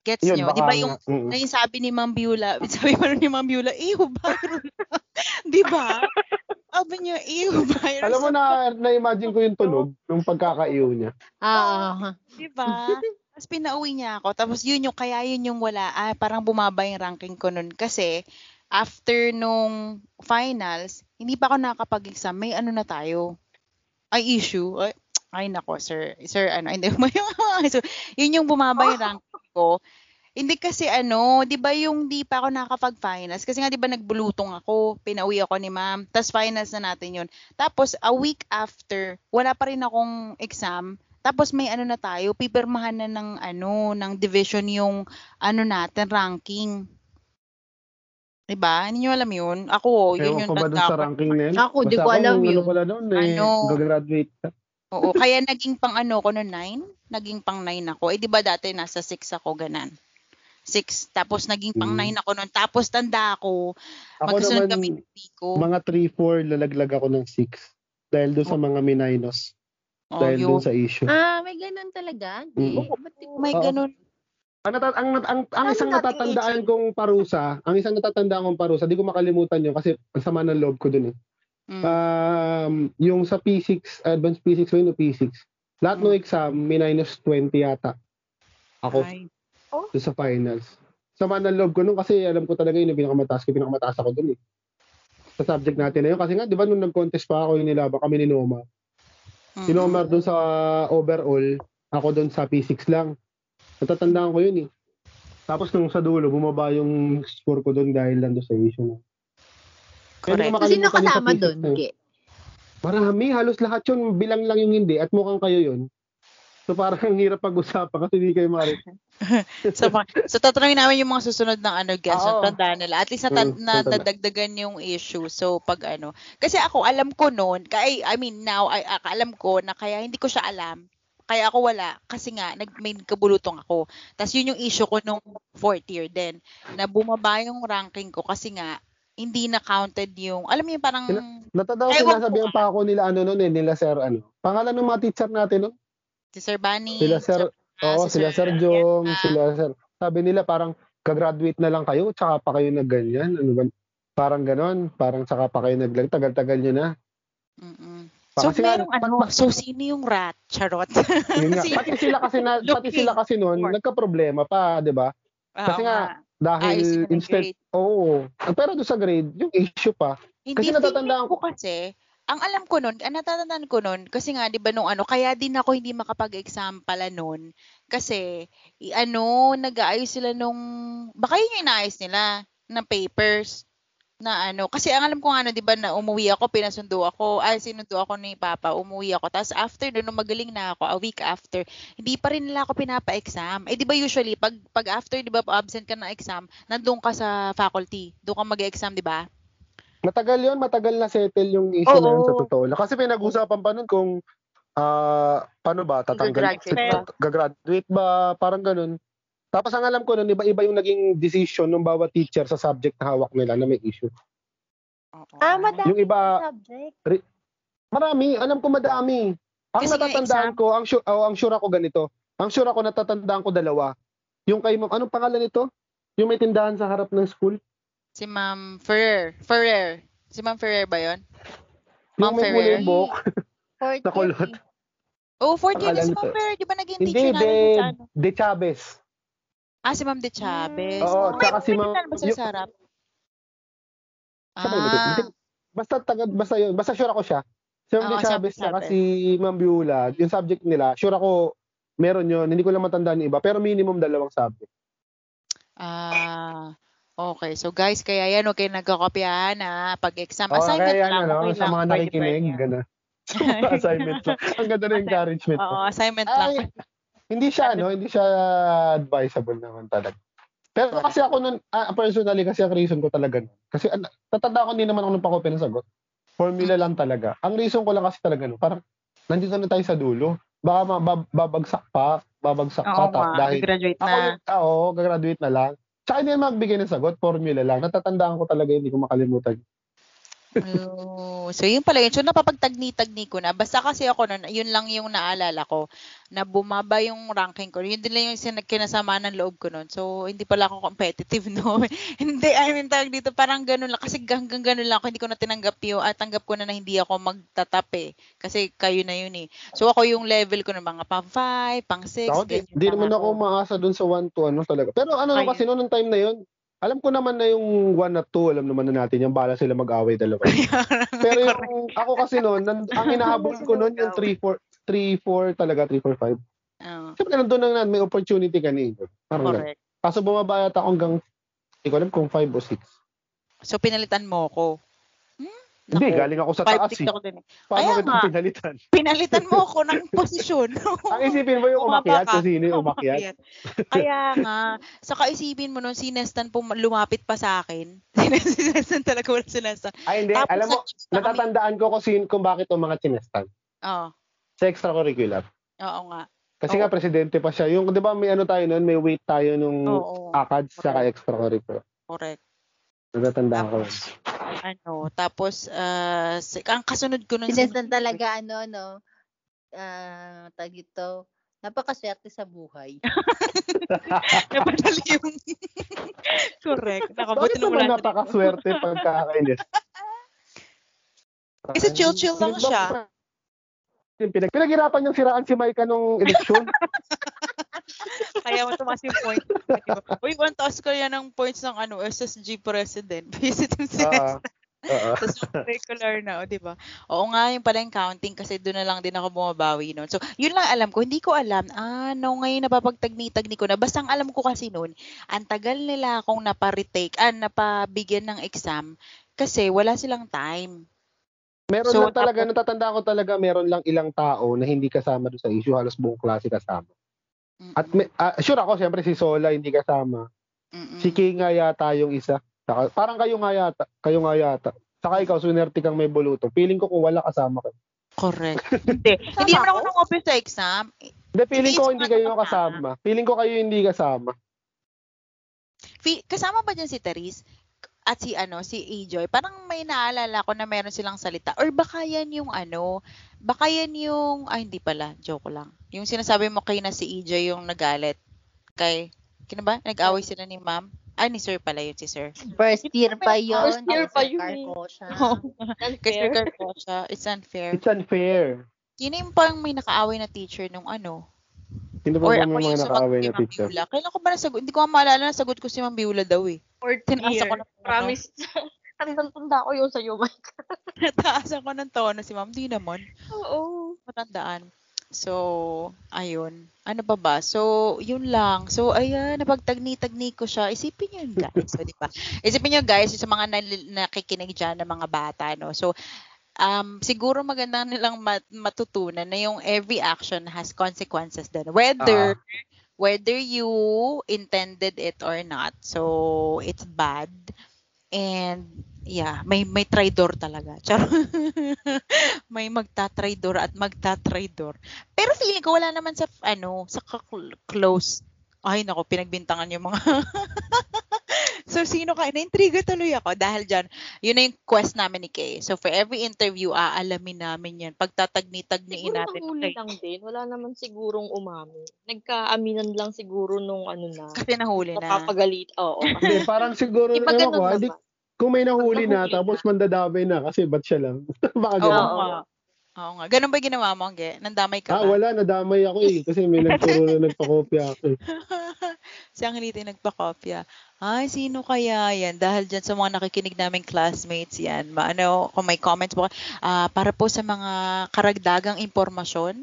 Gets Yun, nyo? baka Di ba yung, nga. Mm. na yung sabi ni Ma'am Biula, sabi pa rin ni Ma'am Biula, eh, hubag. di ba? Sabi niya, ew, virus. Alam mo na, na-imagine ko yung tunog nung pagkakaiyo niya. Ah, Diba? Tapos pinauwi niya ako. Tapos yun yung, kaya yun yung wala. Ah, parang bumaba yung ranking ko nun. Kasi, after nung finals, hindi pa ako nakakapag-exam. May ano na tayo. Ay, issue. Ay, ay nako, sir. Sir, ano, hindi mo yung so, Yun yung bumaba yung ranking ko. Hindi kasi ano, 'di ba yung di pa ako nakakapag-finals kasi nga 'di ba nagbulutong ako, pinauwi ako ni ma'am. Tapos finals na natin 'yun. Tapos a week after, wala pa rin akong exam. Tapos may ano na tayo, pipirmahan na ng ano, ng division yung ano natin, ranking. 'Di ba? Hindi nyo alam 'yun. Ako, Oh, yun Ewan yung ko ba dun tanda sa ko. ranking na yun? Ako, di Basta ko alam ano yun. pala noon eh, Ano? gagraduate na. Oo, kaya naging pang ano ko no 9, naging pang 9 ako. Eh 'di ba dati nasa 6 ako ganan. 6 tapos naging pang Mm. 9 ako noon. Tapos tanda ako, Ako Magkasunod kami naman, ng Pico. mga 3-4, lalaglag ako ng 6. Dahil doon sa mga mininos. Oh, Dahil yun. doon sa issue. ah, may ganun talaga. Mm. Hindi. Ba't di ko- May Oo. Oh ganun. Ang, nata- ang, ang, ang Ano isang nating natatandaan kong parusa, ang isang natatandaan kong parusa, di ko makalimutan yun kasi ang sama ng loob ko dun eh. Mm. Um, yung sa P6, advanced P6 o yun o P6, lahat ng exam, may minus 20 yata. Ako, Ay. doon sa finals. Sama ng loob ko nun kasi alam ko talaga yun yung pinakamataas ko, pinakamataas ako dun eh. Sa subject natin na yun. Kasi nga, di ba nung nag-contest pa ako, yung nilaban kami ni Noma. Mm. Si Noma dun sa overall, ako dun sa P6 lang. Natatandaan ko yun eh. Tapos nung sa dulo, bumaba yung score ko dun dahil lang doon sa issue na. Correct. Kaya hindi ko So, sino makalimutan yung sa kasama P6 doon? na yun. Ge? Marami, halos lahat yun. Bilang lang yung hindi. At mukhang kayo yun. So parang ang hirap pag-usapan kasi hindi kayo mari. so, ma- so tatanungin namin yung mga susunod ng ano guest. Oo. So, tandaan nila. At least natan- Mm, na, tandaan. nadagdagan yung issue. So, pag ano. Kasi ako, alam ko noon. Kay, I mean, now, I, ak- alam ko na kaya hindi ko siya alam. Kaya ako wala. Kasi nga, nag, may kabulutong ako. Tapos yun yung issue ko nung fourth year din. Na bumaba yung ranking ko kasi nga, hindi na counted yung, alam mo yung parang, Natatawa Ewan ko sinasabihan ah. pa ako nila ano noon eh, nila sir ano. Pangalan ng mga teacher natin noon? si Sir Bunny. Sila sir, ah, oo, si sila Sir sir Jom, Jeff, ah. sila sir. Sabi nila parang kagraduate na lang kayo, tsaka pa kayo nagganyan. Ano ba? Parang ganon, parang tsaka pa kayo naglag. Tagal-tagal nyo na. Mm-mm. So, Pa- kasi nga, merong ano, so sino yung rat? Charot. Yun nga. Sino? Pati sila kasi na, pati Looking sila kasi noon for. nagka-problema pa, 'di ba? Oo Kasi nga, Ayusin Dahil Ah, na ng instead, grade. oo. Ang Pero doon sa grade, yung issue pa. Hindi, Kasi natatandaan feeling ko kasi, ang alam ko nun, ang natatandaan ko nun, kasi nga, di ba nung ano, kaya din ako hindi makapag-exam pala nun. Kasi, i- ano, nag-aayos sila nung, baka yun yung inaayos nila, ng papers na ano. Kasi ang alam ko nga ano, di ba, na umuwi ako, pinasundo ako, ay, sinundo ako ni Papa, umuwi ako. Tapos after, nun, nung magaling na ako, a week after, hindi pa rin nila ako pinapa-exam. Eh, di ba usually, pag, pag after, di ba, absent ka ng exam, nandun ka sa faculty, doon ka mag-exam, di ba? Matagal yon matagal na settle yung issue na yun sa Oo. totoo lang. Kasi pinag-usapan pa nun kung ah paano ba, tatanggal, Gagraduate sa- gagraduate ba, parang ganun. Tapos ang alam ko nun, iba-iba yung naging decision ng bawat teacher sa subject na hawak nila na may issue. Oo. Ah, madami Yung pang iba- subject. Marami, alam ko madami. Ang Kasi nga, natatandaan exam- ko, ang sure, oh, ang sure ako ganito. Ang sure ako natatandaan ko dalawa. Yung kay ma'am, anong pangalan nito? Yung may tindahan sa harap ng school? Si Ma'am Ferrer. Ferrer. Si Ma'am Ferrer ba yun? Ma'am Yung may kulay Ferrer. buhok Fourth na kulot. year, Oh, fourth year na si Akala Ma'am ko- Ferrer. Di ba naging Hindi, teacher namin de, dun sa ano? de Chavez. Ah, si Ma'am De Chavez. Oo, Ay, tsaka si may Ma'am- tindahan ba sila yung- sa harap? Sabay, may- Ah, may- Basta taga, basta yun, basta sure ako siya. Si Oo, Ma'am de si Ma'am Chavez de Chavez. kasi Ma'am Beulah, yung subject nila, sure ako meron yun. Hindi ko lang matandaan yung iba, pero minimum dalawang subject. ah. Okay, so guys, kaya yan, okay, nagkakopyahan na pag-exam. Oo, Assignment kaya yan, lang, ano, okay lang. sa mga pwede, nakikinig, pwede. gana. assignment lang. Ang ganda ng encouragement. Oo, assignment lang. Ay, hindi siya ano, hindi siya advisable naman talaga. Pero Correct. kasi ako nun, ah, personally kasi ang reason ko talaga nun. Kasi ah, tatanda ko hindi naman ako nung pakopya ng sagot. Formula lang talaga. Ang reason ko lang kasi talaga nun, parang nandito na tayo sa dulo. Baka mabab- babagsak pa, babagsak Oo pa ta- nga, dahil graduate ako na. yung ah, tao, gagraduate na lang. Tsaka hindi na magbigay ng sagot, formula lang. Natatandaan ko talaga, hindi ko makalimutan. Oo. So, yun pala yun. So, napapagtagni-tagni ko na. Basta kasi ako nun, yun lang yung naalala ko na bumaba yung ranking ko. Yun din lang yung sin- kinasama ng loob ko nun. So, hindi pala ako competitive, no? hindi, I mean, tawag dito, parang ganun lang. Kasi hanggang ganun lang ako, hindi ko na tinanggap yung, at tanggap ko na na hindi ako magtatape. Kasi kayo na yun eh. So, ako yung level ko ng mga pang 5, pang 6, Ako ganyan. Hindi lang naman ako maasa dun sa 1 to ano talaga. Pero ano Ayun. na kasi noon ng time na yun, alam ko naman na yung 1 at 2, alam naman na natin yung bala sila mag-away dalawa. Pero yung ako kasi noon, nan- ang hinahabol ko noon yung 3 4 3 4 talaga 3 4 5. Oo. Siyempre nandoon na may opportunity ka ni. Parang ganun. Correct. Kaso bumaba yata ako hanggang hindi ko alam kung 5 o 6. So, pinalitan mo ko. Hmm? Hindi, Naku. galing ako sa Five, taas six eh. ako din eh. Kaya Paano nga. kita pinalitan? Pinalitan mo ako ng posisyon. Ang isipin mo yung Bumaba umakyat, ka. kung sino yung umakyat. Kaya nga, saka isipin mo nun, si Nestan pum- lumapit pa sa akin. si Nestan talaga wala si Nestan. Ay, hindi. alam mo, natatanda. natatandaan ko kung, sin, kung bakit yung mga chinestan. Oo, Sa extracurricular. oo nga. Kasi Oo. nga, presidente pa siya. Yung, di ba, may ano tayo nun, may weight tayo nung Oo, ACADS saka extracurricular. correct. Natatandaan ko. yun. Ano, tapos, ah, si- ang kasunod ko nun Si Nestan talaga, ano, no, ah, tag ito, napakaswerte sa buhay. Napadali yung... correct. Nakabuti Bakit na wala naman na napakaswerte pagkakainis? Kasi chill-chill lang Hindi ba siya. Pinag pinaghirapan niyang siraan si Micah nung eleksyon. Kaya mo tumaas yung point. Uy, one taas ko yan ng points ng ano, SSG president. Visit him si Oo. Ah, Oo. Tapos regular na, o, di ba? Oo nga, yung pala yung counting kasi doon na lang din ako bumabawi noon. So, yun lang alam ko. Hindi ko alam, ah, no, ngayon napapagtagni-tagni ko na. Basta ang alam ko kasi noon, ang tagal nila akong napa-retake, ah, napabigyan ng exam kasi wala silang time. Meron So, lang talaga, natatandaan ko talaga, meron lang ilang tao na hindi kasama doon sa issue, halos buong klase kasama. Mm-mm, At may, ah, sure ako, siyempre si Sola hindi kasama. mm-mm. Si Kay nga yata yung isa. Saka, parang kayo nga yata, kayo nga yata. Saka ikaw, sunerte kang may buluto. Feeling ko kung wala kasama kayo. Correct. hindi. hindi naman ako nang open sa exam. Hindi, feeling Hindi, ko isa hindi nga kayo kasama. kasama. Feeling ko kayo hindi kasama. Fi- kasama ba dyan si Therese? at si ano si Ajoy parang may naalala ko na meron silang salita or baka yan yung ano baka yan yung ay hindi pala joke lang yung sinasabi mo kay na si Ajoy yung nagalit kay kina ba nag-away sila ni ma'am ay ni sir pala yun si sir First year pa yun. First year pa yun eh. Ko siya. kay sir Unfair. Carcosa it's unfair It's unfair. yun yung parang may nakaaway na teacher nung ano Hindi or pa ba ako yung may mga sumagot nakaaway kay na Ma'am teacher? Biula kailan ko ba nasagot hindi ko nga maalala nasagot ko si Ma'am Biula daw eh Fourth Tinaas year. ako ng tono. Promise. Tanda-tanda ko yun sa'yo, Mike. nataas ako ng tono si Ma'am di naman Oo. matandaan. So, ayun. Ano pa ba? So, yun lang. So, ayan, napagtagni-tagni ko siya. Isipin nyo yun, guys. So, di ba? Isipin nyo, guys, sa mga nal- nakikinig dyan ng mga bata, no? So, um, siguro maganda nilang mat- matutunan na yung every action has consequences din. Whether, whether you intended it or not. So, it's bad. And, yeah, may may traitor talaga. Char. may magta-traitor at magta-traitor. Pero feeling ko wala naman sa ano, sa ka- close. Ay nako, pinagbintangan yung mga So sino ka? Naintriga tuloy ako dahil diyan. Yun na yung quest namin ni Kay. So for every interview, aalamin namin 'yan. Pagtatagni-tagniin Siguro natin. ang huli Okay. lang din. Wala naman sigurong umami. Nagkaaminan lang siguro nung ano na. Kasi nahuli na. Napapagalit. Oo. Hindi, parang siguro, Iba ewan ganun ko, ah, di, naman. kung may nahuli na, Nahuli tapos mandadamay na kasi ba't siya lang? Baka Oo ganun. Oo. nga. Oo nga. Ganun ba yung ginawa mo, Ge? Nandamay ka Ah, ba? wala, nadamay ako eh. Kasi may nagturo na nagpakopya ako eh. si Angelita yung nagpakopya. Ay, sino kaya yan? Dahil dyan sa mga nakikinig naming classmates yan. Maano, kung may comments po. ah, para po sa mga karagdagang impormasyon,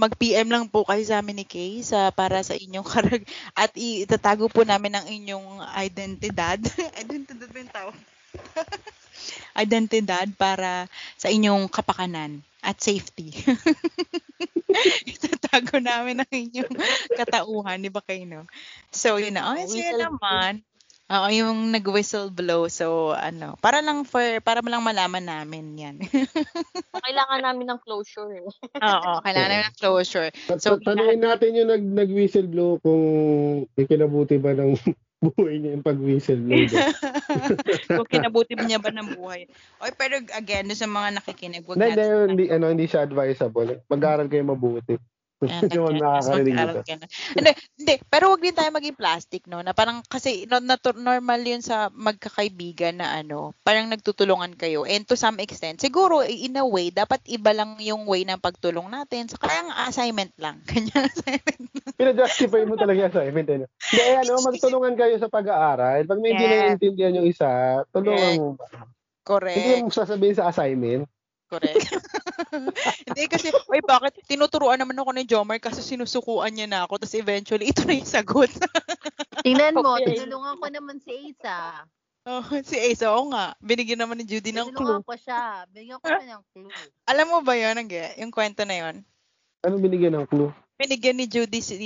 mag-PM lang po kayo sa amin ni Kay sa, para sa inyong karag... At i- itatago po namin ang inyong identidad. identidad ba yung tawag? identidad para sa inyong kapakanan at safety. Itatago namin ang inyong katauhan, di ba kayo, no? So, yun na. Oh, Oh, siya whistle naman. Oo, yung nag-whistle blow. So, ano, para lang for, para lang malaman namin yan. Kailangan namin ng closure. eh. Oo, kailangan namin ng closure. So, So, Tanungin natin yung nag, nag-whistleblow kung ikilabuti ba ng buhay niya yung pag-whistleblower. Kung kinabuti ba niya ba ng buhay. Oy, pero again, doon sa mga nakikinig, wag Hindi, hindi, natin- hindi, ano, hindi siya advisable. Mag-aral kayo mabuti. Ah, Hindi nag- naman makakarinig mas mag-aral nito. ka na. Hindi, hindi, pero wag din tayo maging plastic, no? Na parang kasi no- natu- normal 'yun sa magkakaibigan na ano, parang nagtutulungan kayo. And to some extent, siguro i- in a way dapat iba lang yung way ng pagtulong natin. Sa kaya nga assignment lang. Kanya assignment. Pinajustify mo talaga yung assignment. Ano? Hindi, ano, magtulungan kayo sa pag-aaral. Pag may hindi Yes. naiintindihan yung isa, Correct. tulungan mo ba? Hindi Correct. mo sasabihin sa assignment. Correct. Hindi kasi, oy, bakit tinuturuan naman ako ni Jomar kasi sinusukuan niya na ako tapos eventually ito na yung sagot. Tingnan mo, Okay. tinulungan ko naman si Isa. oh, si Ace, oo nga. Binigyan naman ni Judy ng clue. Tinulungan ko siya. Bigyan ko siya ng clue. Alam mo ba yun, Angge? Yung kwento na yun? Anong binigyan ng clue? Binigyan ni Judy si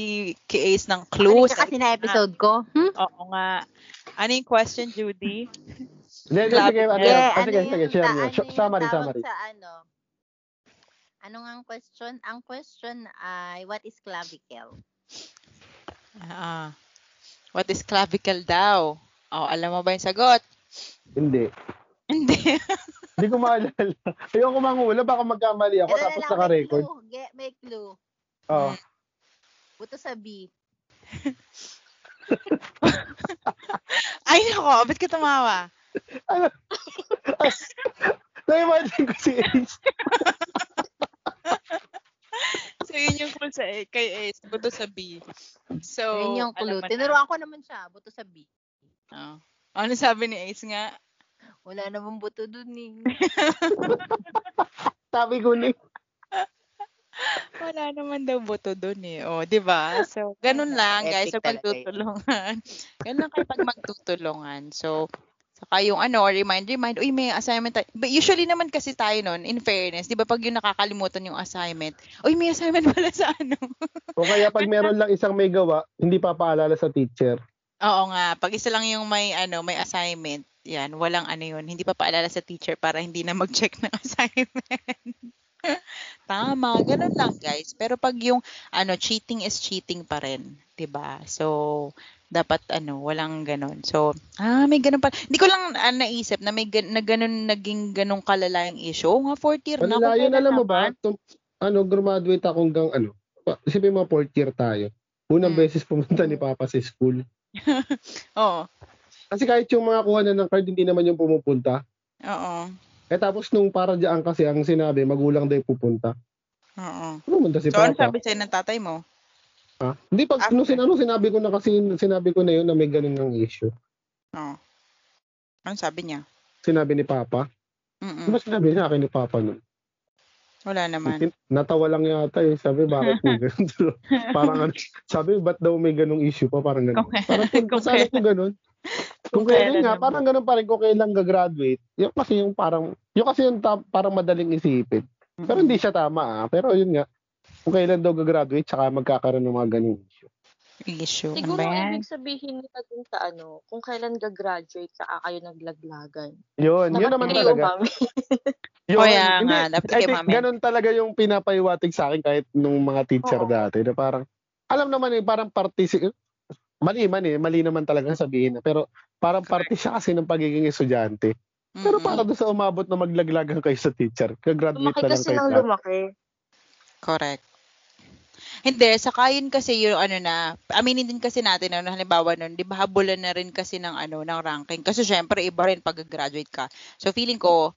kay Ace ng Ano clue. ka sa- kasi na episode ko? Hmm? Oo nga. Ano yung question, Judy? Hindi, hindi, Grabe. sige, ate. Eh, Yeah, Oh, sige, yung sige, ta- share ano niyo. yung Sh- Summary, tawag summary. Sa ano? Ano nga ang question? Ang question ay, what is clavicle? Ah. What is clavicle daw? Oh, alam mo ba yung sagot? Hindi. Hindi. Hindi ko maalala. Ayoko mangula, baka magkamali Ito ako na tapos lang, may naka-record. clue. Ge- may clue. Oo. Buto sa B. Ay, nako. Ba't ka tumawa? Na-imagine ko si Ace. So, yun yung clue sa, kay Ace. Buto sa B. So, Yun yung clue. alam mo na. Tinuruan ko naman siya. Buto sa B. Oo. Ano sabi ni Ace nga? Wala namang buto dun eh. Sabi ko na. Wala naman daw boto doon eh. O, di ba? So, ganun lang guys Epic sa talaga yun. pagtutulungan. ganun lang kayo pag magtutulungan. So, saka yung ano, remind, remind, uy, may assignment tayo. But usually naman kasi tayo nun, in fairness, di ba pag yung nakakalimutan yung assignment, uy, may assignment pala sa ano. O kaya pag meron lang isang may gawa, hindi pa paalala sa teacher. Oo nga, pag isa lang yung may ano, may assignment, yan, walang ano yun, hindi pa paalala sa teacher para hindi na mag-check ng assignment. Tama, ganun lang guys. Pero pag yung ano, cheating is cheating pa rin, 'di ba? So dapat ano, walang ganun. So, ah, may ganun pa. Hindi ko lang ah, naisip na may gan- na ganun naging ganun kalala yung issue. Oo nga, 4th year na. Wala kung yun, kailan Ano alam mo ba? naman. Tum- ano, graduate ako hanggang ano. pa- Isipin mo, fourth year tayo. Unang Hmm. beses pumunta ni Papa sa school. Oo. Kasi kahit yung mga kuha na ng card, hindi naman yung pumupunta. Oo. Eh tapos nung para dyan kasi, ang sinabi, magulang daw yung pupunta. Oo. Pumunta si So, ano Papa. sabi Ah, sa'yo ng tatay mo? Ha? Hindi, pag After. nung sinano, sinabi ko na kasi, sinabi ko na yun na may ganun ng issue. Oo. Ano sabi niya? Sinabi ni Papa. Ano Mm-mm. ba sinabi sa akin ni Papa nun? Wala naman. Tin- Natawa lang yata eh. Sabi, bakit may ganun? parang ano, sabi, ba't daw may ganung issue pa? Parang ganun. Okay. Parang kung Kung sana kung ganun. Kung kailan nga, naman. parang ganun pa rin kung kailan gagraduate. Yung kasi yung parang, yung kasi yung ta- parang madaling isipin. Pero hindi siya tama ah. Pero yun nga, kung kailan daw gagraduate, tsaka magkakaroon ng mga ganung issue. Issue. Ano Siguro ba yan? ibig sabihin nila dun sa ano, kung kailan gagraduate saka kayo naglaglagan. Yun, yun naman Dapat talaga. kayo, ma'am. Oh, yeah nga, dapat I kayo think umamin. ganun talaga yung pinapaiwatig sa akin kahit nung mga teacher Oo. dati na parang, alam naman eh, parang participate, mali man eh, mali naman talaga sabihin na, pero parang parte siya kasi ng pagiging estudyante. Pero Mm-mm. para doon sa umabot na maglaglagan kayo sa teacher, kagraduate Lumaki na lang kasi kayo. ng lahat. lumaki. Correct. Hindi, saka yun kasi yung ano na, aminin din kasi natin, ano, halimbawa nun, di ba habulan na rin kasi ng, ano, ng ranking. Kasi syempre, iba rin pag graduate ka. So feeling ko,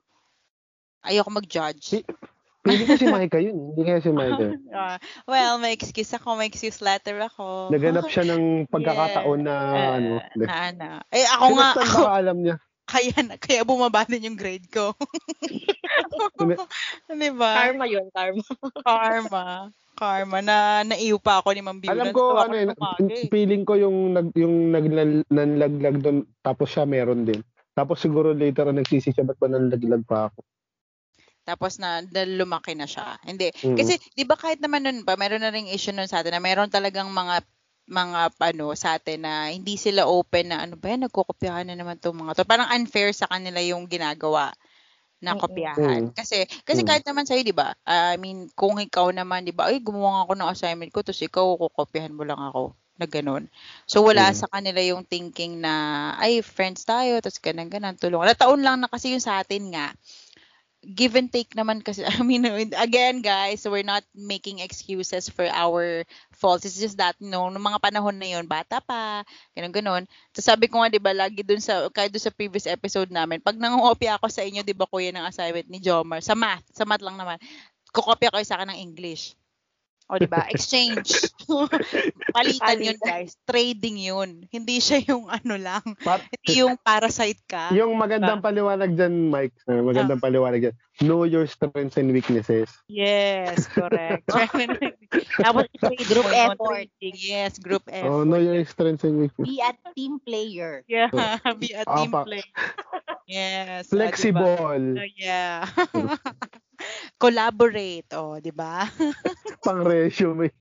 ayoko mag-judge. Hindi ko si Micah yun, eh, hindi kaya si Micah yun. Ah, well, may excuse ako, may excuse letter ako. Naganap siya ng pagkakataon na Eh, ano. na, ano. Eh, ako nga, Sinaktan ako, baka alam niya. kaya, na- kaya bumaba din yung grade ko. di ba? Karma yun, karma. Karma. Karma na naiyo pa ako ni Ma'am Biulan. Alam So, ko, ako ano yun, na tumagi. feeling ko yung, nag, yung naglan- nanlaglag doon, tapos siya meron din. Tapos siguro later on nagsisi siya, ba't ba nanlaglag pa ako? Tapos na, na lumaki na siya. Hindi. Mm. Kasi, di ba kahit naman nun pa, meron na rin issue nun sa atin na meron talagang mga mga ano sa atin na hindi sila open na ano ba yan, nagkukopyahan na naman tong mga to. Parang unfair sa kanila yung ginagawa na Mm-mm. kopyahan. Mm. Kasi kasi Mm. kahit naman sa'yo, di ba? I mean, kung ikaw naman, di ba, ay gumawa nga ako ng assignment ko, tapos ikaw, kukopyahan mo lang ako. na ganun. So, wala Mm. sa kanila yung thinking na, ay, friends tayo, tapos ganun, ganun, tulungan. Nataon lang na kasi yung sa atin nga. Give and take naman kasi, I mean, again, guys, we're not making excuses for our faults. It's just that, no, nung mga panahon na yun, bata pa, ganun, ganun. Tapos sabi ko nga, di ba, lagi dun sa, kahit dun sa previous episode namin, pag nangungopi ako sa inyo, di ba, kuya ng assignment ni Jomar, sa math, sa math lang naman, kukopya kayo sa akin ng English. O, di ba? Exchange. Palitan yun, Palitan. guys. Trading yun. Hindi siya yung ano lang. Par- Hindi yung parasite ka. yung magandang paliwanag dyan, Mike. ah, magandang paliwanag dyan. Know your strengths and weaknesses. Yes, correct. Tapos, Group mo yun. effort. Yes, group effort. Oh, know your strengths and weaknesses. Be a team player. Yeah, be a team Apak. player. Yes. ah, di ba? Oh. Flexible. Oh, yeah. Collaborate, oh, di ba? Pang resume.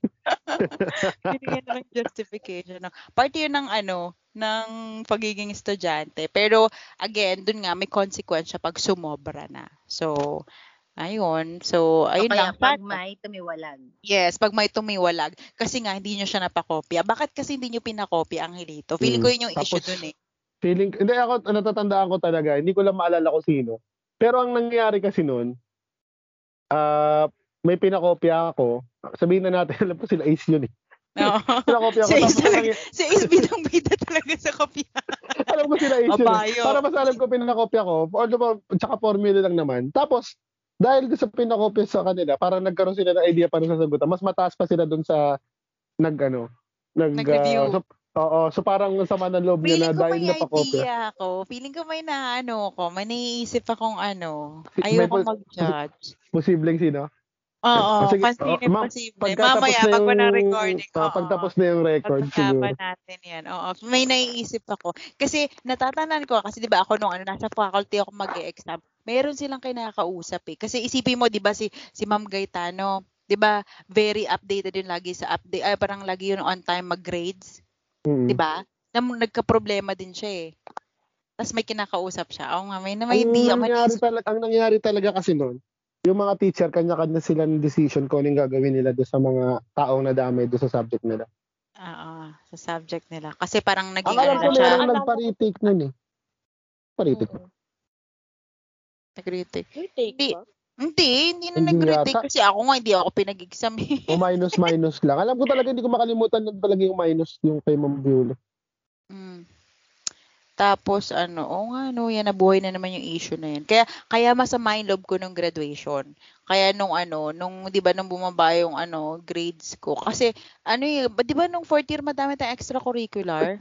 Yun yung justification. no? Part yun ng ano, ng pagiging estudyante. Pero, again, dun nga, may consequence siya pag sumobra na. So, ayun. So, O ayun kaya lang. pag Pat- may tumiwalag. Yes, pag may tumiwalag. Kasi nga, hindi nyo siya napakopya. Bakit kasi hindi nyo pinakopya ang hilito? Feeling Mm. ko yun yung issue Tapos, dun eh. Feeling, hindi ako, natatandaan ko talaga, hindi ko lang maalala ko sino. Pero ang nangyari kasi noon, ah may pinakopya ako. Sabihin na natin, alam ko sila Ace yun eh. No? Pinakopya ako. Si tapos Ace ang talaga- si Ace bidang bida talaga sa kopya. alam ko sila Ace yun. eh. Abayo. Para mas alam ko pinakopya ko. Although, pa- tsaka formula lang naman. Tapos, dahil sa pinakopya sa kanila, parang nagkaroon sila ng idea para sa sagutan. Mas mataas pa sila dun sa nag ano, nag, Nag-review. ah, so, oo, so parang ang sama ng loob Feeling niya na ko may dahil napakopya. idea ako. Feeling ko may naano ko. May naiisip akong ano. Si- may Ayoko pos- mag-judge. Posibleng sino? Oo, Sige, pasilip, oh, ma'am, pasilip. Pagkatapos Mamaya, na pag yung- na recording, ah, oo. pagtapos na yung record, siguro. Pag-usapan natin yan. Oo, may naiisip ako. Kasi natatandaan ko, kasi di ba ako nung ano, nasa faculty ako mag exam meron silang kinakausap eh. Kasi isipin mo, di ba si, si Ma'am Gaetano, di ba very updated din lagi sa update, ay parang lagi yun on time mag-grades. Mm. di ba? Nam nagka-problema din siya eh. Tapos may kinakausap siya. Oo nga, may na may ang, idea. May nangyari naisip- talaga, ang nangyari talaga kasi noon, yung mga teacher, kanya-kanya sila ng decision kung anong gagawin nila doon sa mga taong nadamay doon sa subject nila. Oo, sa subject nila. Kasi parang naging Ang ano alam ko na siya. merong nagpa-retake nun eh. Pa-retake. Nag-retake. Retake Hindi. ba? Hindi, hindi na Hindi nag-retake yata. kasi ako nga hindi ako pinag-exam eh. O minus-minus lang. Alam ko talaga, hindi ko makalimutan nun talaga yung minus yung kay Ma'am Viola. Oh. Mm. Tapos ano, oo nga no, yan nabuhay na naman yung issue na yan. Kaya kaya masama yung love ko nung graduation. Kaya nung ano, nung 'di ba nung bumaba yung ano, grades ko. Kasi ano eh, ba- 'di ba nung fourth year madami tayong extracurricular?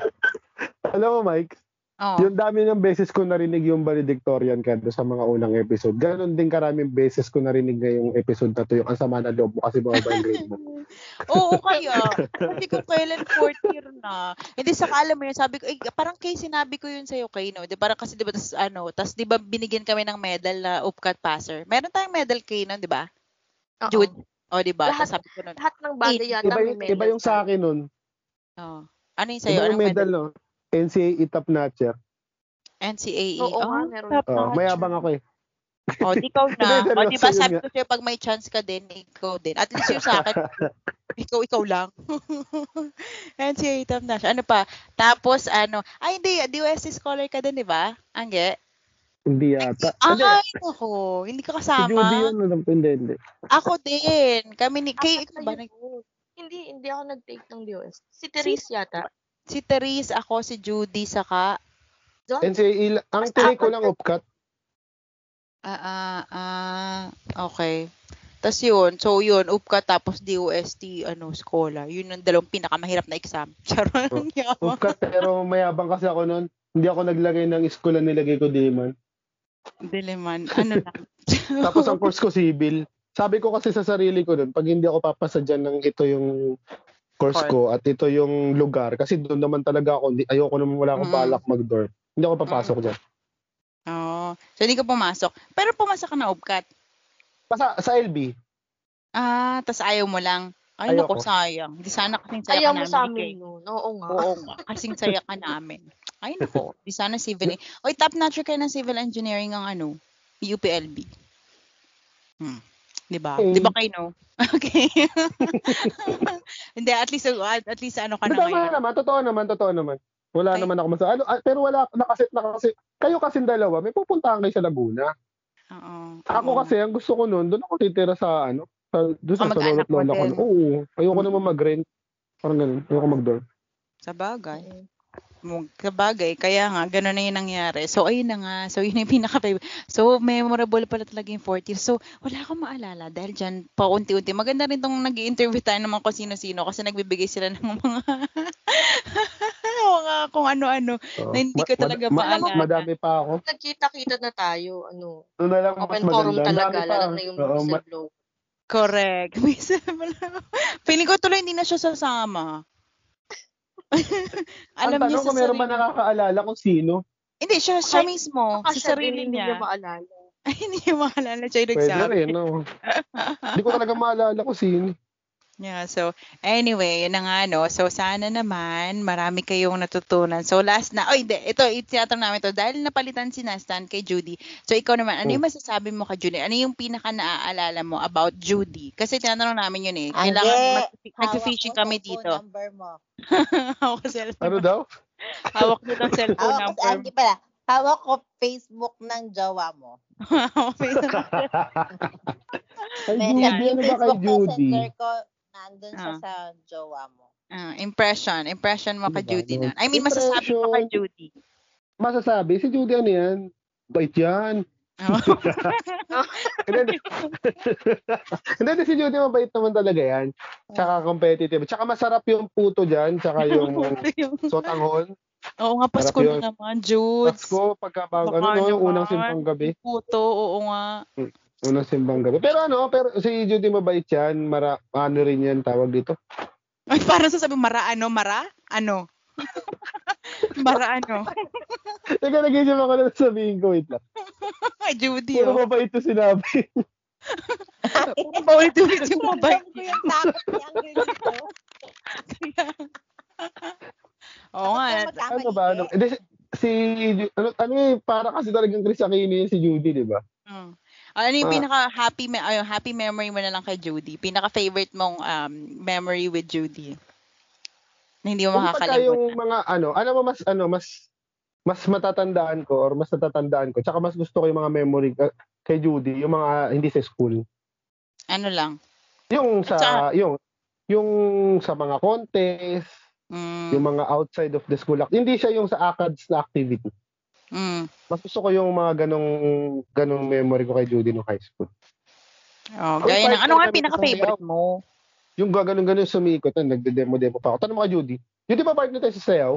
Alam mo, Mike, Oo. yung dami ng beses ko narinig yung valedictorian ka doon sa mga unang episode. Ganon din karaming beses ko narinig ngayong episode na to yung ang sama na loob mo kasi bababa yung grade mo. Oo, kaya. Hindi ko kailan fourth year na. Hindi, saka alam mo yun, sabi ko, eh, parang kay sinabi ko yun sa'yo, kay, no? Di, parang kasi, di ba, tas, ano, tas, di ba, binigyan kami ng medal na upcut passer. Meron tayong medal kay, no, di ba? Oo. Jude. O, di ba? Lahat- Tas sabi ko nun, Lahat ng bagay Eight. yata Iba, may yung- medal iba yung sa akin nun. oh, ano yung sa'yo? Iba yung Anong medal? medal, no? NCAA E top notcher. NCAA. Oo nga, Oh, meron. top Oh, notch. mayabang ako eh. O, di ikaw na. Hindi, O, di ba, seryoso, yun sabi nga. ko sa'yo, pag may chance ka din, ikaw din. At least yung sa akin, ikaw, ikaw lang. NCAA top notch. Ano pa? Tapos, ano, ay, hindi, DOSC scholar ka din, di ba? Angge? Hindi yata. Hindi, Ay, ako. Hindi ka Ano? si Judy kasama. yun. Alam ko, hindi, hindi. Ako din. Kami ni... Ah, Kay, ikaw ba? Ayun. Hindi, hindi ako nag-take ng DOS. Si Therese yata. Si Therese, ako, si Judy, saka... John? NCAA, la- E, ang Basta tinay ko apat lang na- upcut. Ah, ah, ah, okay. Tapos yun, so yun, UPCA tapos DOST, ano, SCOLA. Yun ang dalawang pinakamahirap na exam. Oh, Charon niya ako. Upcut, pero mayabang kasi ako nun. Hindi ako naglagay ng school na nilagay ko Diliman. Diliman, ano lang. Tapos ang course ko civil. Sabi ko kasi sa sarili ko nun, pag hindi ako papasa dyan ng ito yung course Course. ko at ito yung lugar, kasi doon naman talaga ako, hindi, ayoko naman wala akong Mm. balak mag-dorm. Hindi ako papasok dyan. Oo. So, hindi ka pumasok. Pero pumasok ka na UPCAT. Basta sa LB, Ah, tapos ayaw mo lang. Ay, Ayaw naku, ko. sayang. Di sana kasing saya Ayaw ka mo namin sa ni Kay. amin nun. Oo nga. Oo nga, kasing saya ka namin. Ay, nako. Di sana civil. en- Oy, top notcher kayo ng civil engineering ang ano, UPLB. Hmm. Di ba? Okay. Di ba kayo, no? Okay. Hindi, at least, at, at least ano ka na Pero tama ngayon. naman, totoo naman, totoo naman. Wala Ay. naman ako masa. Ano, ah, pero wala nakaset na kasi kayo kasi dalawa, may pupuntahan kayo sa Laguna. Oo. Ako Oo. kasi ang gusto ko noon, doon ako titira sa ano, sa doon sa, sa Kamag-anak lolo't lola mo ko. din. Mm. Oo, ayoko naman mag-rent. Parang ganun, ayoko mag-dorm. Sa bagay. Mm. Mug- Sa bagay. Kaya nga, ganun na yung nangyari. So, ayun na nga. So, yun na yung pinaka So, memorable pala talaga yung 40 years. So, wala akong maalala dahil dyan paunti-unti. Maganda rin tong nag interview tayo ng mga kung-sino-sino kasi nagbibigay sila ng mga mga kung ano-ano. Oo. Na hindi Ma- ko talaga ma- maalala. Madami pa ako. Nagkita-kita na tayo, ano, Doon na lang Ah, mas open maganda. forum talaga, Madami pa. lalo na yung Oo, ma- whistleblower. Correct. May wala- Feeling ko tuloy hindi na siya sasama. Alam ang niya tanong sa kung meron ba sarili- nakakaalala kung sino. Hindi, siya, siya Ay, mismo. Baka Sa siya sarili din, hindi niya niya. maalala. Ay, hindi niya maalala siya yung Pwede nagsabi. rin, no? Hindi ko talaga maalala kung sino. Yeah, so anyway, yun na nga no. So sana naman marami kayong natutunan. So last na, oy, hindi, ito itinatanong namin to dahil napalitan si Nastan kay Judy. So ikaw naman, ano Hmm. yung masasabi mo kay Judy? Ano yung pinaka naaalala mo about Judy? Kasi tinatanong namin yun eh. Hindi. Kailangan mag- Hawak nagfi-fishing ko kami tong dito. phone number mo. Hawak ko cell- Ano daw? Hawak mo daw cellphone Hawak ko, number. hindi pala. Hawak ko Facebook ng jowa mo. Hawak mo yung- Ay, May- Judy, yung ano ba kay Facebook Judy? Messenger ko, nandun siya Ah. sa jowa mo. Ah, impression, impression mo kay Ano ba, Judy no? na. I mean, masasabi mo kay Judy. Masasabi, si Judy ano yan? Bait yan. Oo. Hindi, Hindi, hindi, si Judy mabait naman talaga yan. Tsaka competitive. Tsaka masarap yung puto dyan. Tsaka yung sotanghon. Oo nga, Pasko Sarap na Ano? yun. naman, Judes. Pasko, pagka, ano, Baka no, yung naman. unang simbang gabi. Puto, oo nga. Unang simbang gabi. Pero ano, pero si Judy mabait yan. Mara, ano rin yan tawag dito. Ay, parang sasabi, mara ano, mara? Ano? mara ano? Teka, nag-isip ako na sabihin ko. Wait lang. Ano Ay, Judy, Puro oh. mabait to sinabi. Puro ba ulit ulit yung mabait? Ramdam ko yung takot ni Angel dito. Oo nga. Tapos ano magkamali ba? Ano, eh. hindi, si, si- ano, ano eh, para kasi talagang Chris Aquino yun si Judy, di ba? Mm. Ano yung Ah. pinaka-happy me- ayun, happy memory mo na lang kay Judy? Pinaka-favorite mong um, memory with Judy? Na hindi mo Yung pagka makakalimutan. yung mga ano, alam mo mas ano, mas mas matatandaan ko or mas natatandaan ko. Tsaka mas gusto ko yung mga memory ka- kay Judy, yung mga hindi sa school. Ano lang? Yung sa Tsaka- yung yung sa mga contest, yung Mm, mga outside of the school. act- Hindi siya yung sa ACADS na activity. mm. Mas gusto ko yung mga ganong ganong memory ko kay Judy no high school. Oh, Uy, gaya kahit ng, ano nga kami pinaka-favorite mo? Yung gaganong-ganon sumiikot, ah, nagde-demo-demo pa ako. Tanong mo kay Judy, Judy pa partner tayo sa sayaw?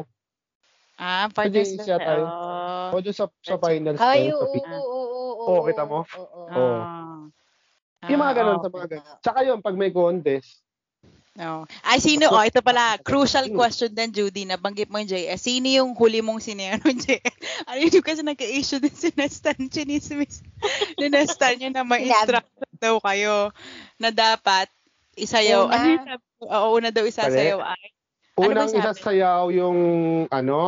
Ah, partners Pwede siya tayo. Oh. O dun sa, sa finals Ay, oo, tayo? Sa oo, pin- oo, oo. Oo, kita mo? Oo. Oo. Oh. Ah. yung mga ganon, sa mga ganon. Tsaka yun, pag may contest, No. Ay, sino? Ako- Oh, ito pala. Crucial Sino? question din, Judy. Nabanggit mo yung JS. Sino yung huli mong sinero ng JS? Ano yun? Kasi nagka-issue din si Nestan Chinismis. ni Nestan yun na may Sinabi. instruction daw kayo na dapat isayaw. Una. Ano yung sabi? ko? Oo, una daw isasayaw ay. Ano ba unang yung sabi? isasayaw yung ano,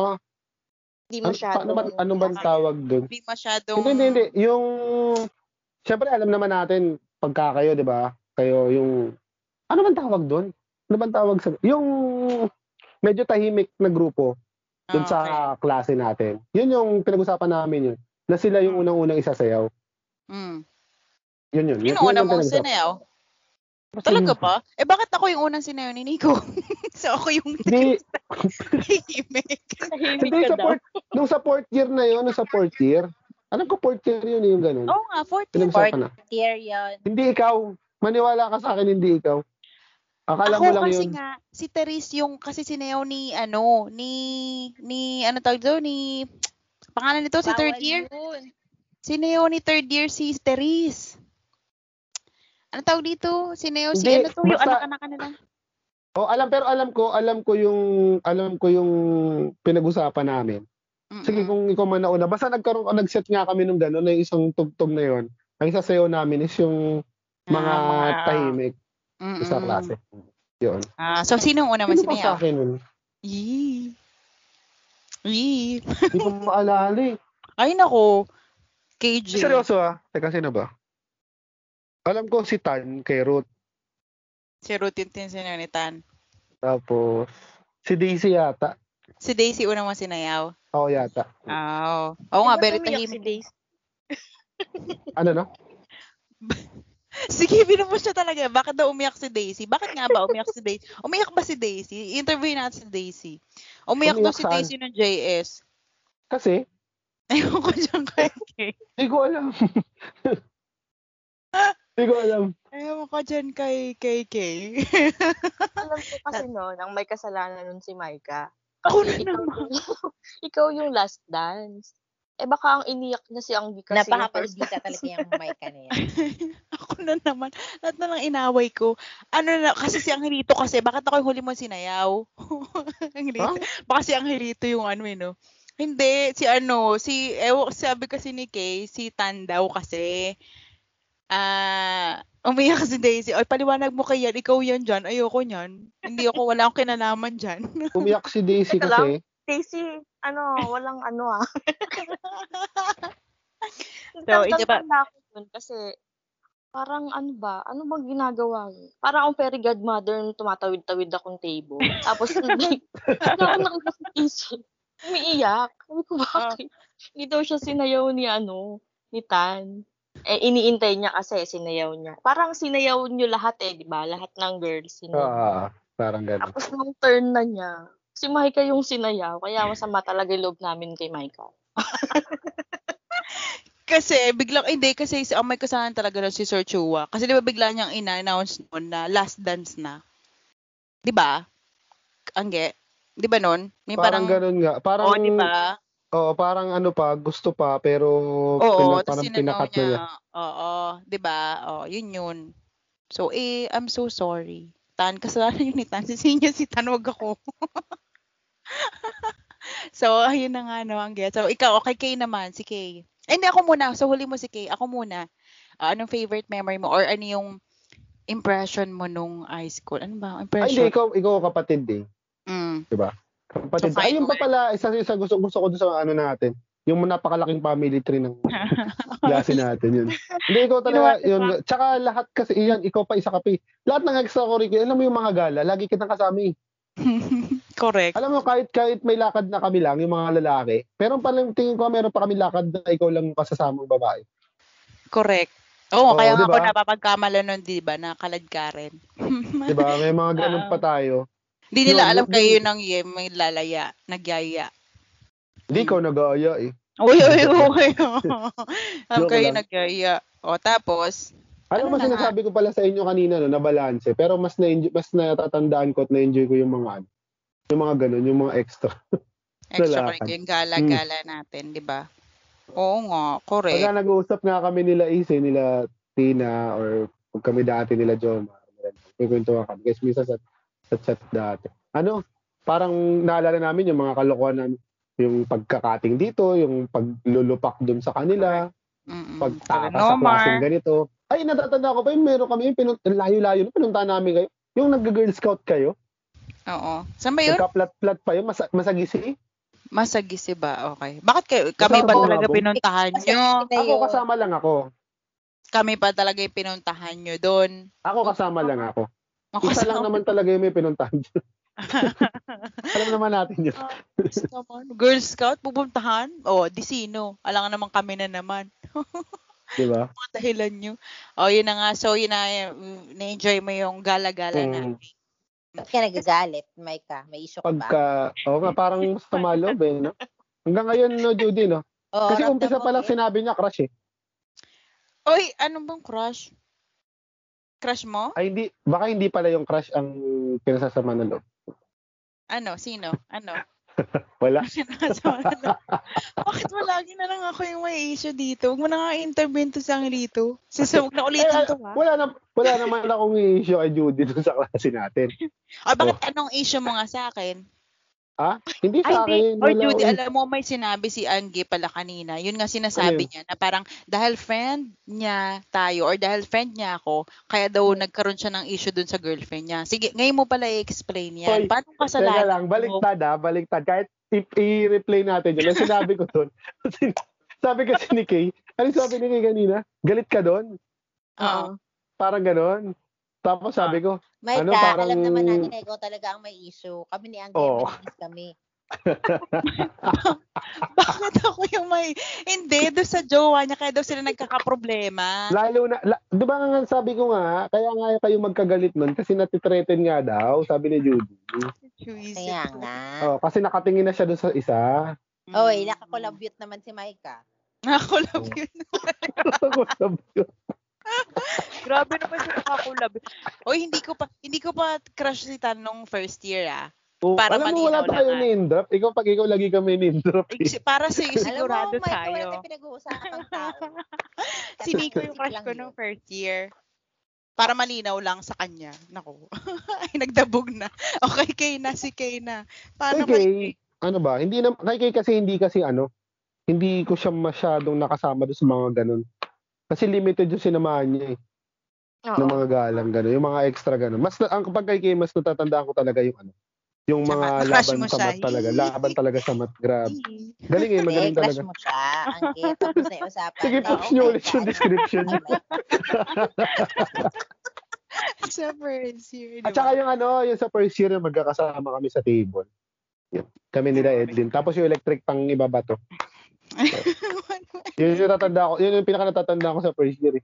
Hindi ano, masyado. paano ba, ano ba ang tawag dun? Hindi masyadong... Hindi, hindi, hindi. Yung, syempre alam naman natin, pagka kayo, di ba? Kayo yung, ano bang tawag dun? Ano bang tawag sa, yung medyo tahimik na grupo dun sa Ah, Okay. klase natin. Yun yung pinag-usapan namin yun. Na sila yung unang-unang isasayaw. Mm. Yun yun. Hmm. Yun Yun, ang yun una ang mong pinag-usapan. sinayaw? Talaga ba? Eh, bakit ako yung unang sinayaw ni Nico? so, ako yung Hindi, tahimik. Tahimik hindi ka sa daw. fourth, nung sa fourth year na yun, nung sa fourth year, alam ko fourth year yun yung ganun. Oo nga, 14. Pinag-usapan na. Tier yun. Hindi ikaw. Maniwala ka sa akin, hindi ikaw. Akala ako mo lang kasi yun. nga, si Therese yung, kasi sinayaw ni, ano, ni, ni, ano tawag doon, ni, pangalan nito, Oh, si third Bawal year? yun. Sinayaw ni third year si Therese. Ano tawag dito? Sinayaw si, Hindi, ano to, yung basta- anak-anak nila. O Oh, alam pero alam ko, alam ko yung alam ko yung pinag-usapan namin. Mm-mm. Sige kung ikaw man nauna. Basta nagkaroon nag-set nga kami nung gano'n na yung isang tugtog na yun. Ang isasayaw namin is yung mga Ah, mga- tahimik Mm-mm. sa klase. Yun. Ah, so, sino yung una mo Sino pa sa sinayaw? akin nun? Yee. Yee. Hindi ko maalala eh. Ay, nako. KJ. Seryoso ah. Teka, sino ba? Alam ko si Tan kay Ruth. Si Ruth yung tinsin ni Tan. Tapos, si Daisy yata. Si Daisy unang mas sinayaw. Oo, yata. Oo. Oo nga, Diba very tumiyak tahimik. Si Daisy. Ano na? Sige, binamos siya talaga. Bakit daw umiyak si Daisy? Bakit nga ba umiyak si Daisy? Umiyak ba si Daisy? Interview natin si Daisy. Umiyak, daw Umiyak si saan? Daisy ng JS. Kasi, Ayoko ko dyan kay Kay. di ko alam. di ko alam. Ayoko ko dyan kay KK. Alam ko kasi noon, ang may kasalanan nun si Maika. Ako na Ikaw Ano naman. yung- Ikaw yung last dance. Eh baka ang iniyak niya si Anggi kasi yung first Napakapagbita talaga yung Micah na yan. Ako na naman. Lahat na lang inaway ko. Ano na, kasi si Angelito kasi, bakit ako yung huli mo sinayaw? Angelito. Baka si Angelito yung ano eh, no? Hindi, si ano, si, ewan, ko, sabi kasi ni Kay, si Tan daw kasi. Ah, umiyak si Daisy. Oy, paliwanag mo kay yan. Ikaw yan dyan. Ayoko niyan. Hindi ako, wala akong kinalaman dyan. Umiyak si Daisy Teka kasi. Daisy, ano, walang ano ah. So, Tandang ito ba- tanda ako dun kasi parang ano ba, ano bang ginagawa niyo? Parang ang fairy godmother nung tumatawid-tawid akong table. Tapos, like, hindi ako nakita si Daisy. Umiiyak. Sabi ko, Ah. bakit? Hindi daw siya sinayaw ni ano, ni Tan. Eh, iniintay niya kasi, sinayaw niya. Parang sinayaw niyo lahat eh, di ba? Lahat ng girls. Sinayaw. Ah, parang ganun. Tapos nung turn na niya, si Micah yung sinayaw. Mm. Kaya masama talaga yung loob namin kay Micah. Kasi biglang hindi kasi si ang may kasalanan talaga daw si Sir Chua. Kasi 'di ba bigla niyang ina-announce noon na last dance na. 'Di ba? Angge. 'Di ba noon? May parang, Parang, ganun nga. Parang, oh, 'di ba? oo, parang ano pa, gusto pa, pero Oo, pina- tapos parang sinanaw pinakat na niya. niya. Oo, 'di ba? Oh, yun yun. So, eh, I'm so sorry. Tan, kasalanan yun ni Tan. Sisihin niya si Tan, wag ako. so, ayun na nga, no, ang get. So, ikaw, okay, Kay naman, si Kay. Eh, hindi, ako muna. So, huli mo si Kay. Ako muna. Ah, anong favorite memory mo? Or ano yung impression mo nung high school? Ano ba? Ay, hindi, Impression? ikaw, ikaw kapatid eh. Mm. Kapatid. So, kahit- Ayun pa pala, isa sa gusto, gusto ko dun sa ano natin. Yung napakalaking family tree ng klase natin yun. Hindi, ikaw talaga, Inuwasan yun. Tsaka lahat kasi, yan, ikaw pa isa ka pa eh. Lahat ng extracurricular, alam mo yung mga gala, lagi kitang kasama eh. Correct. Alam mo, kahit, kahit may lakad na kami lang, yung mga lalaki, meron pa lang, tingin ko, meron pa kami lakad na ikaw lang yung kasasamang babae. Correct. Oo, Oo, kaya nga di ako ba? napapagkamala nun, di ba, na kaladkaren. Di ba? Diba? May mga ganun Oo. pa tayo. Hindi nila Yun, alam yun kayo din. yun ang yun, may lalaya, nagyaya. Hindi ikaw nag-aaya eh. Uy, uy, uy. alam Joke kayo lang. nagyaya. O, tapos, Ano Alam mo, na nga? sinasabi ko pala sa inyo kanina, no, na balance. eh. Pero mas na mas natatandaan ko at na-enjoy ko yung mga ano. Yung mga ganun, yung mga extra. extra Lalakad. curriculum, yung gala-gala natin, di ba? Oo nga, correct. Pagka nag-uusap nga kami nila Ise, nila Tina, or pag kami dati nila Joma, may kwento kami. Kasi minsan sa, sa chat dati. Ano, parang naalala namin yung mga kalokohan namin. Yung pagkakating dito, yung paglulupak dun sa kanila. Mm-mm. pagtaka No sa klaseng more. ganito. Ay, natatanda ko pa yun, meron kami, yung pinun- layo-layo na pinunta namin kayo. Yung nag-girl scout kayo, Oo. Saan ba yun? nagka-plat-plat pa yun, mas- masagisi. Masagisi ba? Okay. Bakit kayo, kami Masarap ba ang talaga labong. pinuntahan nyo? Kayo, Ako kasama lang ako. Kami ba talaga yung pinuntahan nyo doon? Ako kasama lang ako. Ako Isa lang sa- naman talaga yung may pinuntahan dyan. Alam naman natin yun. naman. Girl Scout, pupuntahan? O, di sino? Alam nga naman kami na naman. Di ba? mga dahilan nyo. O, yun na nga. So, yun na, mm, na-enjoy mo yung gala-gala Mm. namin. Ba't ka nagagalit, Micah? May issue ka ba? Pagka, oo nga, parang mas tumalob eh, no? Hanggang ngayon, no, Judy, no? Oo, Kasi ramdam umpisa mo pa lang eh. sinabi niya, crush eh. Oy, ano bang crush? Crush mo? Ay, hindi, baka hindi pala yung crush ang pinasasama ng loob. Ano? Sino? Ano? Wala. Bakit mo lagi na lang ako yung may issue dito? Huwag mo na nga intervene to sa lito. Sisa, huwag na ulitin to ha. Wala na wala naman akong issue kay Judy dun sa klase natin. O, Ah, bakit anong issue mo nga sa akin? Ha? Hindi Ay, sa hindi. akin. Or wala eh. Judy, akong- alam mo, may sinabi si Angie pala kanina. Yun nga sinasabi Ano yun? niya na parang dahil friend niya tayo or dahil friend niya ako, kaya daw Hmm. nagkaroon siya ng issue dun sa girlfriend niya. Sige, ngayon mo pala i-explain yan. Hoy, Paano Teka kasalanan lang, baliktad ha, baliktad. Kahit i- i-replay natin yun. Ang sinabi ko dun, sabi kasi ni Kay, ano yung sabi ni Kay kanina? Galit ka dun? Oo. Oo. Parang ganon. Tapos Ah. sabi ko, Maika, Ano, parang- alam naman natin na ikaw talaga ang may issue. Kami ni Angge, Oo. malinis kami. Bakit ako yung may... Hindi, doon sa jowa niya, kaya daw sila nagkakaproblema. lalo na, la, di ba nga sabi ko nga, kaya nga kayo magkagalit nun kasi natitreaten nga daw, sabi ni Judy. Chuisip Kaya ko. nga. Oh, kasi nakatingin na siya doon sa isa. Mm. Oh, eh, nakakolabute naman si Maika. Nakakulab yun. Grabe naman siya nakakulab. Oy, hindi ko pa, hindi ko pa crush si Tan nung first year ah. Oh, Para alam mo, malinaw wala pa kayo lang, ah. name drop. Ikaw, pag ikaw, lagi kami name drop. eh. Ik- Para si, Alam mo, sigurado Maika, wala tayo. tayong pinag-uusapan ng tao. Si Nico yung Isip crush lang ko yun. nung first year. Para malinaw lang sa kanya. Nako. Ay, nagdabog na. Okay, kay na, si kay na. Paano Kay Kay, kay- ano ba, hindi na, kay Kay kasi hindi kasi ano, hindi ko siya masyadong nakasama doon sa mga ganun. Kasi limited yung sinamahan niya eh, ng mga galang ganun, yung mga extra ganun. Mas, na- ang kapag kay Kay, mas natatandaan ko talaga yung ano, yung mga Samat. Crush laban mo sa siya. mat talaga. Laban talaga sa mat. Grabe. Galing eh, Eh, magaling crush talaga. mo siya. Angge, tapos na yung usapan. Sige, Oo, post nyo ulit Maika, yung ano? description. sa first year. At di ba? saka yung ano, yung sa first year na magkakasama kami sa table. Yun. Kami nila Edlin. Tapos yung electric pang ibabato. Yun yung natatanda ko. Yun yung pinaka natatanda ko sa first year. Eh.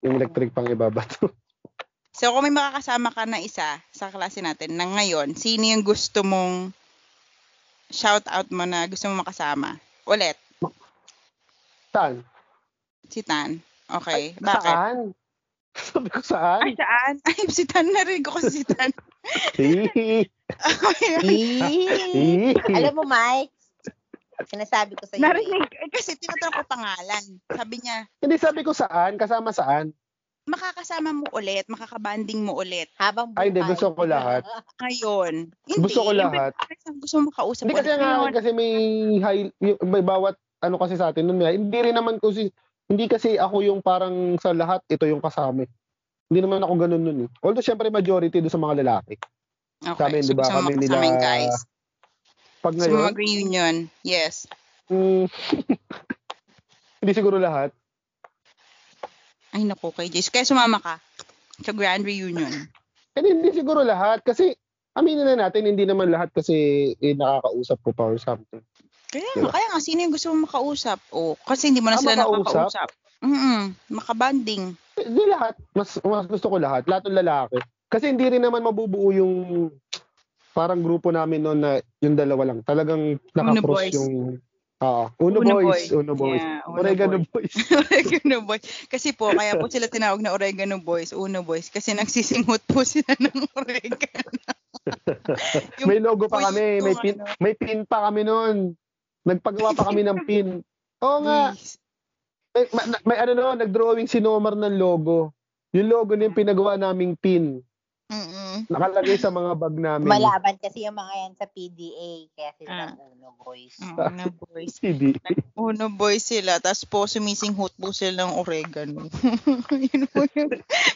Yung electric pang ibabato. so, kung may makakasama ka na isa sa klase natin na ngayon, sino yung gusto mong shout out mo na gusto mong makasama? Ulit, Saan? si Tan. Okay, bakit? Saan? Sabi ko saan? Ay, saan? Ay, si Tan na rin ko kasi si Tan. Hihi. Eh, Hihi. Alam mo, Mike, sinasabi ko sa iyo. Narinig. Eh, kasi tinatanong ko pangalan. Sabi niya, Hindi sabi ko saan, kasama saan. makakasama mo ulit, makakabanding mo ulit. Habang Ay, hindi, buhay. gusto ko lahat. Ngayon. Hindi. Gusto ko yung lahat. pinag- Gusto mo kausap. Hindi kasi ulit. nga Ngayon. kasi may high, yung- may bawat ano kasi sa atin nun, may- hindi rin naman ko si hindi kasi ako yung parang sa lahat ito yung kasama. eh. Hindi naman ako ganun nun eh. Although syempre majority do sa mga lalaki. Okay. Sa amin, so di ba, gusto mo kami makasama nila- yung guys. Pag Gusto mo ngayon, mag-reunion. Yes. mm, hindi siguro lahat. Ay, naku, kay Jace. Kaya sumama ka sa grand reunion. Hindi, hindi siguro lahat kasi aminin na natin hindi naman lahat kasi eh, nakakausap ko pa or something. Kaya Diba? nga, kaya nga, sino yung gusto mo makausap? O, kasi hindi mo na Ah, sila makausap? nakakausap. Mm-mm, makabanding. Hindi lahat. Mas, mas gusto ko lahat. Lahat ng lalaki. Kasi hindi rin naman mabubuo yung parang grupo namin noon na yung dalawa lang. Talagang nakakross boys. yung... Oo. Uno, Uno boys. boys. Uno boys. Yeah, Uno Oregano Boys. boys. Oregano Boys. Kasi po, kaya po sila tinawag na Oregano Boys, Uno Boys, kasi nagsisingot po sila ng Oregano. Yung May logo boys pa kami. May yung pin, ano. may pin pa kami noon. Nagpagawa pa kami ng pin. Oo nga. Yes. May, ma- na- may ano noon, nagdrawing si Nomar ng logo. Yung logo na yung pinagawa naming pin. Mm-mm. Nakalagay sa mga bag namin. Malaban kasi yung mga yan sa PDA. Kaya Ah. sila uno, boys. Uno Boys. Hindi. Uno Boys sila, tapos po sumisinghot po sila ng Oregano. Yun po yung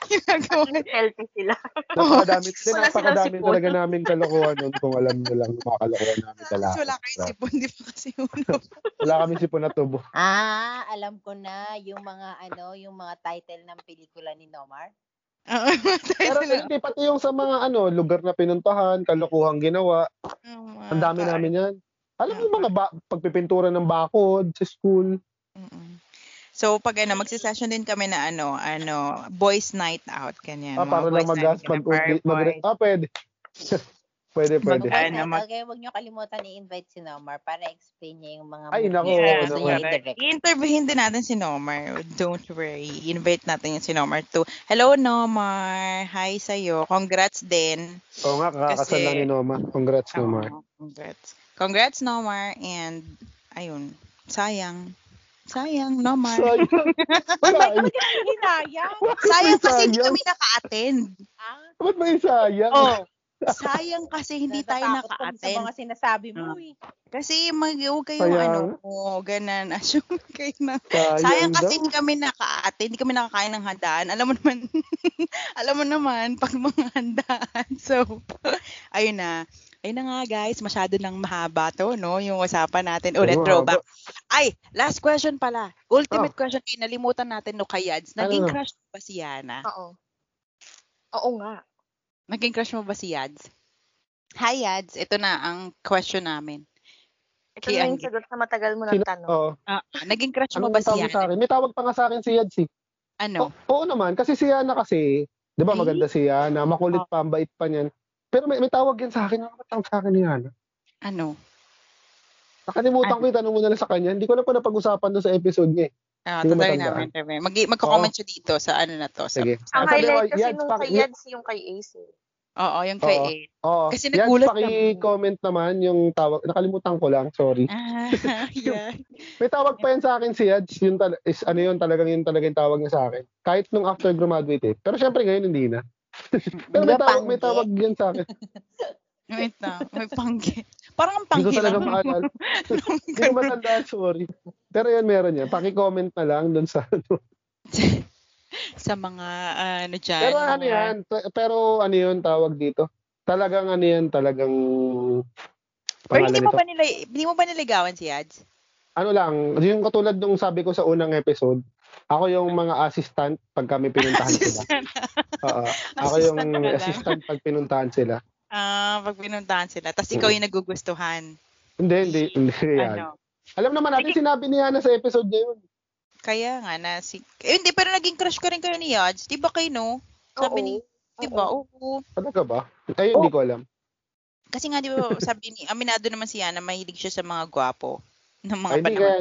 ginagawa. Healthy sila. Napakadami, Wala din, silang napakadami sipon. talaga namin kalokohan nun kung alam nyo lang yung mga kalokohan namin Tapos talaga. wala kayo sipon, di ba kasi Uno Wala kami sipon na tubo. Ah, alam ko na yung mga ano, yung mga title ng pelikula ni Nomar. Oo, matay Pero sila. hindi, pati yung sa mga ano, lugar na pinuntahan, kalokohan ginawa, Tama. ang dami namin yan. Alam mo yung mga ba- pagpipintura ng bakod sa school, Mm-mm. So, pag ano, magsisession din kami na ano, ano, boys night out, ganyan. ah, mga para lang boys night mag-gas, out, mag ganyan, mag parboy. ah, pwede. pwede, pwede. Mag- Okay, Ano, na, mag- okay, huwag niyo kalimutan i-invite si Nomar para explain niya yung mga Ay, movies nako, na Yeah, gusto nako. niya correct. i-direct. I-interviewin din natin si Nomar. Don't worry. Invite natin yung si Nomar to. Hello, Nomar. Hi sa'yo. Congrats din. Oo nga, kakakasal Kasi- lang ni Noma. Congrats, Noma. Oo, Oh, congrats. Congrats, Nomar. And, ayun. Sayang. Sayang, Nomar. Sayang. Sayang. Hinayang! Sayang kasi hindi sayang. kami naka-attend. Ah, Ba't may sayang? Oh. Sayang kasi hindi tayo Natatakot kami Sa naka-attend. mga sinasabi mo eh. Kasi mag huwag kayong Sayang. ano, oh, ganan, assume kayo na. sayang, Sayang daw. kasi hindi kami nakaate, hindi kami nakakain ng handaan. Alam mo naman, alam mo naman, pag mga handaan. So, ayun na. Ayun na nga guys, masyado nang mahaba to, no? Yung usapan natin. Ulit, Oo, throwback. Ay, last question pala. Ultimate Ah. question, eh, nalimutan natin no kay Yads. Naging Ano na? crush ba si Yana? Oo. Oo nga. Naging crush mo ba si Yads? Hi, Yads. Ito na ang question namin. Ito Kay na yung Angge. sagot na matagal mo ng Sino, tanong. oh, Ah, naging crush mo ano ba ba si tawag sa Yads? akin? May tawag pa nga sa akin si Yad si. Ano? oo naman, kasi si Yana kasi, di ba Ay. Hmm? maganda si Yana, makulit Oh. pa, ang bait pa niyan. Pero may, may tawag yan sa akin, ano ba tawag sa akin ni Yana? Ano? Ah. Nakalimutan Ano? ko yung tanong mo na lang sa kanya, hindi ko na po napag-usapan doon sa episode niya eh. Ah, Hindi ko tutuloy namin. matandaan. tutuloy. Mag magko-comment siya dito sa ano na to. Sa, Sige. Ah, Ang Sabi ko, highlight kasi Yads, nung paki- kay Yads yung kay Ace. eh. oo, yung kay Oo. A. Oo. Kasi Yan, nagulat oh, paki-comment naman yung tawag. Nakalimutan ko lang, sorry. Ah, yeah. May tawag pa yan sa akin si Yads. Yun tal- is, ano yun, talagang yun talagang yung tawag niya sa akin. Kahit nung after graduate eh. Pero syempre ngayon hindi na. Pero Di may ba, tawag, may pangge? tawag yan sa akin. Wait na. May panggi. Parang ang Hindi ko panggi talaga lang. maalala. Nung Hindi ko matandaan, sorry. Pero yun, meron yan. Paki-comment na lang dun sa ano. sa mga ah, ano dyan. Pero ano mga- yan, pe- pero ano yun tawag dito. Talagang ano yan, talagang Pero hindi pangalan mo nito. ba nila hindi mo ba niligawan si Yads? ano lang, yung katulad nung sabi ko sa unang episode, ako yung mga assistant pag kami pinuntahan sila. Oo. Ako yung Assistant ka lang. assistant pag pinuntahan sila. Ah, pag pinuntahan sila, tapos ikaw yung nagugustuhan. Hindi, hindi, hindi yan. Ano? Alam naman natin, sinabi ni Hannah sa episode niya yun. Kaya nga na si eh, hindi pero naging crush ko rin kayo ni Yads, 'di ba kayo no? Sabi Oo. ni 'di ba? Oo. Talaga ba? Ay, Oh. hindi ko alam. Kasi nga 'di ba sabi ni aminado naman si Yana mahilig siya sa mga gwapo ng mga Ay, hindi panahon. kaya.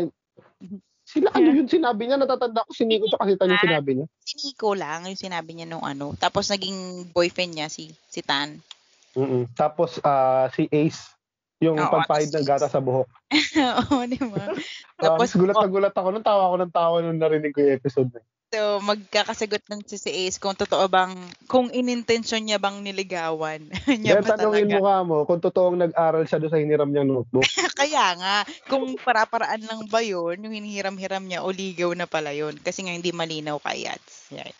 Sila, ano yun sinabi niya? Natatanda ko, si Nico tsaka si Ah. Tan yung sinabi niya. Si Nico lang yung sinabi niya nung ano. Tapos naging boyfriend niya si si Tan. mm Tapos, ah, si Ace, yung Oo, pagpahid si ng gata sa buhok. Oo, 'di ba? Tapos Tapos, oh. gulat na gulat ako. Nung tawa ko ng tawa nung narinig ko yung episode na yun. So, magkakasagot ng si si Ace kung totoo bang, kung inintensyon niya bang niligawan niya Yan, ba tanongin talaga. mo ka mo kung totoong nag-aral siya doon sa hiniram niyang notebook. Kaya nga, kung para-paraan lang ba yun, yung hinihiram-hiram niya o ligaw na pala yun. Kasi nga hindi malinaw kay Yats. Yan.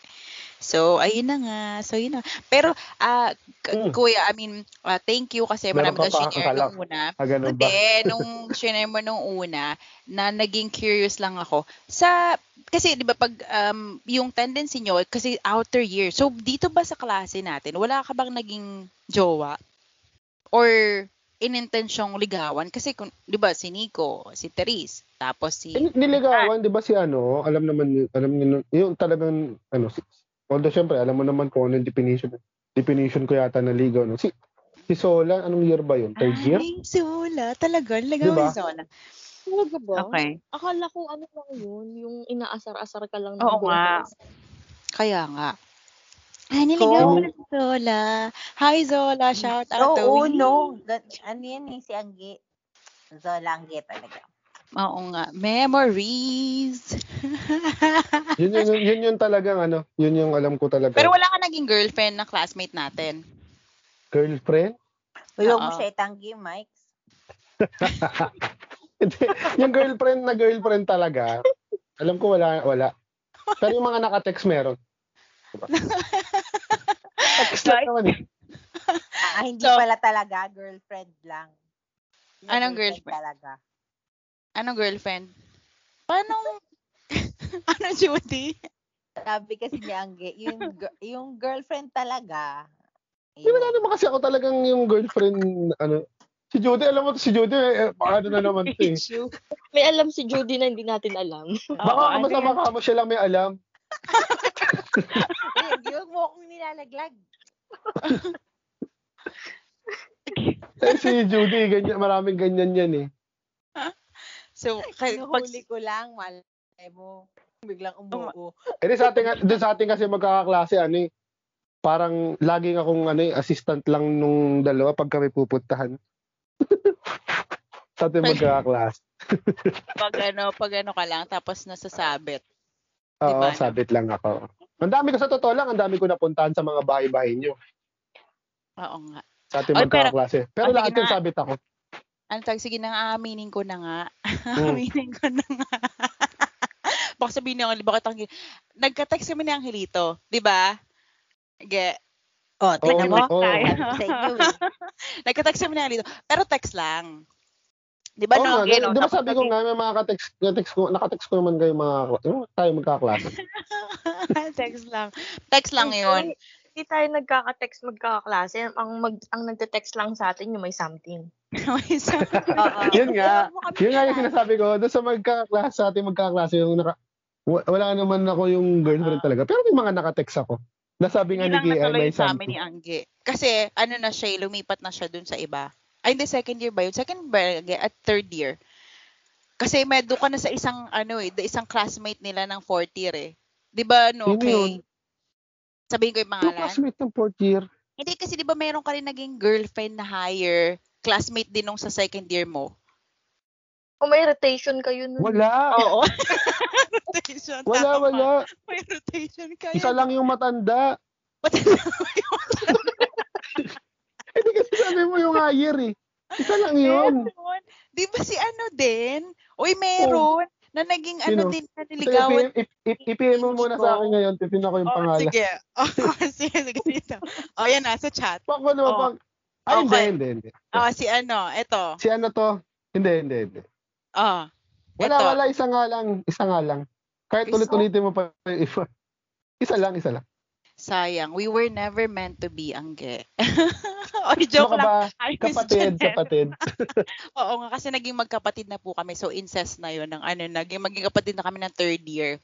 So, ayun na nga. So, yun na. Pero, ah, k- Mm. kuya, I mean, ah, thank you kasi marami Meron ka pa kang shinare akala. nung una. Ah, ganun ba? Hindi, Eh, nung sinare mo nung una, na naging curious lang ako. Sa, kasi di ba pag um, yung tendency nyo, kasi outer year. So, dito ba sa klase natin, wala ka bang naging jowa? Or inintensyong ligawan? Kasi, kung, di ba, si Nico, si Therese, tapos si... Eh, Ah. Niligawan, di ba si ano, alam naman, alam niyo, nun- yung talagang, ano, si, although syempre, alam mo naman kung ano yung definition, definition ko yata na ligaw. No? Si, si Sola, anong year ba yun? Third year? Ay, si Ola. Talaga, ligawan Di ba? si Ola. Talaga ba? Okay. Akala ko ano lang yun, yung inaasar-asar ka lang. ng Oo buong nga. class. Kaya nga. Ay, niligaw Ikaw? ko na si Zola. Hi, Zola. Shout out to Oo, you. no. Gan- Ano yan eh, si Angge. Zola Angge talaga. Oo nga. Memories. Yun, yun, yun, yun, yung talagang, ano, yun yung alam ko talaga. Pero wala ka naging girlfriend na classmate natin. Girlfriend? Uy, huwag mo Oo. siya itanggi, Mike. Hindi, yung girlfriend na girlfriend talaga, alam ko wala, wala. Pero yung mga naka-text meron. Diba? Text lang naman eh. Ah, hindi So- pala talaga, girlfriend lang. Hindi Anong girlfriend? Talaga. Ano girlfriend? Paano? ano, Judy? Sabi kasi ni Angge, yung, gir- yung girlfriend talaga. Hindi wala yun. naman kasi ako talagang yung girlfriend, ano, si Judy, alam mo, si Judy, eh, baka ano na naman to eh. Issue. May alam si Judy na hindi natin alam. Oo, Baka ano kamusta, yan? baka mo siya lang may alam. Uy, Hindi, huwag mo akong nilalaglag. Eh, si Judy, ganyan, maraming ganyan yan eh. So, kay, pag, Hinuhuli ko lang, malay mo. Biglang umuo. Eh, di sa ating, dun sa ating kasi magkakaklase, ano eh, parang laging akong ano, eh, assistant lang nung dalawa pag kami pupuntahan. sa ating magkakaklase. pag, ano, pag ano ka lang, tapos nasasabit. Oo, Diba, ano? sabit lang ako. Ang dami ko sa totoo lang, ang dami ko napuntahan sa mga bahay-bahay nyo. Oo nga. Sa ating Oy, pero- magkakaklase. Pero oh, sige lahat yun na. sabit ako. Ano tag, sige na nga, aaminin ko na nga. Mm. aaminin ko na nga. Baka sabihin niya, bakit ang... Nagka-text kami ni Angelito, di ba? Ge, Oh, O, Oo, tingnan mo. oo. Sabi ko sa inyo, eh. nagka-text kami ni Angelito. Pero text lang. Di ba, Oo no? nga, Ge, no? ano, di ba Tapos sabi ko nga, may mga ka-text, ka-text ko, nakatext ko naman kayo mga, yung tayo magkaklase. text lang. Text lang yun. hindi tayo nagkaka-text magkakaklase. Ang, mag, ang nagte-text lang sa atin yung may something. May sabi- Oo. Yun nga. Ewan mo kami Yun nga yung lahat. sinasabi ko. Doon sa magkakaklase, sa ating magkakaklase, yung naka, wa- wala naman ako yung girlfriend talaga. Pero may mga nakatext ako. Nasabi nga Ah. Hindi ni lang Gia, natuloy may sa amin ni something. Angge. Kasi, ano na siya, eh, lumipat na siya dun sa iba. Ay, hindi, second year ba yun? Second ba yun? At third year. Kasi medo ka na sa isang, ano eh, the isang classmate nila ng fourth year eh. Di ba, no, Sino Clay? Sabihin ko yung Yung pangalan? Hmm. classmate ng fourth year. Hindi, kasi di ba meron ka rin naging girlfriend na higher classmate din nung sa second year mo? Kung may rotation kayo nun. Wala. Oo. rotation. Wala, tama. wala. May rotation kayo. Isa lang yung matanda. Hindi kasi sabi mo yung higher eh. Isa lang yun. Meron. Di ba si ano din? Uy, meron. Na naging ano Oh. Sino? din na So, niligawan. ip- ip- ip- ipm mo muna sa akin ngayon. Tipin ako yung Oh, pangalan. sige. Oh, sige, sige dito. Oh, yan na, sa chat. Pak mo naman Oh. pang... Ay, hindi, Okay. hindi, hindi. Oh, si ano, eto. Si ano to? Hindi, hindi, hindi. Oh, Wala, Eto. wala. Isa nga lang. Isa nga lang. Kahit Isa? ulit-ulitin mo pa yung iba. Isa lang, isa lang. sayang. We were never meant to be, ang ge. Oy, joke lang. ano ka ba? Ay, Miss Kapatid, Janelle. kapatid. Oo nga, kasi naging magkapatid na po kami. So, incest na yun. Ang, ano, naging, maging kapatid na kami ng third year.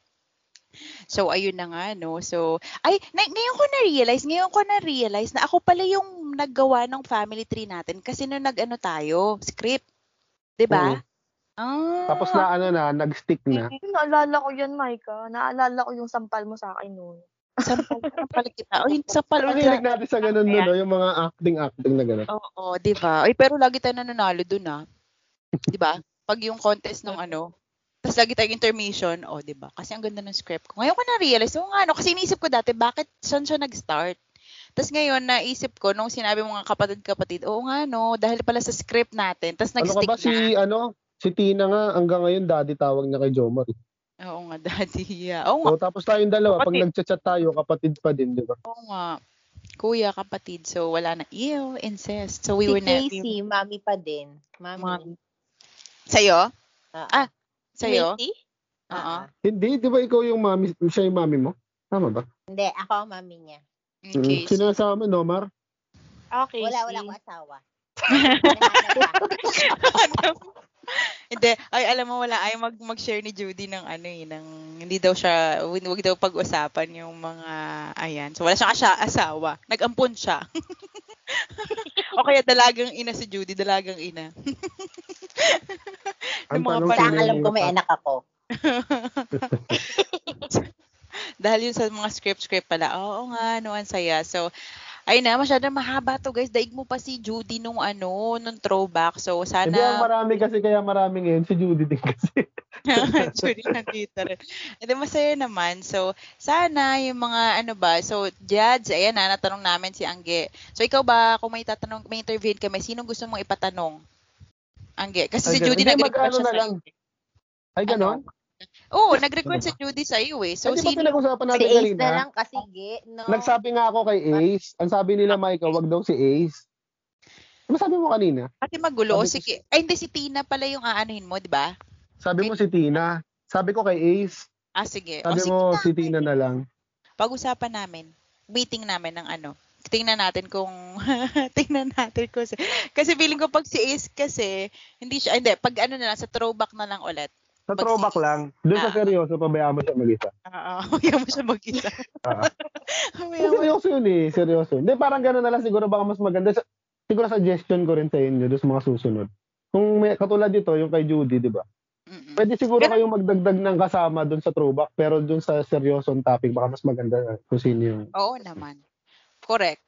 So, ayun na nga, no? So, ay, na- ngayon ko na-realize, ngayon ko na-realize na ako pala yung naggawa ng family tree natin kasi nung nag-ano tayo, script. 'Di ba? Ah, Tapos na ano na, nag-stick na. Ay, Eh, Naalala ko yan, Micah. Naalala ko yung sampal mo sa akin noon. sampal, sampal kita. Ay, sampal Ang ulit. hilig natin sa ganun nun, no? yung mga acting-acting na ganun. Ano Oo, 'di ba? Ay, pero lagi tayo nananalo dun, ah. 'Di ba? Pag yung contest ng ano, tapos lagi tayong intermission, oh, 'di ba? Kasi ang ganda ng script ko. Ngayon ko na realize, oo nga ano, kasi iniisip ko dati, bakit saan siya nag-start? Tapos ngayon naisip ko nung sinabi mo nga kapatid-kapatid, oo nga no, dahil pala sa script natin. Tapos Ano ka nag-stick ba si, na. ano, si Tina nga, hanggang ngayon, daddy tawag niya kay Jomar. eh. Oo nga, daddy. Yeah. Oo nga, O, tapos tayong dalawa, pag Kapatid. nagchat-chat tayo, kapatid pa din, di ba? oo nga. Kuya, kapatid. So, wala na. Ew, incest. So, we si were never. Casey, mami pa din. Mami. Mami. Sa'yo? Oo. Ah, Sa'yo? Macy? Oo. Oo. Hindi, di ba ikaw yung mami, siya yung mami mo? Tama ba? Hindi, ako ang mami niya. Okay. Mm. Sino kasama mo, Nomar? Okay. Wala, wala si- akong asawa. Hinahanap niya. Hindi, ay alam mo wala ay mag mag-share ni Judy ng ano eh ng hindi daw siya wag wag daw pag-usapan yung mga ayan. So wala siyang asya, asawa. Nag-ampon siya. o kaya dalagang ina si Judy, dalagang ina. Yung mga Basta ang sino yung alam ko may mga- anak ako. Dahil yun sa mga script-script pala. Oo nga, no, ang saya. So, ayun na, masyadong mahaba to guys. Daig mo pa si Judy nung ano, nung throwback. So, Hindi, ang sana marami kasi, kaya marami ngayon, si Judy din kasi. Actually, nandito rin. And then, masaya naman. So, sana yung mga ano ba, so, Jads, ayan na, natanong namin si Angge. So, ikaw ba, kung may tatanong, may interviewin kami, sinong gusto mong ipatanong? Angge. Kasi si Ay, ganun. Judy Hindi, nag-request mag-ano siya na sa lang. Ay, ganon? Oo, nag-request si Judy sa iyo eh. So, So, Ay, di ba sino? pinag-usapan Si natin Ace kanina? na lang kasi, ge, no? Nagsabi nga ako kay Ace. Ang sabi nila, Micah, wag daw si Ace. Ano sabi mo kanina? Kasi magulo. Sabi ko Sige. Ay, hindi si Tina pala yung aanuhin mo, di ba? Sabi mo si Tina. Sabi ko kay Ace. Ah, sige. O, Sabi sige mo na. Oh, si Tina na lang. pag-usapan namin, waiting namin ng ano, tingnan natin kung tingnan natin kung si- kasi feeling ko pag si Ace kasi hindi siya hindi pag ano na lang sa throwback na lang ulit. Sa Pag throwback si- lang. Doon sa Ah. seryoso, pabayaan mo siya mag-isa. Oo, huwag mo siya mag-isa. Ah. Huwag mo- Seryoso yun eh. Seryoso. Hindi, parang gano'n na lang. Siguro baka mas maganda. Sa- Siguro suggestion ko rin sa inyo doon sa mga susunod. Kung may, katulad dito, yung kay Judy, di ba? Mm-mm. Pwede siguro Pero- kayong magdagdag ng kasama doon sa throwback, pero doon sa seryosong topic, baka mas maganda na kung sino yung... Oo naman. Correct.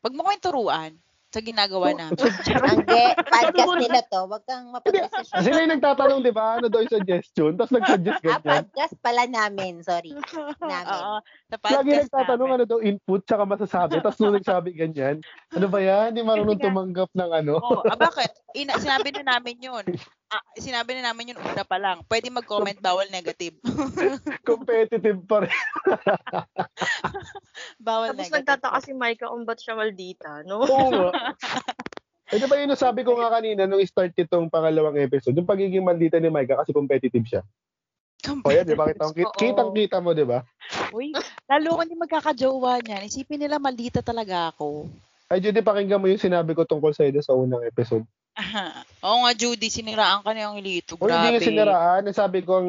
Huwag mo kayong turuan sa ginagawa namin. Ang ge, podcast nila to. Wag kang mapag-desisyon. Sila yung nagtatanong, di ba? Ano daw yung suggestion? Tapos nag-suggest Ah, ganyan. podcast pala namin. Sorry. Namin. Oo, sa Lagi podcast nagtatanong namin. ano daw input tsaka masasabi. Tapos nung nagsabi ganyan, ano ba yan? Hindi marunong Kasi nga- tumanggap ng ano. Oo, ah, bakit? Ina, sinabi na namin yun. Ah, sinabi na namin yun una pa lang. Pwede mag-comment, bawal negative. Competitive pa rin. bawal Tapos negative. nagtataka si Micah kung ba't siya maldita, no? Oo nga. Eh, di ba yun ang sabi ko nga kanina nung start itong pangalawang episode, yung pagiging maldita ni Micah kasi competitive siya. O yan, Oh, di ba? Kitang, Oo. kitang kita mo, di ba? Uy, lalo ko hindi magkakajowa niyan. Isipin nila, malita talaga ako. Ay, Judy, pakinggan mo yung sinabi ko tungkol sa'yo doon sa unang episode. Aha. Oo nga, Judy, siniraan ka na yung ilito. O, Grabe. hindi nga siniraan. Nasabi ko ang...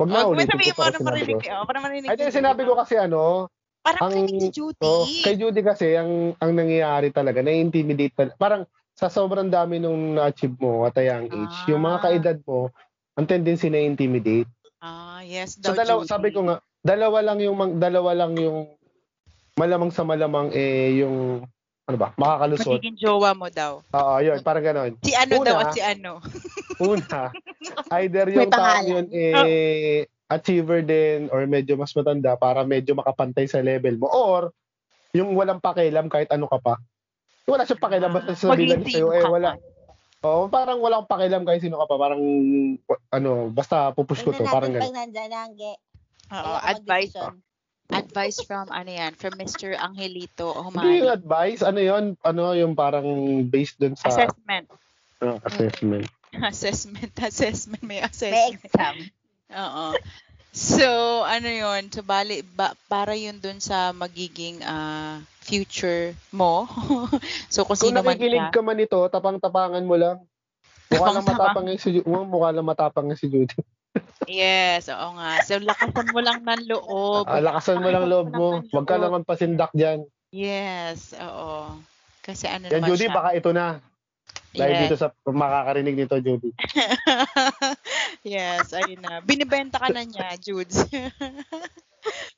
Huwag na Huwag mo ulitin sabihin mo, ko para ano sinabi marinig ko. ko. Oh, para marinig Ay, di, sinabi ko kasi ano, Parang ang- marinig ni Judy. Oo. Kay Judy kasi, ang, ang nangyayari talaga, na-intimidate talaga. Parang sa sobrang dami nung na-achieve mo at a young age, Ah. yung mga kaedad mo, ang tendency na intimidate. Ah, yes So daw, dalawa, Judy. sabi ko nga, dalawa lang yung mang- dalawa lang yung malamang sa malamang eh yung ano ba, makakalusot. Magiging jowa mo daw. Oo, yun, parang ganoon. Si ano daw Una. at si ano. Una, either May yung tao pangalan. yun eh achiever din or medyo mas matanda para medyo makapantay sa level mo or yung walang pakialam kahit ano ka pa. Wala siyang pakialam basta sabihin lang Mag-iisip sa'yo, eh, Ah, ka wala. pa. Oo, parang walang pakialam kahit sino ka pa. Parang, ano, basta pupush ko to. Tignan Parang natin ganun. pag nandyan na ang ge. Oo, Kaya ako advice. magdesisyon. Advice from, ano yan, from Mr. Angelito Hindi Humali. yung advice, ano yon ano yung parang based dun sa Assessment. Ah, assessment. Assessment, assessment, may May assessment. exam. Oo. So, ano yun, so bali, ba, para yun dun sa magiging ah, future mo. so, kung Kung sino man nakikinig siya. ka man ito, tapang-tapangan mo lang. Mukha lang matapang Tapang-tapang. yung si Ju- mo, mukha lang matapang yung si Judy. Yes, oo nga. So, lakasan mo lang ng loob. Ah, lakasan mo lang loob mo. Huwag ka naman pasindak dyan. Yes, oo. Kasi ano Yan, naman Judy, siya. baka ito na. Dahil yes. dito sa makakarinig nito, Judy. yes, ayun na. Binibenta ka na niya, Judes.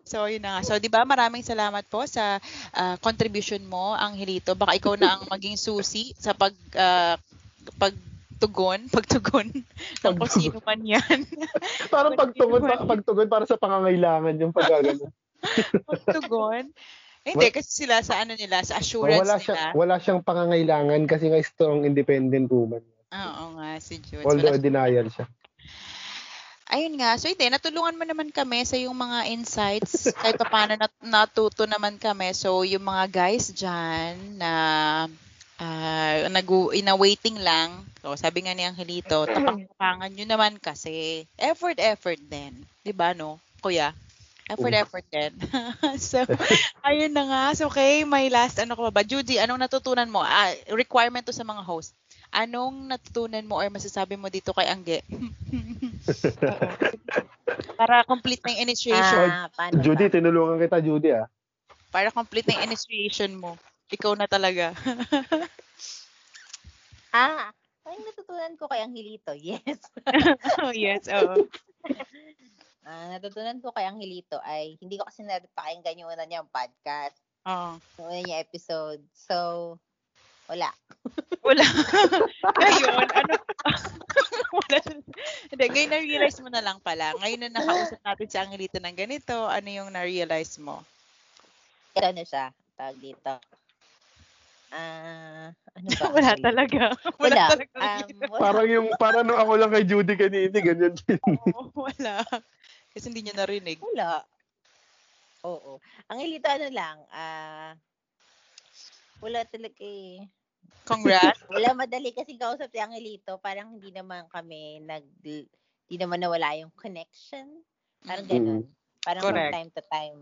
so, yun na nga. So, di ba, maraming salamat po sa ah, contribution mo, Angelito. Baka ikaw na ang maging susi sa pag, ah, pagtugon, pagtugon ng kung sino man yan. Parang pagtugon, pa, pagtugon para sa pangangailangan yung pagkagano. pagtugon. Eh, Hindi, kasi sila sa ano nila, sa assurance Wala, nila. siya, wala siyang pangangailangan kasi nga strong independent woman. Ah, Oo nga, si Jude. Although denial siya. Ayun nga. So, hindi. Natulungan mo naman kami sa yung mga insights. Kahit pa paano nat- natuto naman kami. So, yung mga guys dyan na ah, nagu in a waiting lang. So, sabi nga ni Angelito, tapang-tapangan nyo naman kasi effort, effort din. 'Di ba no? Kuya? Effort, Oo. effort din. so, ayun na nga. So, okay. May last ano ka pa ba? Judy, anong natutunan mo? Ah, requirement to sa mga host. Anong natutunan mo or masasabi mo dito kay Angge? Para complete na yung initiation. Ah, paano ba? Judy, tinulungan kita, Judy, ah. Para complete na yung initiation mo. Ikaw na talaga. Ah, ang natutunan ko kay Angelito, yes. oh, yes. Oo. Ah, natutunan ko kay Angelito ay hindi ko kasi napakinggan yung una niyang podcast, Oo. yung una niyang episode. So, wala. Wala. Ngayon, ano? Wala. Hindi, ngayon na-realize mo na lang pala. Ngayon na nakausap natin si Angelita ng ganito, ano yung na-realize mo? Kaya ano siya, tawag dito. Ah, ano ba? ang Wala Angelito? talaga. Wala, Wala. talaga. Um, wala. Parang yung, parang nung ako lang kay Judy kanina, ganyan. Oo, wala. Um, Kasi hindi niya narinig. Wala. Oo. Ang ilito ano lang, ah, wala talaga eh. Congrats. Wala madali kasi kausap si Angelito. Parang hindi naman kami nag... Hindi naman nawala yung connection. Parang Mm. ganun. Parang from Correct. time to time.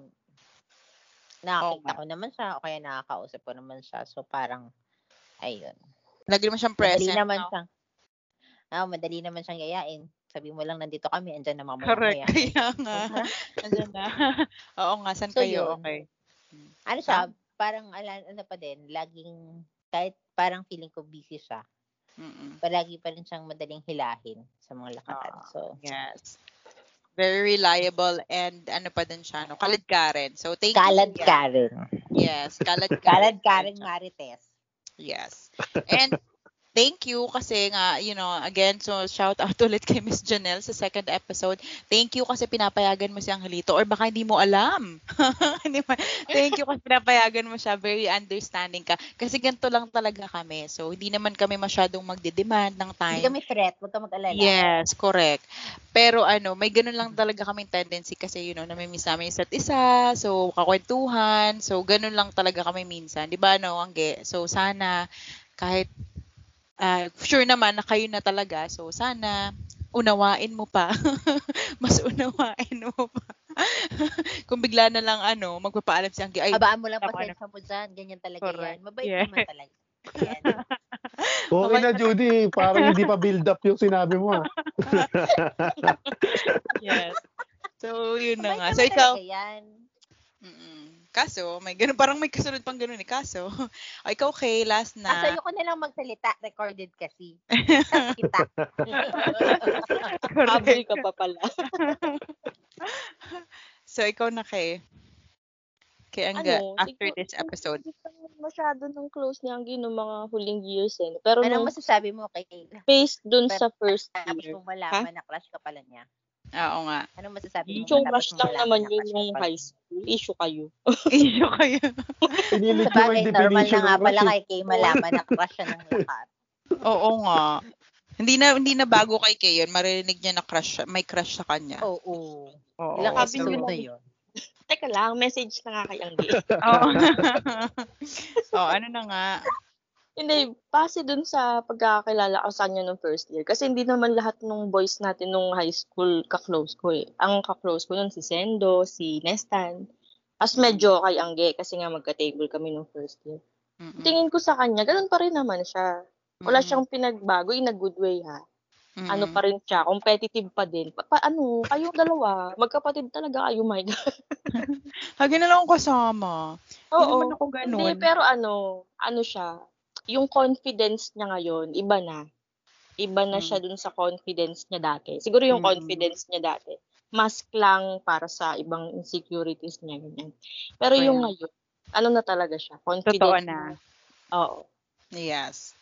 Nakakita Oo. ko naman siya o kaya nakakausap ko naman siya. So parang, ayun. Lagi mo siyang Madali present. naman no? siyang, ah, madali naman siyang yayain. Sabi mo lang, nandito kami, andyan naman Correct. mamaya. Kaya nga. Andyan na. Oo nga, saan So, kayo? yun. Okay. ano siya, parang ala, ano pa din, laging, kahit parang feeling ko busy siya, Mm-mm. palagi pa rin siyang madaling hilahin sa mga lakatan. Ah. So, Yes. Very reliable and ano pa din siya, no? Kalad Karen. So, thank kalad you. Kuya. Karen. Yes, kalad Karen. Kalad Karen Marites. Yes. And thank you kasi nga, you know, again, so shout out ulit kay Miss Janelle sa second episode. Thank you kasi pinapayagan mo si Angelito or baka hindi mo alam. Hindi mo- thank you kasi pinapayagan mo siya. Very understanding ka. Kasi ganito lang talaga kami. So, hindi naman kami masyadong magde-demand ng time. Hindi kami threat, huwag ka mag-alala. Yes, correct. Pero ano, may ganun lang talaga kaming tendency kasi you know, namimiss namin isa't isa, so kakwentuhan, so ganun lang talaga kami minsan. 'Di ba no, Angge? So sana kahit ah, sure naman na kayo na talaga, so sana unawain mo pa. Mas unawain mo pa. Kung bigla na lang ano, magpapaalam si Angge, ay, Abaan mo lang Ako pasensya mo dyan. Ganyan talaga Correct. yan. Mabait Yeah. naman talaga. Yan. Okay na, Judy. Parang hindi pa build up yung sinabi mo, ah. Yes. so yun na Mabait nga. naman So ikaw, talaga yan. mm kaso, may ganun, parang may kasunod pang ganun eh, kaso. O ikaw, Kay, last na. Actually, Ah, ayoko na lang magsalita. Recorded kasi. Kita. Habol ka pa pala. So ikaw na, Kay. Kay Angge, Ano, after siguro- this episode. Hindi pa masyado ng close niya ang nung mga huling years eh. Pero nung Anong masasabi mo kay Kayla? based dun sa first Tapos year, mong malaman na crush ka pala niya. Oo nga. Anong masasabi mo? yung matapos crush mong lang naman malaman na yun crush ka yung pala? high school. Issue kayo. Iyo kayo. Pinilit yung Sabagay, normal definition na nga ng pala crush, eh. kay Kay malaman na crush siya ng lahat. Oo nga. Hindi na hindi na bago kay Kay yun. Maririnig niya na crush, siya- may crush sa kanya. Oh. Oo. Oo. Ilang Oo, episode so- na yun? Teka lang, message na nga kay Angge. Oo. oh, ano na nga. Hindi, base dun sa pagkakakilala ko sa kanya nung first year. Kasi hindi naman lahat ng boys natin nung high school kaklose ko eh. Ang kaklose ko nun si Sendo, si Nestan. As medyo kay Angge kasi nga magka-table kami nung first year. Mm-mm. Tingin ko sa kanya, ganun pa rin naman siya. Wala Mm-mm. siyang pinagbago in a good way ha. Mm-mm. Ano pa rin siya, competitive pa din. Pa, pa- ano, kayong dalawa, magkapatid talaga kayo, my God. Lagi na lang ako kasama. Hindi Oo. naman ako ganun. Hindi, pero ano, ano siya, yung confidence niya ngayon, iba na. Iba na Mm. siya dun sa confidence niya dati. Siguro yung Mm. confidence niya dati, mask lang para sa ibang insecurities niya, ganyan. Pero Kaya- yung ngayon, ano na talaga siya, confident. Totoo na. Oo, Yes.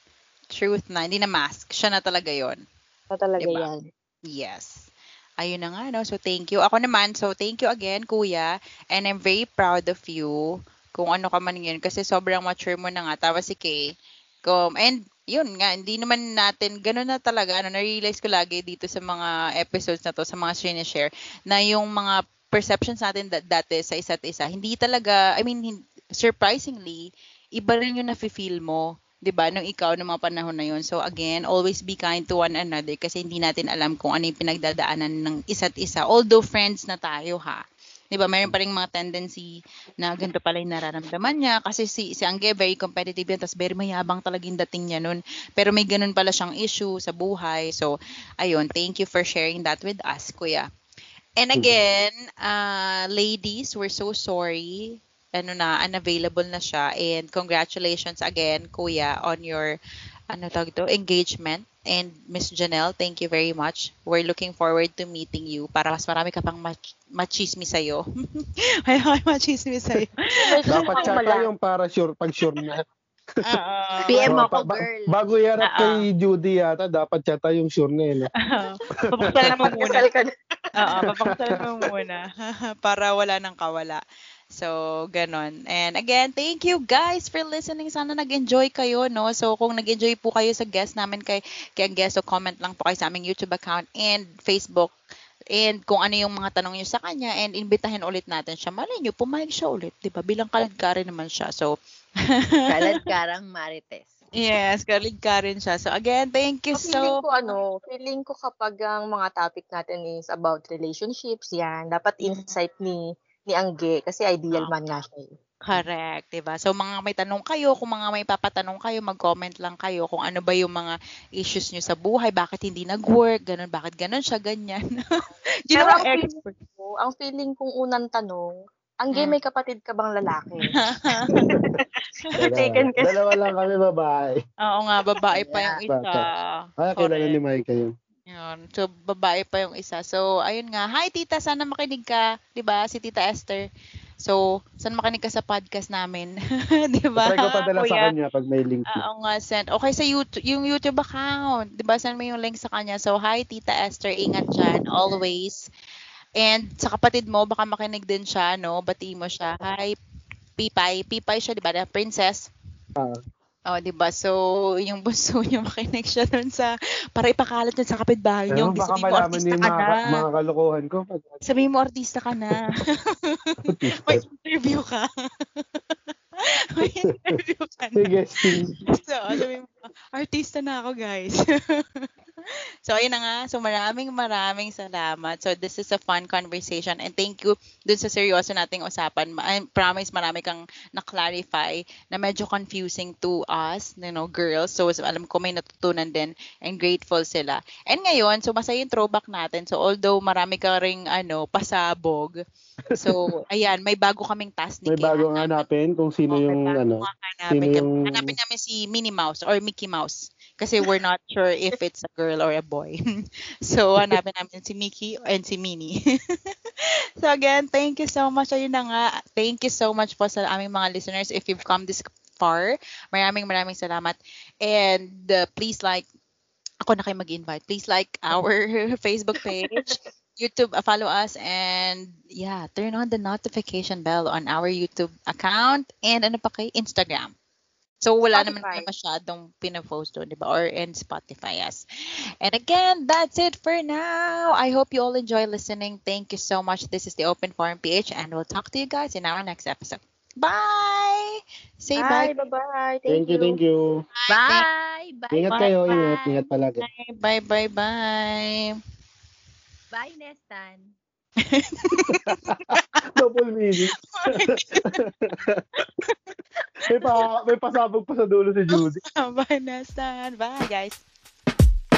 Truth na. Hindi na mask. Siya na talaga yon. na talaga Diba? yan. Yes. Ayun na nga, no? So, thank you. Ako naman, so thank you again, kuya. And I'm very proud of you kung ano ka man yun. Kasi sobrang mature mo na nga. Tapos si Kay. Kung, and yun nga, hindi naman natin, ganun na talaga. Ano, na-realize ko lagi dito sa mga episodes na to, sa mga sinishare, na yung mga perceptions natin da- dati sa isa't isa, hindi talaga, I mean, hin- surprisingly, iba rin yung nafe-feel mo. 'di ba, diba, nung ikaw nung mga panahon na 'yon. So again, always be kind to one another kasi hindi natin alam kung ano yung pinagdadaanan ng isa't isa. Although friends na tayo ha. 'Di ba? Mayroon pa rin mga tendency na ganito pala yung nararamdaman niya kasi si si Angge very competitive yan tapos very mayabang talaga yung dating niya nun. Pero may ganun pala siyang issue sa buhay. So ayun, thank you for sharing that with us, Kuya. And again, uh, ladies, we're so sorry. Ano na, unavailable na siya. And congratulations again, Kuya, on your ano tawag to, engagement. And Miss Janelle, thank you very much. We're looking forward to meeting you para mas marami ka pang mach- machismi sa'yo. May machismi sa'yo. Dapat tsaka yung para sure, pag sure na. Oo. PM Oh, ako, ba- ba- girl. bago yarap Ah, kay Judy yata, dapat tsaka yung sure na yun. ah. Papaksalan mo muna. Kasal ka na. Oo, papaksalan mo muna. para wala nang kawala. So, ganon. And again, thank you guys for listening. Sana nag-enjoy kayo, no? So, kung nag-enjoy po kayo sa guest namin kay, kay ang guest, so comment lang po kayo sa aming YouTube account and Facebook and kung ano yung mga tanong nyo sa kanya and imbitahin ulit natin siya. Malay nyo, pumayag siya ulit, di ba? Bilang kaladkari naman siya. So, Kalad karang Marites. yes, kaladkarin siya. So, again, thank you feeling so ko ano, feeling ko kapag ang mga topic natin is about relationships, yan, dapat Hmm. insight ni ni Angge kasi ideal Ah. man nga siya. eh. Mm. Correct, 'di ba? So mga may tanong kayo, kung mga may papatanong kayo, mag-comment lang kayo kung ano ba yung mga issues nyo sa buhay, bakit hindi nag-work, ganun, bakit ganun siya ganyan. you know, Pero ang ex- feeling ko, ang feeling kong unang tanong, Angge, Mm. may kapatid ka bang lalaki? Taken Dalawa, kasi. dalawa lang kami babae. Oo nga, babae pa yung isa. Bata. Ah, kilala ni Correct. Mike yun. Yun. So babae pa yung isa. So ayun nga, hi tita, sana makinig ka, 'di ba? Si Tita Esther. So, sana makinig ka sa podcast namin, 'di ba? Try ko padala sa Kuya? Ah, kanya pag may link na. Oo nga, send. Okay, sa YouTube, yung YouTube account. Diba, send mo yung link sa kanya. So, hi, Tita Esther. Ingat dyan, always. And sa kapatid mo, baka makinig din siya, no? Bati mo siya. Hi, Pipay. Pipay siya, diba? The princess. Ah. Oh, diba? So, yung bunso niya, makinig siya doon sa, para ipakalat niya sa kapitbahay niyo. Hindi Pero baka sabihin mo, malaman niyo artista yung ka mga, na. mga kalokohan ko. Pag, Sabihin mo, artista ka na. May interview ka. May interview ka na. Sige, sige. So, sabi mo, artista na ako, guys. So, ayun na nga. So, maraming maraming salamat. So, this is a fun conversation and thank you dun sa seryoso nating usapan. Ma- I promise marami kang na-clarify na medyo confusing to us, you know, girls. So, so alam ko may natutunan din and grateful sila. And ngayon, so masaya yung throwback natin. So, although marami ka ring, ano, pasabog. So, ayan, may bago kaming task ni Kay. May bagong hanapin kung sino Okay, yung bago ano. nga Hanapin, sino yung... yung- hanapin namin si Minnie Mouse or Mickey Mouse. Kasi we're not sure if it's a girl or a boy. so, hanapin namin si Mickey and si Minnie. so, again, thank you so much. Ayun na nga. Thank you so much po sa aming mga listeners if you've come this far. Maraming maraming salamat. And uh, please like, ako na kayo mag-invite. Please like our Facebook page. YouTube, uh, follow us, and yeah, turn on the notification bell on our YouTube account and ano pa kay Instagram. So wala naman Spotify. na masyadong pinapost doon, di ba? Or in Spotify, yes. And again, that's it for now. I hope you all enjoy listening. Thank you so much. This is the Open Forum PH, and we'll talk to you guys in our next episode. Bye! Say Bye, bye. bye-bye. Thank you, thank you. Bye! Bye! Ingat bye, kayo, bye. ingat, ingat palagi. Bye, bye, bye. Bye, Nestan. Double meaning. may, pa, may pasabog pa sa dulo si Judy. bye, Nastan. Bye, guys.